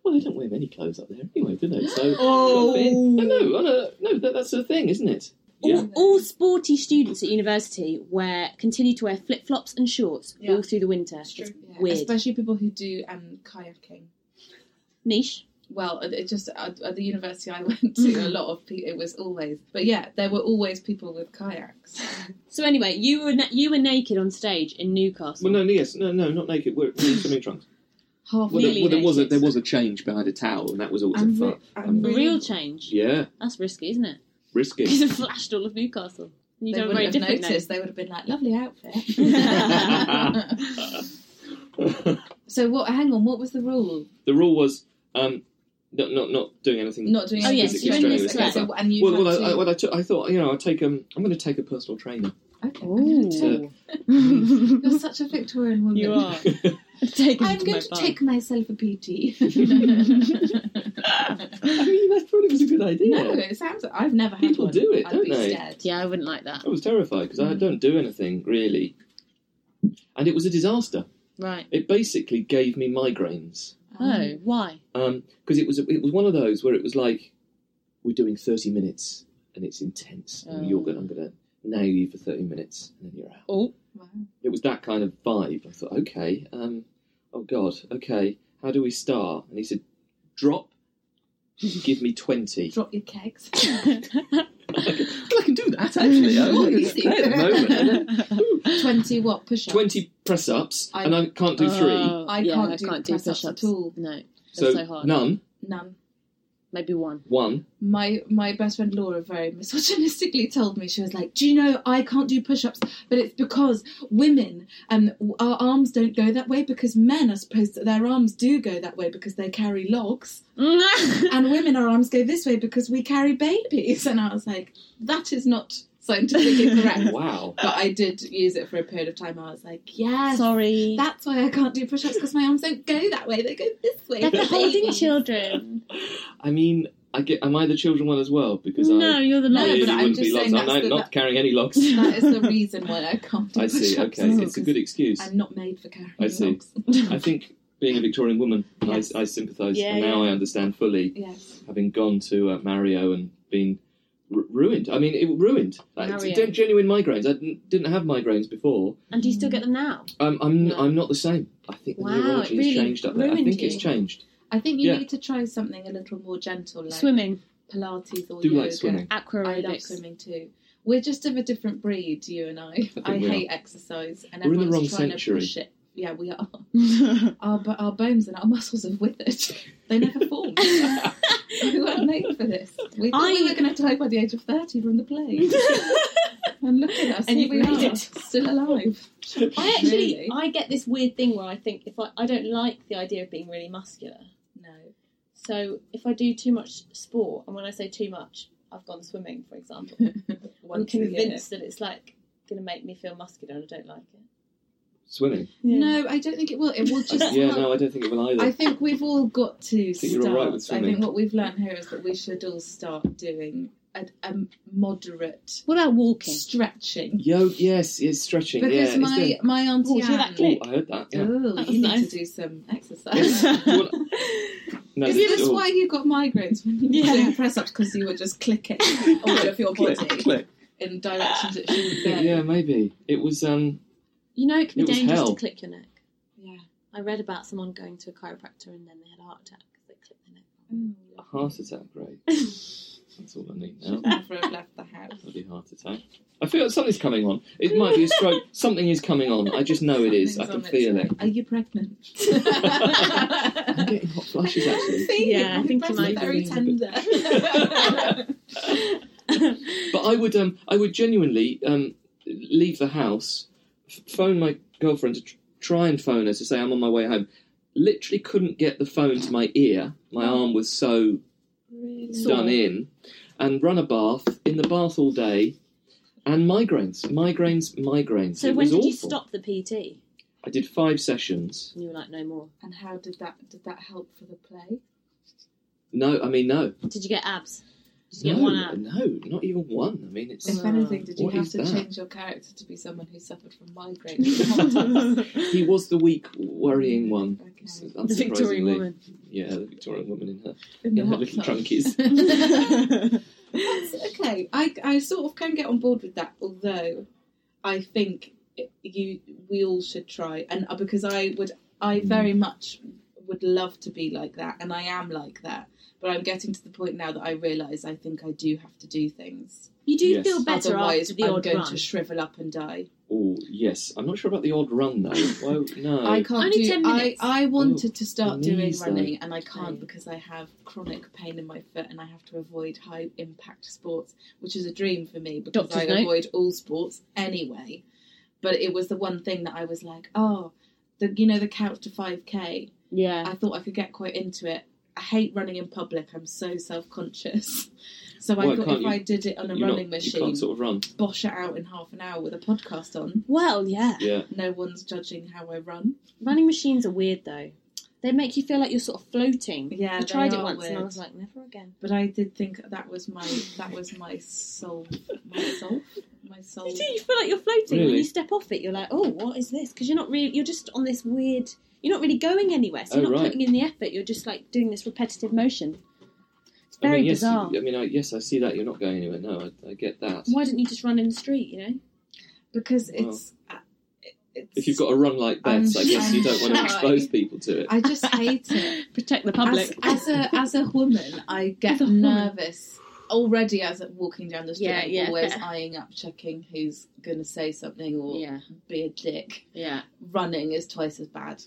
Speaker 4: Well, they don't wear many clothes up there anyway,
Speaker 5: [gasps]
Speaker 4: do they? So.
Speaker 5: Oh.
Speaker 4: I know. I know. No, that, that's the thing, isn't it?
Speaker 3: Oh.
Speaker 4: Yeah.
Speaker 5: All, all sporty students at university wear continue to wear flip flops and shorts
Speaker 3: Yeah.
Speaker 5: all through the winter. It's
Speaker 3: Yeah.
Speaker 5: Weird.
Speaker 3: Especially people who do um, kayaking.
Speaker 5: niche.
Speaker 3: Well, it it just at, at the university I [laughs] went
Speaker 4: Mm.
Speaker 3: to, a lot of people, it was always, but yeah, there were always people with kayaks. [laughs]
Speaker 5: So anyway, you were na- you were naked on stage in Newcastle.
Speaker 4: Well, no, yes, no, no, not naked. We're, we're in swimming trunks.
Speaker 3: Half
Speaker 4: Well, there,
Speaker 5: Nearly
Speaker 4: well, there was a
Speaker 5: naked.
Speaker 4: there was a change behind a towel, and that was always
Speaker 3: And
Speaker 4: a
Speaker 3: re-
Speaker 4: fun.
Speaker 3: and
Speaker 5: A
Speaker 3: really-
Speaker 5: real change.
Speaker 4: Yeah,
Speaker 5: That's risky, isn't it? [laughs]
Speaker 4: risky. [laughs]
Speaker 3: [laughs]
Speaker 5: Because it flashed all of Newcastle. And you
Speaker 3: they
Speaker 5: don't
Speaker 3: wouldn't
Speaker 5: very
Speaker 3: have
Speaker 5: different
Speaker 3: noticed. They would have been like, "Lovely
Speaker 4: [laughs]
Speaker 3: outfit."
Speaker 4: the
Speaker 3: so what? Hang on. What was the rule?
Speaker 4: rule was um, not not not doing anything.
Speaker 3: Not doing.
Speaker 5: Oh,
Speaker 3: anything
Speaker 5: yes,
Speaker 4: physically
Speaker 5: you're in
Speaker 4: strenuous
Speaker 5: this
Speaker 3: Okay,
Speaker 5: club.
Speaker 4: together.
Speaker 3: so- and you
Speaker 4: Well,
Speaker 3: had
Speaker 4: well
Speaker 3: to.
Speaker 4: I, I- well, I, took, I thought you know I take um I'm going to take a personal
Speaker 3: [laughs]
Speaker 4: trainer. [laughs]
Speaker 3: okay.
Speaker 5: Ooh.
Speaker 3: You're such a Victorian woman.
Speaker 5: You are. [laughs]
Speaker 3: [laughs]
Speaker 5: Taken
Speaker 3: I'm going to
Speaker 5: my
Speaker 3: take myself a [laughs]
Speaker 4: [laughs]
Speaker 3: PT.
Speaker 4: I mean, I thought it was a good idea.
Speaker 3: No, it sounds. I've never had
Speaker 4: People
Speaker 3: one.
Speaker 4: do it,
Speaker 3: I'd
Speaker 4: don't
Speaker 3: be
Speaker 4: they?
Speaker 3: Scared.
Speaker 5: Yeah, I wouldn't like that.
Speaker 4: I was terrified because
Speaker 3: Mm.
Speaker 4: I don't do anything really, and it was a disaster.
Speaker 5: Right.
Speaker 4: It basically gave me migraines.
Speaker 3: Um,
Speaker 5: Oh, why?
Speaker 4: because Um, it was it was one of those where it was like we're doing thirty minutes and it's intense and
Speaker 5: Oh.
Speaker 4: you're gonna I'm gonna nail you for thirty minutes and then you're out.
Speaker 5: Oh,
Speaker 3: Wow.
Speaker 4: It was that kind of vibe. I thought, okay, um, oh god, okay, how do we start? And he said, drop, give me twenty.
Speaker 3: Drop your
Speaker 4: [laughs]
Speaker 3: kegs.
Speaker 4: I can do that
Speaker 5: [laughs]
Speaker 4: actually. I'm not even prepared at the moment. And then
Speaker 3: Twenty what push-ups?
Speaker 4: Twenty press ups
Speaker 3: I-
Speaker 4: and I can't do three.
Speaker 5: Oh,
Speaker 3: I
Speaker 5: yeah,
Speaker 3: can't
Speaker 5: I
Speaker 3: do
Speaker 5: can't do
Speaker 3: press-ups
Speaker 5: push-ups.
Speaker 3: at all.
Speaker 5: No,
Speaker 4: So,
Speaker 5: so hard.
Speaker 4: none,
Speaker 3: None.
Speaker 5: maybe one. [laughs]
Speaker 4: one.
Speaker 3: My my best friend Laura very [laughs] misogynistically told me she was like, "Do you know I can't do push-ups, but it's because women um our arms don't go that way because men are supposed to, their arms do go that way because they carry logs, and women our arms go this way because we carry babies." [laughs] And I was like, "That is not
Speaker 5: [laughs]
Speaker 3: scientifically correct."
Speaker 4: Wow.
Speaker 3: But I did use it for a period of time. I was like, "Yes,
Speaker 5: Sorry.
Speaker 3: that's why I can't do push-ups because my arms don't go that way; they go this way."
Speaker 5: They're
Speaker 3: for
Speaker 5: holding
Speaker 3: babies."
Speaker 5: children.
Speaker 4: I mean, I get. Am I the children one as well? Because I.
Speaker 5: No, you're the
Speaker 3: No,
Speaker 5: lowest.
Speaker 4: really
Speaker 3: but I'm
Speaker 4: wouldn't
Speaker 3: just
Speaker 4: be logs.
Speaker 3: saying
Speaker 4: I'm
Speaker 3: that's
Speaker 4: not,
Speaker 3: the-
Speaker 4: not carrying any
Speaker 3: [laughs]
Speaker 4: logs.
Speaker 3: that is the reason why I can't do
Speaker 4: [laughs] I see.
Speaker 3: push-ups
Speaker 4: Okay,
Speaker 3: is
Speaker 4: it's a
Speaker 3: because
Speaker 4: good excuse.
Speaker 3: I'm not made for carrying
Speaker 4: I see.
Speaker 3: logs. [laughs]
Speaker 4: I think being a Victorian woman,
Speaker 3: Yes.
Speaker 4: I, I sympathise,
Speaker 5: Yeah,
Speaker 4: and now
Speaker 5: yeah.
Speaker 4: I understand fully.
Speaker 3: Yes.
Speaker 4: Having gone to uh, Mario and been r- ruined. I mean, it ruined. Like, it's
Speaker 5: Mario.
Speaker 4: gen- genuine migraines. I didn't, didn't have migraines before.
Speaker 5: And do you still get them now?
Speaker 4: Um, I'm
Speaker 5: No.
Speaker 4: I'm not the same. I think the
Speaker 5: Wow,
Speaker 4: neurology
Speaker 5: it
Speaker 4: has
Speaker 5: really
Speaker 4: changed up there. I
Speaker 5: ruined
Speaker 4: think it's
Speaker 5: you.
Speaker 3: [laughs]
Speaker 4: changed.
Speaker 3: I think you
Speaker 4: Yeah.
Speaker 3: need to try something a little more gentle, like
Speaker 5: Swimming,
Speaker 3: Pilates or
Speaker 4: Do
Speaker 3: yoga.
Speaker 4: like swimming.
Speaker 5: aqua
Speaker 3: I love
Speaker 5: aerobics.
Speaker 3: swimming too. We're just of a different breed, you and I.
Speaker 4: think
Speaker 3: I,
Speaker 4: we
Speaker 3: hate exercise, and
Speaker 4: We're in the
Speaker 3: everyone's
Speaker 4: wrong
Speaker 3: trying
Speaker 4: century.
Speaker 3: to push it. Yeah, we
Speaker 5: [laughs]
Speaker 3: are. Our, bo- our bones and our muscles have withered. They
Speaker 4: [laughs]
Speaker 3: never formed. we weren't made for this. We thought we
Speaker 5: I-
Speaker 3: were going to die by the age of 30 from the
Speaker 5: [laughs]
Speaker 3: plague. and look at us.
Speaker 5: And
Speaker 3: here
Speaker 5: you've
Speaker 3: we
Speaker 5: made
Speaker 3: are,
Speaker 5: it.
Speaker 3: still
Speaker 5: [laughs]
Speaker 3: alive.
Speaker 5: I actually,
Speaker 3: Really?
Speaker 5: I get this weird thing where I think if I, I don't like the idea of being really muscular.
Speaker 3: No. [laughs]
Speaker 5: So if I do too much sport, and when I say too much, I've gone swimming, for [laughs] example. I'm
Speaker 3: Once a year.
Speaker 5: convinced that it's like going to make me feel muscular, and I don't like it.
Speaker 4: Swimming.
Speaker 3: No, I don't think it will. It
Speaker 4: [laughs]
Speaker 3: will just.
Speaker 4: Yeah,
Speaker 3: help.
Speaker 4: no, I don't think it will either.
Speaker 3: I think we've all got to
Speaker 4: think
Speaker 3: start.
Speaker 4: you're all right with
Speaker 3: I
Speaker 4: swimming.
Speaker 3: think what we've learned here is that we should all start doing a, a moderate
Speaker 5: What about walking?
Speaker 3: stretching.
Speaker 4: Yo, yes, it's stretching. yeah,
Speaker 3: Because
Speaker 4: it's
Speaker 3: my
Speaker 4: doing-
Speaker 3: my auntie
Speaker 5: Oh, do that
Speaker 3: Anne-
Speaker 5: click.
Speaker 4: I heard that.
Speaker 3: [laughs]
Speaker 4: Yeah.
Speaker 3: Oh,
Speaker 5: That was
Speaker 3: you need
Speaker 5: nice.
Speaker 3: to do
Speaker 4: [laughs]
Speaker 3: some
Speaker 4: Yes.
Speaker 3: exercise.
Speaker 4: Well,
Speaker 3: [laughs]
Speaker 4: No,
Speaker 3: Is
Speaker 4: it's-
Speaker 3: this
Speaker 4: oh,
Speaker 3: why you got migraines when you were
Speaker 5: Yeah.
Speaker 3: doing press ups? Because you were just
Speaker 5: [laughs]
Speaker 3: clicking all of your body
Speaker 4: click, click.
Speaker 3: in directions it shouldn't go.
Speaker 4: Yeah, maybe it was. Um,
Speaker 5: you know, it can
Speaker 4: It
Speaker 5: be
Speaker 4: was
Speaker 5: dangerous
Speaker 4: hell.
Speaker 5: to click your neck.
Speaker 3: Yeah.
Speaker 5: I read about someone going to a chiropractor and then they had a heart attack because they clipped their neck.
Speaker 4: A heart attack,
Speaker 3: [laughs]
Speaker 4: right? That's all I need now.
Speaker 3: Never have left the house.
Speaker 4: Bloody heart attack. I feel something's coming on. It might be a stroke. Something is coming on. I just know it is. I can
Speaker 3: Something's on
Speaker 4: feel
Speaker 3: its
Speaker 4: it.
Speaker 3: way. Are you pregnant?
Speaker 5: [laughs]
Speaker 4: I'm [laughs] getting hot flashes actually.
Speaker 3: See,
Speaker 5: Yeah, I
Speaker 3: your
Speaker 5: think you
Speaker 3: breasts
Speaker 5: might
Speaker 3: are very
Speaker 5: be leaning
Speaker 3: tender. [laughs]
Speaker 4: But I would, um, I would genuinely um, leave the house, f- phone my girlfriend to tr- try and phone her to say I'm on my way home. literally couldn't get the phone to my ear. My
Speaker 5: Oh.
Speaker 4: arm was so done in, and run a bath in the bath all day, and migraines, migraines, migraines.
Speaker 5: So
Speaker 4: it
Speaker 5: when
Speaker 4: was
Speaker 5: did
Speaker 4: awful.
Speaker 5: you stop the PT?
Speaker 4: I did five sessions.
Speaker 5: And you were like, no more.
Speaker 3: And how did that did that help for the play?
Speaker 4: No, I mean no.
Speaker 5: Did you get abs? Did you
Speaker 4: No,
Speaker 5: get one
Speaker 4: [laughs]
Speaker 5: ab?
Speaker 4: no, not even one. I mean,
Speaker 5: [laughs]
Speaker 4: it's [laughs]
Speaker 3: If anything, did you
Speaker 4: What
Speaker 3: have
Speaker 4: is
Speaker 3: to
Speaker 4: that?
Speaker 3: change your character to be someone who suffered from
Speaker 4: [laughs]
Speaker 3: migraines?
Speaker 4: he was the weak, worrying one.
Speaker 3: Okay.
Speaker 4: So
Speaker 5: The Victorian
Speaker 4: unsurprisingly.
Speaker 5: woman.
Speaker 4: Yeah, the Victorian woman in her
Speaker 3: In the
Speaker 4: in her
Speaker 3: hot
Speaker 4: little
Speaker 3: tub.
Speaker 4: trunkies.
Speaker 3: That's [laughs] okay. I, I sort of can get on board with that, although I think it- you we all should try and uh, because I would I
Speaker 4: Hmm.
Speaker 3: very much would love to be like that and I am like that. But I'm getting to the point now that I realise I think I do have to do things.
Speaker 5: [laughs] You do
Speaker 4: Yes.
Speaker 5: feel better
Speaker 3: Otherwise,
Speaker 5: after the
Speaker 3: I'm
Speaker 5: odd
Speaker 3: going
Speaker 5: run.
Speaker 3: to shrivel up and die.
Speaker 4: Oh yes, I'm not sure about the odd run though. Well, no,
Speaker 3: I can't
Speaker 5: Only
Speaker 3: do.
Speaker 5: 10
Speaker 3: I
Speaker 5: minutes.
Speaker 3: I wanted to start doing
Speaker 4: Oh. knees, though.
Speaker 3: running and I can't
Speaker 5: Mm.
Speaker 3: because I have chronic pain in my foot and I have to avoid high impact sports, which is a dream for me because
Speaker 5: Doctor's
Speaker 3: I
Speaker 5: note.
Speaker 3: avoid all sports anyway. But it was the one thing that I was like, oh, the you know the couch to five k.
Speaker 5: yeah.
Speaker 3: I thought I could get quite into it. I hate running in public. I'm so self conscious. [laughs] So I
Speaker 4: Why
Speaker 3: thought
Speaker 4: can't
Speaker 3: if
Speaker 4: you-
Speaker 3: I did it on a
Speaker 4: You're
Speaker 3: running
Speaker 4: not- You
Speaker 3: machine,
Speaker 4: can't sort of run.
Speaker 3: bosh it out in half an hour with a podcast on.
Speaker 5: Well, yeah.
Speaker 4: Yeah,
Speaker 3: No one's judging how I run.
Speaker 5: Running machines are weird though. They make you feel like you're sort of floating.
Speaker 3: Yeah,
Speaker 5: I
Speaker 3: they
Speaker 5: tried it
Speaker 3: are
Speaker 5: once and I
Speaker 3: weird.
Speaker 5: was like, never again.
Speaker 3: But I did think that was my that was my soul, my soul, my soul.
Speaker 5: You do. You feel like you're floating when
Speaker 4: Really?
Speaker 5: you step off it. You're like, oh, what is this? Because you're not really. You're just on this weird. You're not really going anywhere. So you're
Speaker 4: Oh,
Speaker 5: not
Speaker 4: right.
Speaker 5: putting in the effort. You're just like doing this repetitive motion. It's
Speaker 4: I
Speaker 5: very
Speaker 4: mean, yes,
Speaker 5: bizarre.
Speaker 4: I mean, I, yes, I see that. You're not going anywhere. No, I, I get that.
Speaker 5: Why didn't you just run in the street? You know.
Speaker 3: Because it's, uh, it- it's
Speaker 4: If you've got a run like
Speaker 3: I'm
Speaker 4: that, I guess you don't want to
Speaker 3: shy.
Speaker 4: expose people to it.
Speaker 3: I just hate [laughs] it.
Speaker 5: Protect the public.
Speaker 3: As, as a as a woman, I get
Speaker 5: As a woman.
Speaker 3: nervous already as I'm walking down the street.
Speaker 5: Yeah,
Speaker 3: I'm
Speaker 5: yeah,
Speaker 3: always
Speaker 5: fair.
Speaker 3: eyeing up, checking who's going to say something or
Speaker 5: yeah.
Speaker 3: be a dick.
Speaker 5: Yeah.
Speaker 3: Running is twice as bad.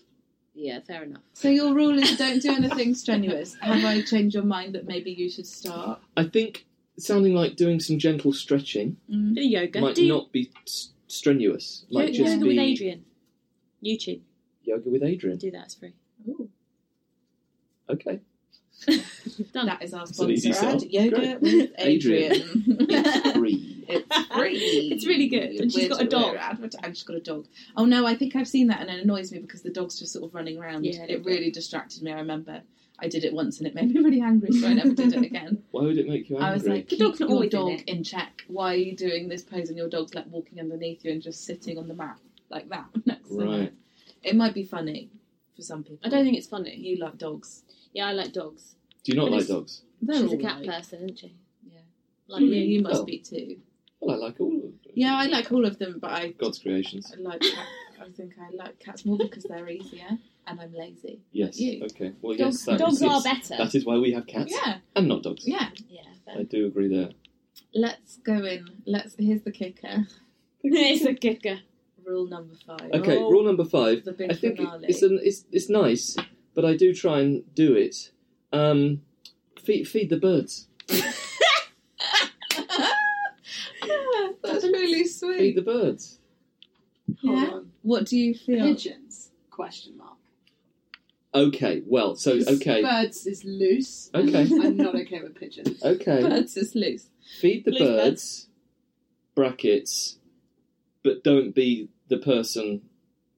Speaker 5: Yeah. Fair enough.
Speaker 3: So your rule is don't [laughs] do anything strenuous. Have I changed your mind that maybe you should start?
Speaker 4: I think sounding like doing some gentle stretching
Speaker 3: Mm.
Speaker 5: Bit of yoga.
Speaker 4: might
Speaker 5: Do you-
Speaker 4: not be s- strenuous. Might
Speaker 5: yoga
Speaker 4: just
Speaker 5: yoga
Speaker 4: be
Speaker 5: with Adrian. YouTube.
Speaker 4: yoga with Adrian.
Speaker 5: Do that. It's free.
Speaker 3: Ooh, [laughs]
Speaker 4: Okay,
Speaker 5: Done.
Speaker 3: that is our
Speaker 4: It's an easy
Speaker 3: sponsor ad.
Speaker 4: sell.
Speaker 3: Yoga
Speaker 4: Great.
Speaker 3: with
Speaker 4: Adrian.
Speaker 3: Adrian.
Speaker 5: [laughs]
Speaker 4: it's free.
Speaker 3: It's free.
Speaker 5: It's really good, and
Speaker 3: We're-
Speaker 5: she's got a dog.
Speaker 3: we're advert- and she's got a dog. Oh no, I think I've seen that, and it annoys me because the dog's just sort of running around.
Speaker 5: Yeah,
Speaker 3: it really distracted me. I remember I did it once, and it made me really angry, so I never did it again.
Speaker 4: Why would it make you [laughs] angry?
Speaker 3: I was like,
Speaker 5: The
Speaker 3: "Keep
Speaker 5: dog's not
Speaker 3: your
Speaker 5: always in
Speaker 3: dog
Speaker 5: it."
Speaker 3: in check. Why are you doing this pose? And your dog's like walking underneath you and just sitting on the mat like that. [laughs] Next to me.
Speaker 4: right.
Speaker 3: It might be funny for some people.
Speaker 5: I don't think it's funny.
Speaker 3: you like dogs.
Speaker 5: Yeah, I like dogs.
Speaker 4: Do you not
Speaker 5: But
Speaker 4: like
Speaker 5: it's-
Speaker 4: dogs?
Speaker 3: They're
Speaker 5: She's a
Speaker 3: all
Speaker 5: cat
Speaker 3: right.
Speaker 5: person, isn't she?
Speaker 3: Yeah.
Speaker 5: Like
Speaker 3: you,
Speaker 5: me.
Speaker 3: you must
Speaker 4: Oh.
Speaker 3: be too.
Speaker 4: Well, I like all of them.
Speaker 3: Yeah, I like all of them, but I
Speaker 4: God's creations.
Speaker 3: I like cat, I think I like cats more because they're easier and I'm lazy.
Speaker 4: Yes.
Speaker 3: you.
Speaker 4: Okay. Well, yes.
Speaker 5: Dogs,
Speaker 4: that
Speaker 5: dogs
Speaker 4: is-
Speaker 5: are
Speaker 4: yes.
Speaker 5: better.
Speaker 4: That is why we have cats
Speaker 3: Yeah,
Speaker 4: and not dogs.
Speaker 3: yeah.
Speaker 4: [laughs]
Speaker 5: Yeah,
Speaker 4: I do agree there.
Speaker 3: Let's go in. Let's here's the kicker.
Speaker 5: [laughs] it's a kicker.
Speaker 3: Rule number five. [laughs]
Speaker 4: Okay,
Speaker 5: Oh.
Speaker 4: rule number five.
Speaker 3: The big
Speaker 4: I think it-
Speaker 3: finale.
Speaker 4: it's an, it's it's nice, but I do try and do it. Um, feed feed the birds.
Speaker 3: Ah, that's really
Speaker 4: Feed
Speaker 3: sweet.
Speaker 4: the birds.
Speaker 3: Yeah. What do you feel?
Speaker 7: Pigeons? Question mark.
Speaker 4: Okay. Well, so okay,
Speaker 7: Birds is loose.
Speaker 4: Okay.
Speaker 3: [laughs]
Speaker 7: I'm not okay with pigeons.
Speaker 4: okay.
Speaker 3: Birds is loose.
Speaker 4: Feed the
Speaker 5: Please, birds.
Speaker 4: birds. Brackets, but don't be the person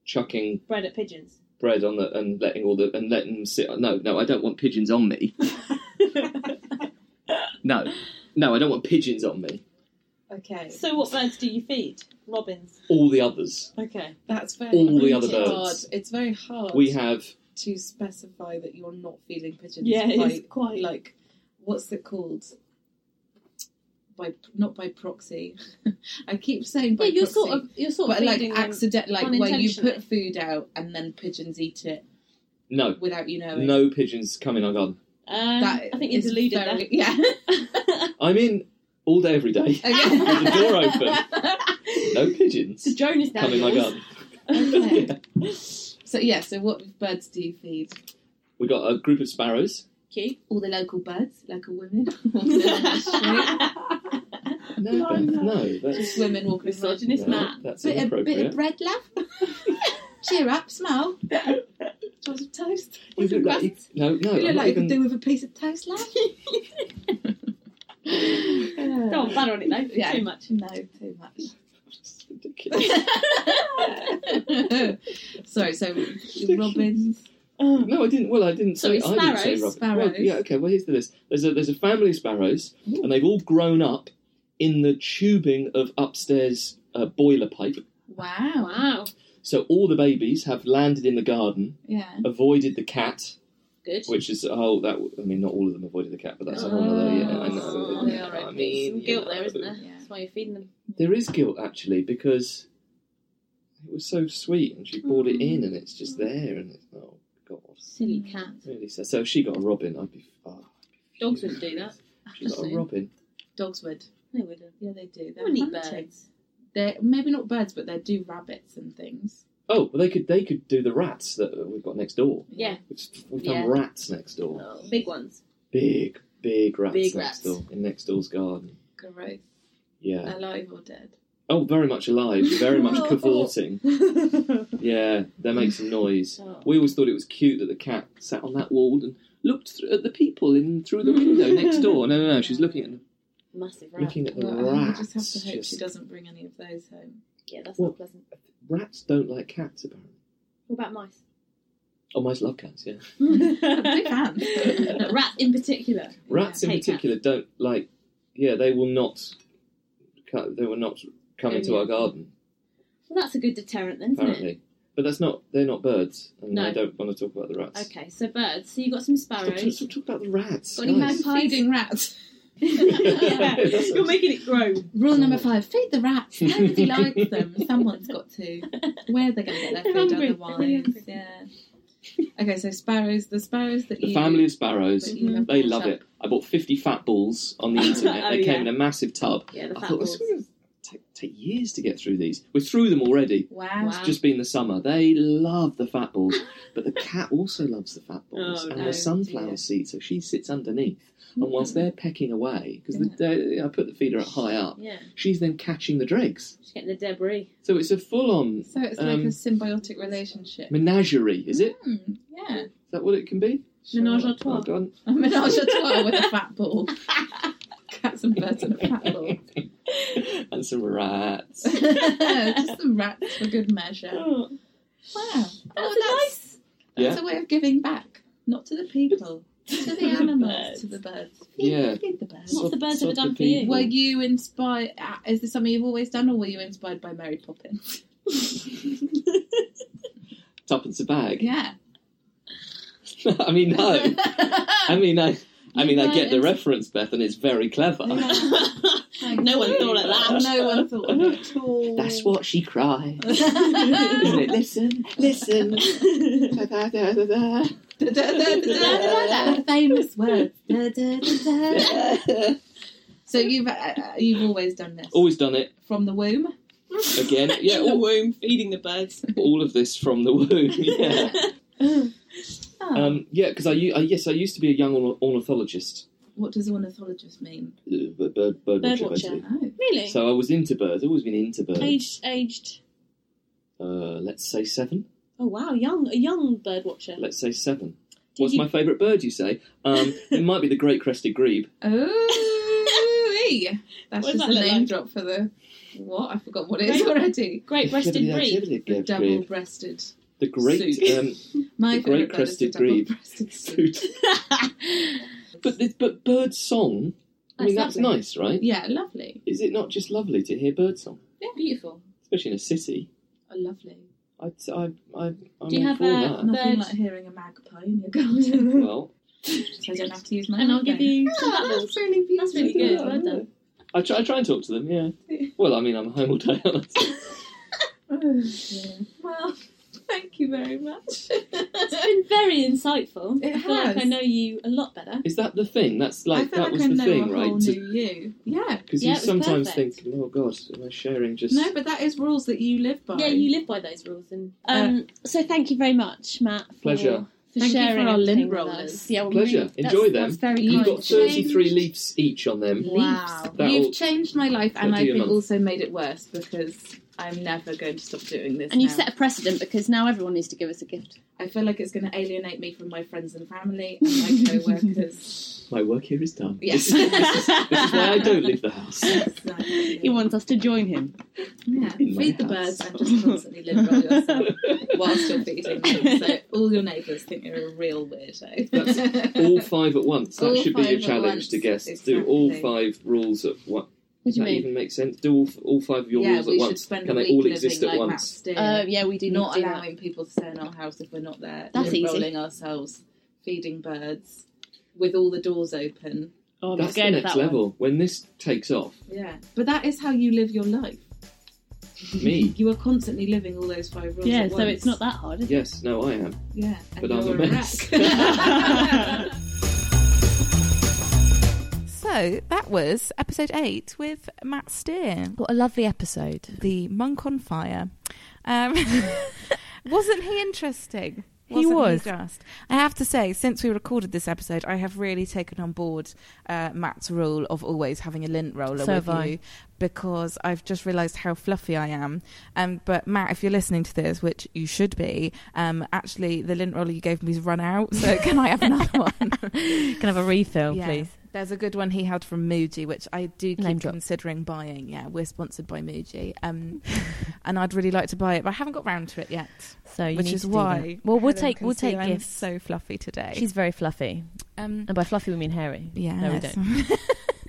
Speaker 4: chucking
Speaker 5: Bread at pigeons.
Speaker 4: bread on the and letting all the and letting them sit. No, no, I don't want pigeons
Speaker 3: [laughs]
Speaker 4: on me. No, no, I don't want pigeons on me.
Speaker 3: Okay,
Speaker 5: so, what birds do you feed? Robins.
Speaker 4: All the others.
Speaker 5: Okay.
Speaker 3: that's very
Speaker 4: All the other
Speaker 3: it's
Speaker 4: birds.
Speaker 3: Hard. It's very hard
Speaker 4: We have
Speaker 3: to specify that you're not feeling pigeons.
Speaker 5: Yeah, it's
Speaker 3: by,
Speaker 5: quite.
Speaker 3: like what's it called? By not by proxy. [laughs] I keep saying by
Speaker 5: yeah, you're
Speaker 3: proxy.
Speaker 5: sort of you're sort
Speaker 3: but
Speaker 5: of
Speaker 3: like
Speaker 5: feeding them.
Speaker 3: accident, like where you put
Speaker 5: unintentionally.
Speaker 3: food out and then pigeons eat it
Speaker 4: no,
Speaker 3: without you knowing.
Speaker 4: no pigeons come in our garden.
Speaker 5: Um,
Speaker 3: That
Speaker 5: I think you're
Speaker 3: is
Speaker 5: deluded
Speaker 3: very-
Speaker 5: there.
Speaker 3: Yeah.
Speaker 4: I'm in all day, every
Speaker 3: [laughs]
Speaker 4: day.
Speaker 3: Okay.
Speaker 4: With the door open.
Speaker 5: [laughs]
Speaker 4: No
Speaker 5: so
Speaker 4: pigeons
Speaker 5: Joan is now
Speaker 4: come in my
Speaker 5: yours. [laughs]
Speaker 4: garden. [laughs]
Speaker 3: Okay.
Speaker 4: Yeah.
Speaker 3: So yeah. So what birds do you feed?
Speaker 4: We got a group of sparrows.
Speaker 5: Cute.
Speaker 3: All the local birds, local women. [laughs] walking down the street.
Speaker 4: No, that- no, that's
Speaker 3: Just women walking around.
Speaker 5: Misogynist
Speaker 4: no,
Speaker 5: man.
Speaker 4: That's
Speaker 3: Bit of, [laughs]
Speaker 4: inappropriate.
Speaker 3: bit of bread, love. Cheer up, smile. slice of toast?
Speaker 4: You
Speaker 3: With
Speaker 4: look
Speaker 3: a
Speaker 4: like you,
Speaker 3: crust?
Speaker 4: no, no.
Speaker 3: You
Speaker 4: Oh, I'm
Speaker 3: look
Speaker 4: not
Speaker 3: like you
Speaker 4: even,
Speaker 3: could do with a piece of toast,
Speaker 4: [laughs]
Speaker 3: lad.
Speaker 5: Don't bad on it though.
Speaker 3: Yeah.
Speaker 5: Too much.
Speaker 3: No, too much. [laughs]
Speaker 4: It's ridiculous.
Speaker 3: Sorry, so robins.
Speaker 4: No, I didn't. Well, I didn't
Speaker 5: So
Speaker 4: say.
Speaker 5: it's
Speaker 4: I didn't say
Speaker 5: sparrows,
Speaker 4: Robin.
Speaker 3: sparrows.
Speaker 4: Well, yeah. Okay. Well, here's the list. There's a there's a family of sparrows, and they've all grown up in the tubing of upstairs uh, boiler pipe.
Speaker 3: Wow.
Speaker 5: Oh, Wow.
Speaker 4: So all the babies have landed in the garden,
Speaker 3: Yeah.
Speaker 4: avoided the cat,
Speaker 5: Good.
Speaker 4: which is oh that. I mean, not all of them avoided the cat, but that's a whole other. Yeah, I know.
Speaker 5: Oh,
Speaker 4: yeah,
Speaker 5: alright,
Speaker 4: I
Speaker 5: there's
Speaker 4: mean,
Speaker 5: some
Speaker 4: you
Speaker 5: guilt
Speaker 4: know,
Speaker 5: there, isn't there?
Speaker 3: Yeah.
Speaker 5: That's why you're feeding them.
Speaker 4: There is guilt actually because it was so sweet, and she brought it
Speaker 5: Mm.
Speaker 4: in, and it's just there, and it's oh god,
Speaker 5: Silly cat.
Speaker 4: really sad. So if she got a robin, I'd be. Oh,
Speaker 5: Dogs wouldn't do that.
Speaker 4: she got a
Speaker 5: Absolutely.
Speaker 4: robin.
Speaker 3: Dogs would.
Speaker 5: They wouldn't.
Speaker 3: Yeah, they do.
Speaker 5: They
Speaker 3: They're
Speaker 5: wouldn't eat
Speaker 3: hunting.
Speaker 5: birds.
Speaker 3: They're maybe not birds, but they do rabbits and things.
Speaker 4: Oh, well, they could they could do the rats that we've got next door.
Speaker 5: Yeah.
Speaker 4: We've, we've
Speaker 5: Yeah.
Speaker 4: found rats next door.
Speaker 5: Oh, big ones.
Speaker 4: Big, big rats
Speaker 5: Big
Speaker 4: next
Speaker 5: rats.
Speaker 4: door in next door's garden.
Speaker 3: Gross.
Speaker 4: Yeah.
Speaker 3: Alive or dead.
Speaker 4: Oh, very much alive.
Speaker 3: [laughs]
Speaker 4: Very much
Speaker 5: Oh.
Speaker 4: cavorting. Yeah, they make
Speaker 3: [laughs]
Speaker 4: some noise.
Speaker 5: Oh.
Speaker 4: We always thought it was cute that the cat sat on that wall and looked thr at the people in through
Speaker 3: [laughs]
Speaker 4: the window next door. No, no, no. She's looking at
Speaker 5: Massive rat.
Speaker 4: looking at the
Speaker 3: Well, I
Speaker 4: rats.
Speaker 3: just have to hope
Speaker 4: just-
Speaker 3: she doesn't bring any of those home. [laughs]
Speaker 5: Yeah, that's
Speaker 4: Well-
Speaker 5: not pleasant.
Speaker 4: Rats don't like cats apparently.
Speaker 5: What about [laughs] mice?
Speaker 4: Oh, mice love cats. Yeah.
Speaker 5: [laughs]
Speaker 3: Big
Speaker 4: [laughs]
Speaker 3: hands.
Speaker 5: No, rats in particular.
Speaker 4: Rats in
Speaker 5: Hate cats.
Speaker 4: particular don't like. Yeah, they will not. co- They will not come
Speaker 5: Oh,
Speaker 4: into
Speaker 5: yeah.
Speaker 4: our garden.
Speaker 5: Well, that's a good deterrent then, isn't it?
Speaker 4: Apparently, but that's not. They're not birds, and
Speaker 5: No.
Speaker 4: I don't want to talk about the rats.
Speaker 5: Okay, so birds. So you got some
Speaker 4: Stop, stop,
Speaker 5: sparrows.
Speaker 4: stop, talk about the rats.
Speaker 5: Got any
Speaker 4: guys.
Speaker 5: magpies?
Speaker 3: Feeding rats.
Speaker 5: [laughs] [laughs]
Speaker 4: [laughs]
Speaker 5: yeah.
Speaker 4: That's-
Speaker 5: You're making it grow.
Speaker 3: Rule number five: feed the rats. Nobody
Speaker 4: [laughs]
Speaker 3: likes them. Someone's got to. Where they're going to get their
Speaker 5: They're
Speaker 3: food
Speaker 5: hungry.
Speaker 4: [laughs]
Speaker 5: They're
Speaker 3: otherwise?
Speaker 5: hungry.
Speaker 3: Yeah. Okay, so sparrows. The sparrows that
Speaker 4: The
Speaker 3: you.
Speaker 4: family of sparrows.
Speaker 3: that you have
Speaker 4: They
Speaker 3: brought
Speaker 4: love
Speaker 3: up.
Speaker 4: it. I bought fifty fat balls on the
Speaker 5: [laughs]
Speaker 4: internet.
Speaker 5: Oh,
Speaker 4: they came
Speaker 5: yeah.
Speaker 4: in a massive tub.
Speaker 5: Yeah, the
Speaker 4: I
Speaker 5: fat
Speaker 4: thought
Speaker 5: balls.
Speaker 4: this will take, take years to get through these. We're through them already.
Speaker 3: Wow.
Speaker 5: Wow.
Speaker 4: It's just been the summer. They love the fat
Speaker 5: [laughs]
Speaker 4: balls, but the cat also loves the fat balls
Speaker 5: Oh,
Speaker 4: and
Speaker 5: no,
Speaker 4: the sunflower
Speaker 3: dear.
Speaker 4: seed. So she sits underneath, and whilst they're pecking away, because I put the feeder at high up,
Speaker 5: Yeah,
Speaker 4: she's then catching the dregs.
Speaker 5: just getting the debris.
Speaker 4: So it's a full-on
Speaker 3: So it's like
Speaker 4: Um,
Speaker 3: a symbiotic relationship.
Speaker 4: menagerie, is it?
Speaker 3: Hmm, yeah.
Speaker 4: Is that what it can be?
Speaker 5: Menage a
Speaker 4: Oh,
Speaker 5: trois.
Speaker 4: God.
Speaker 5: [laughs]
Speaker 3: A menage a trois with a fat [laughs] ball. Cats and birds and a fat [laughs] ball.
Speaker 4: [laughs] and some rats.
Speaker 3: Just some rats for good measure. Wow.
Speaker 5: [gasps] Oh,
Speaker 3: Oh,
Speaker 5: that's
Speaker 3: that's, that's a way of giving back. Not to the people, to the animals,
Speaker 5: birds.
Speaker 3: to the birds.
Speaker 4: Yeah.
Speaker 3: Feed the birds.
Speaker 5: What's the birds
Speaker 4: Sod-
Speaker 5: ever
Speaker 4: sod
Speaker 5: done
Speaker 4: the
Speaker 5: for you?
Speaker 4: people.
Speaker 3: Were you inspired? Uh, is this something you've always done, or were you inspired by Mary Poppins?
Speaker 4: Tuppence a
Speaker 3: [laughs]
Speaker 4: bag.
Speaker 3: Yeah.
Speaker 4: [laughs] I
Speaker 5: [laughs]
Speaker 4: mean, no. I mean, I. I mean, I
Speaker 3: No,
Speaker 4: get the
Speaker 3: it's-
Speaker 4: reference, Beth, and it's very clever.
Speaker 5: No one thought of that.
Speaker 3: No one thought of it at all.
Speaker 4: That's what she cried.
Speaker 3: Da,
Speaker 4: Isn't it? Listen, listen. Da, da, da, da, da.
Speaker 3: da, da, da, da, da. Famous words. Da, da, da, da. So you've uh, uh, you've always done this
Speaker 4: Always done it
Speaker 3: from the womb.
Speaker 4: again. Yeah,
Speaker 5: in the
Speaker 4: all,
Speaker 5: womb, feeding the birds.
Speaker 4: all of this from the womb. [laughs] Yeah,
Speaker 3: Oh,
Speaker 4: um, yeah. Because I, u- I, yes, I used to be a young orn- ornithologist,
Speaker 3: what does ornithologist mean?
Speaker 4: uh, bird, bird, bird watcher,
Speaker 5: watcher.
Speaker 4: basically.
Speaker 3: Oh,
Speaker 5: Really?
Speaker 4: So I was into birds. I've always been into birds.
Speaker 5: aged, aged.
Speaker 4: Uh, let's say seven.
Speaker 5: Oh wow, young, a young bird watcher.
Speaker 4: Let's say seven.
Speaker 5: Did
Speaker 4: What's
Speaker 5: you-
Speaker 4: my favourite bird? You say? Um, it might be the great crested grebe.
Speaker 3: Ooh-wee. that's
Speaker 5: What does
Speaker 3: just
Speaker 5: that
Speaker 3: a
Speaker 5: look
Speaker 3: name
Speaker 5: like?
Speaker 3: drop for the what? I forgot what it is
Speaker 5: Right.
Speaker 3: already.
Speaker 4: [laughs]
Speaker 5: Great breasted
Speaker 4: Exhibited-
Speaker 5: breed.
Speaker 4: exhibited
Speaker 3: The
Speaker 4: grebe.
Speaker 3: double-breasted.
Speaker 4: The great.
Speaker 3: Soup.
Speaker 4: [laughs] Um,
Speaker 3: My
Speaker 4: The
Speaker 3: favourite
Speaker 4: great
Speaker 3: bird is the
Speaker 4: crested grebe. [laughs]
Speaker 3: double-breasted
Speaker 4: Soup.
Speaker 5: [laughs]
Speaker 4: but the, but bird song. I mean, that's
Speaker 3: That's
Speaker 4: nice, right?
Speaker 3: Yeah, lovely.
Speaker 4: Is it not just lovely to hear bird song,
Speaker 5: Beautiful.
Speaker 4: especially in a city?
Speaker 3: Oh, lovely.
Speaker 4: I, I, I, I'm
Speaker 5: Do you
Speaker 4: all
Speaker 5: have
Speaker 4: for
Speaker 5: a-
Speaker 4: that.
Speaker 3: Nothing
Speaker 5: Bird.
Speaker 3: like hearing a magpie in your garden. [laughs]
Speaker 4: Well,
Speaker 3: so I don't have to use my
Speaker 5: And I'll give
Speaker 3: iPhone.
Speaker 5: you some
Speaker 3: Oh,
Speaker 5: apples.
Speaker 3: that's really beautiful.
Speaker 5: That's really good. Well done.
Speaker 4: I try, I try and talk to them. Yeah. Well, I mean, I'm home all day. honestly.
Speaker 8: [sighs]
Speaker 3: Oh, yeah. Well, thank you very
Speaker 5: [laughs]
Speaker 3: much.
Speaker 5: It's been very insightful.
Speaker 3: It
Speaker 5: I feel like
Speaker 3: has.
Speaker 5: I know you a lot better.
Speaker 4: [laughs] Is that the thing? That's
Speaker 3: I
Speaker 4: like
Speaker 3: feel
Speaker 4: that
Speaker 3: like
Speaker 4: was
Speaker 3: I
Speaker 4: the
Speaker 3: know a
Speaker 4: thing,
Speaker 3: whole
Speaker 4: right?
Speaker 3: new you. Yeah.
Speaker 4: Because
Speaker 5: Yeah,
Speaker 4: you
Speaker 5: it was
Speaker 4: sometimes
Speaker 5: perfect.
Speaker 4: think, oh god, am I sharing just?
Speaker 3: No, but that is rules that you live by.
Speaker 5: Yeah, you live by those rules. And
Speaker 3: Uh,
Speaker 5: um, so, thank you very much, Matt. For,
Speaker 4: Pleasure.
Speaker 5: For
Speaker 3: Thank you for
Speaker 5: sharing
Speaker 3: our lint
Speaker 5: everything with
Speaker 3: rollers.
Speaker 5: us. Yeah, well,
Speaker 4: Pleasure.
Speaker 5: really- that's-
Speaker 4: Enjoy them.
Speaker 5: That's very
Speaker 4: You've
Speaker 5: kind of
Speaker 4: got
Speaker 5: you.
Speaker 4: 33 leaps each on them.
Speaker 3: Wow.
Speaker 4: That'll-
Speaker 3: You've changed my life and
Speaker 4: That'll
Speaker 3: I
Speaker 4: do your
Speaker 3: think
Speaker 4: month.
Speaker 3: also made it worse because
Speaker 8: I'm never going to stop doing this.
Speaker 5: And you've
Speaker 8: now.
Speaker 5: set a precedent because now everyone needs to give us a gift.
Speaker 8: I feel like it's going to alienate me from my friends and family and
Speaker 5: [laughs]
Speaker 8: my co-workers.
Speaker 4: My work here is done.
Speaker 8: Yes.
Speaker 4: [laughs] [laughs] This, this, is, this
Speaker 5: [laughs]
Speaker 4: is why I don't leave the house.
Speaker 8: Exactly.
Speaker 5: He wants us to join him.
Speaker 8: Yeah,
Speaker 4: In my
Speaker 8: feed the
Speaker 4: house.
Speaker 8: birds and just constantly live on
Speaker 4: [laughs]
Speaker 8: yourself whilst you're feeding them. So all your neighbours think you're a real weirdo.
Speaker 4: That's all five at once. That
Speaker 8: All
Speaker 4: should be a
Speaker 8: five at
Speaker 4: challenge
Speaker 8: once,
Speaker 4: to guess. Do all
Speaker 8: exactly.
Speaker 4: five rules at once.
Speaker 5: What
Speaker 4: Does
Speaker 5: do you
Speaker 4: that
Speaker 5: mean?
Speaker 4: even make sense? Do all, all five of your
Speaker 8: yeah,
Speaker 4: rules
Speaker 8: we
Speaker 4: at
Speaker 8: should
Speaker 4: once?
Speaker 8: spend
Speaker 4: Can
Speaker 8: a
Speaker 4: they
Speaker 8: week
Speaker 4: all exist
Speaker 8: living
Speaker 4: at
Speaker 8: like Matt
Speaker 4: once?
Speaker 8: Steele,
Speaker 5: Uh, yeah, we do
Speaker 8: not
Speaker 5: do that.
Speaker 8: allowing people to stay in our house if we're not there.
Speaker 5: That's
Speaker 8: Lip
Speaker 5: easy.
Speaker 8: rolling ourselves, feeding birds, with all the doors open.
Speaker 5: Oh, I'm
Speaker 4: That's the
Speaker 5: scared of
Speaker 4: next
Speaker 5: that
Speaker 4: level. When this takes off,
Speaker 8: Yeah, but that is how you live your life.
Speaker 5: [laughs]
Speaker 4: me.
Speaker 8: You are constantly living all those five rules.
Speaker 5: One. Yeah,
Speaker 8: at
Speaker 5: so
Speaker 8: once.
Speaker 5: it's not that hard. Is
Speaker 4: Yes, no, I am.
Speaker 8: Yeah, and
Speaker 4: But I'm
Speaker 8: you're
Speaker 4: a mess.
Speaker 8: wreck.
Speaker 3: So that was episode eight with Matt Steer,
Speaker 1: What a lovely episode.
Speaker 3: [laughs] the monk on fire. Um, [laughs] wasn't he interesting?
Speaker 1: He
Speaker 3: Wasn't
Speaker 1: was.
Speaker 3: just. I have to say, since we recorded this episode, I have really taken on board uh, Matt's rule of always having a lint roller
Speaker 1: So
Speaker 3: with
Speaker 1: have I.
Speaker 3: you because I've just realised how fluffy I am. Um, but Matt, if you're listening to this, which you should be, um, actually the lint roller you gave me's run out. So can I have
Speaker 1: [laughs]
Speaker 3: another one?
Speaker 1: Can I have a refill,
Speaker 3: Yeah.
Speaker 1: Oh, please?
Speaker 3: There's a good one he had from Muji, which I do keep
Speaker 1: Name drop.
Speaker 3: considering buying. Yeah, we're sponsored by Muji, um, and I'd really like to buy it, but I haven't got round to it yet,
Speaker 1: So Oh, you
Speaker 3: which
Speaker 1: need
Speaker 3: is
Speaker 1: to do
Speaker 3: why.
Speaker 1: that. Well, we'll
Speaker 3: Helen
Speaker 1: take
Speaker 3: can
Speaker 1: we'll
Speaker 3: see
Speaker 1: take
Speaker 3: I'm
Speaker 1: gifts.
Speaker 3: So fluffy today.
Speaker 1: She's very fluffy,
Speaker 3: um,
Speaker 1: and by fluffy we mean
Speaker 3: [laughs]
Speaker 1: hairy.
Speaker 3: yeah,
Speaker 1: no, we
Speaker 3: that's-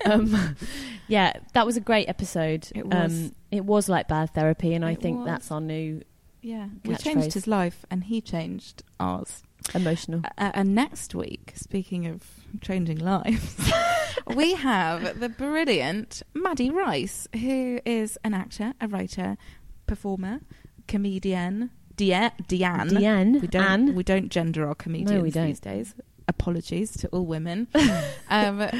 Speaker 1: Um, [laughs] yeah, that was a great episode.
Speaker 3: It was.
Speaker 1: Um, it was like bad therapy, and I
Speaker 3: It
Speaker 1: think
Speaker 3: was.
Speaker 1: that's our new
Speaker 3: yeah. We
Speaker 1: Catchphrase.
Speaker 3: changed his life, and he changed ours.
Speaker 1: emotional.
Speaker 3: Uh, and next week, speaking of changing lives,
Speaker 1: [laughs]
Speaker 3: we have the brilliant Maddie Rice, who is an actor, a writer, performer, comedian. Dia- Deanne.
Speaker 1: Deanne,
Speaker 3: We don't
Speaker 1: Anne.
Speaker 3: we don't gender our comedians
Speaker 1: we don't.
Speaker 3: these days. Apologies to
Speaker 1: [laughs]
Speaker 3: all women. um, uh,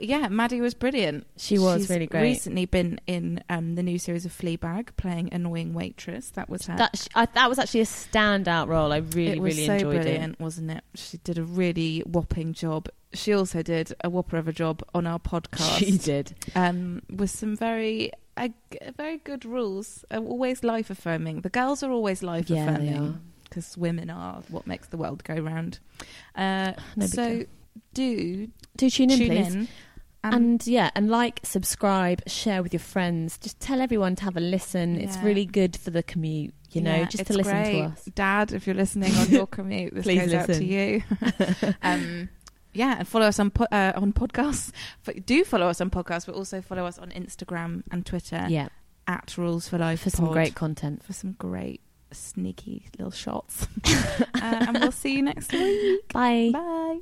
Speaker 3: yeah, Maddie was brilliant.
Speaker 1: She was
Speaker 3: She's
Speaker 1: really great.
Speaker 3: Recently been in um, the new series of Fleabag, playing annoying waitress. That was her.
Speaker 1: That sh- I, that was actually a standout role. I really,
Speaker 3: Uh, it was
Speaker 1: really
Speaker 3: so
Speaker 1: enjoyed
Speaker 3: brilliant, wasn't it? She did a really whopping job. She also did a whopper of a job on our
Speaker 1: it. [laughs]
Speaker 3: podcast.
Speaker 1: She did.
Speaker 3: um, with some very uh, g- very good rules. Uh, always life affirming. The girls are always life
Speaker 1: Yeah, they
Speaker 3: affirming
Speaker 1: are.
Speaker 3: because women are what makes the world go round. Uh,
Speaker 1: No big
Speaker 3: so
Speaker 1: deal.
Speaker 3: do
Speaker 1: Do tune in,
Speaker 3: tune
Speaker 1: please.
Speaker 3: in. Um,
Speaker 1: And, yeah, and like, subscribe, share with your friends. Just tell everyone to have a listen. It's
Speaker 3: Yeah.
Speaker 1: really good for the commute, you know,
Speaker 3: yeah,
Speaker 1: just to
Speaker 3: it's
Speaker 1: listen
Speaker 3: great.
Speaker 1: to us.
Speaker 3: Dad, if you're listening on your commute,
Speaker 1: [laughs]
Speaker 3: this
Speaker 1: Please
Speaker 3: goes out to
Speaker 1: listen.
Speaker 3: you. [laughs] um, yeah, and follow us on po- uh, on podcasts. But do follow us on podcasts, but also follow us on Instagram and Twitter
Speaker 1: Yeah,
Speaker 3: at Rules for Life
Speaker 1: for some
Speaker 3: Pod
Speaker 1: great content.
Speaker 3: [laughs] for some great
Speaker 1: [laughs]
Speaker 3: sneaky little shots. uh, and we'll see you next week.
Speaker 1: Bye.
Speaker 3: Bye.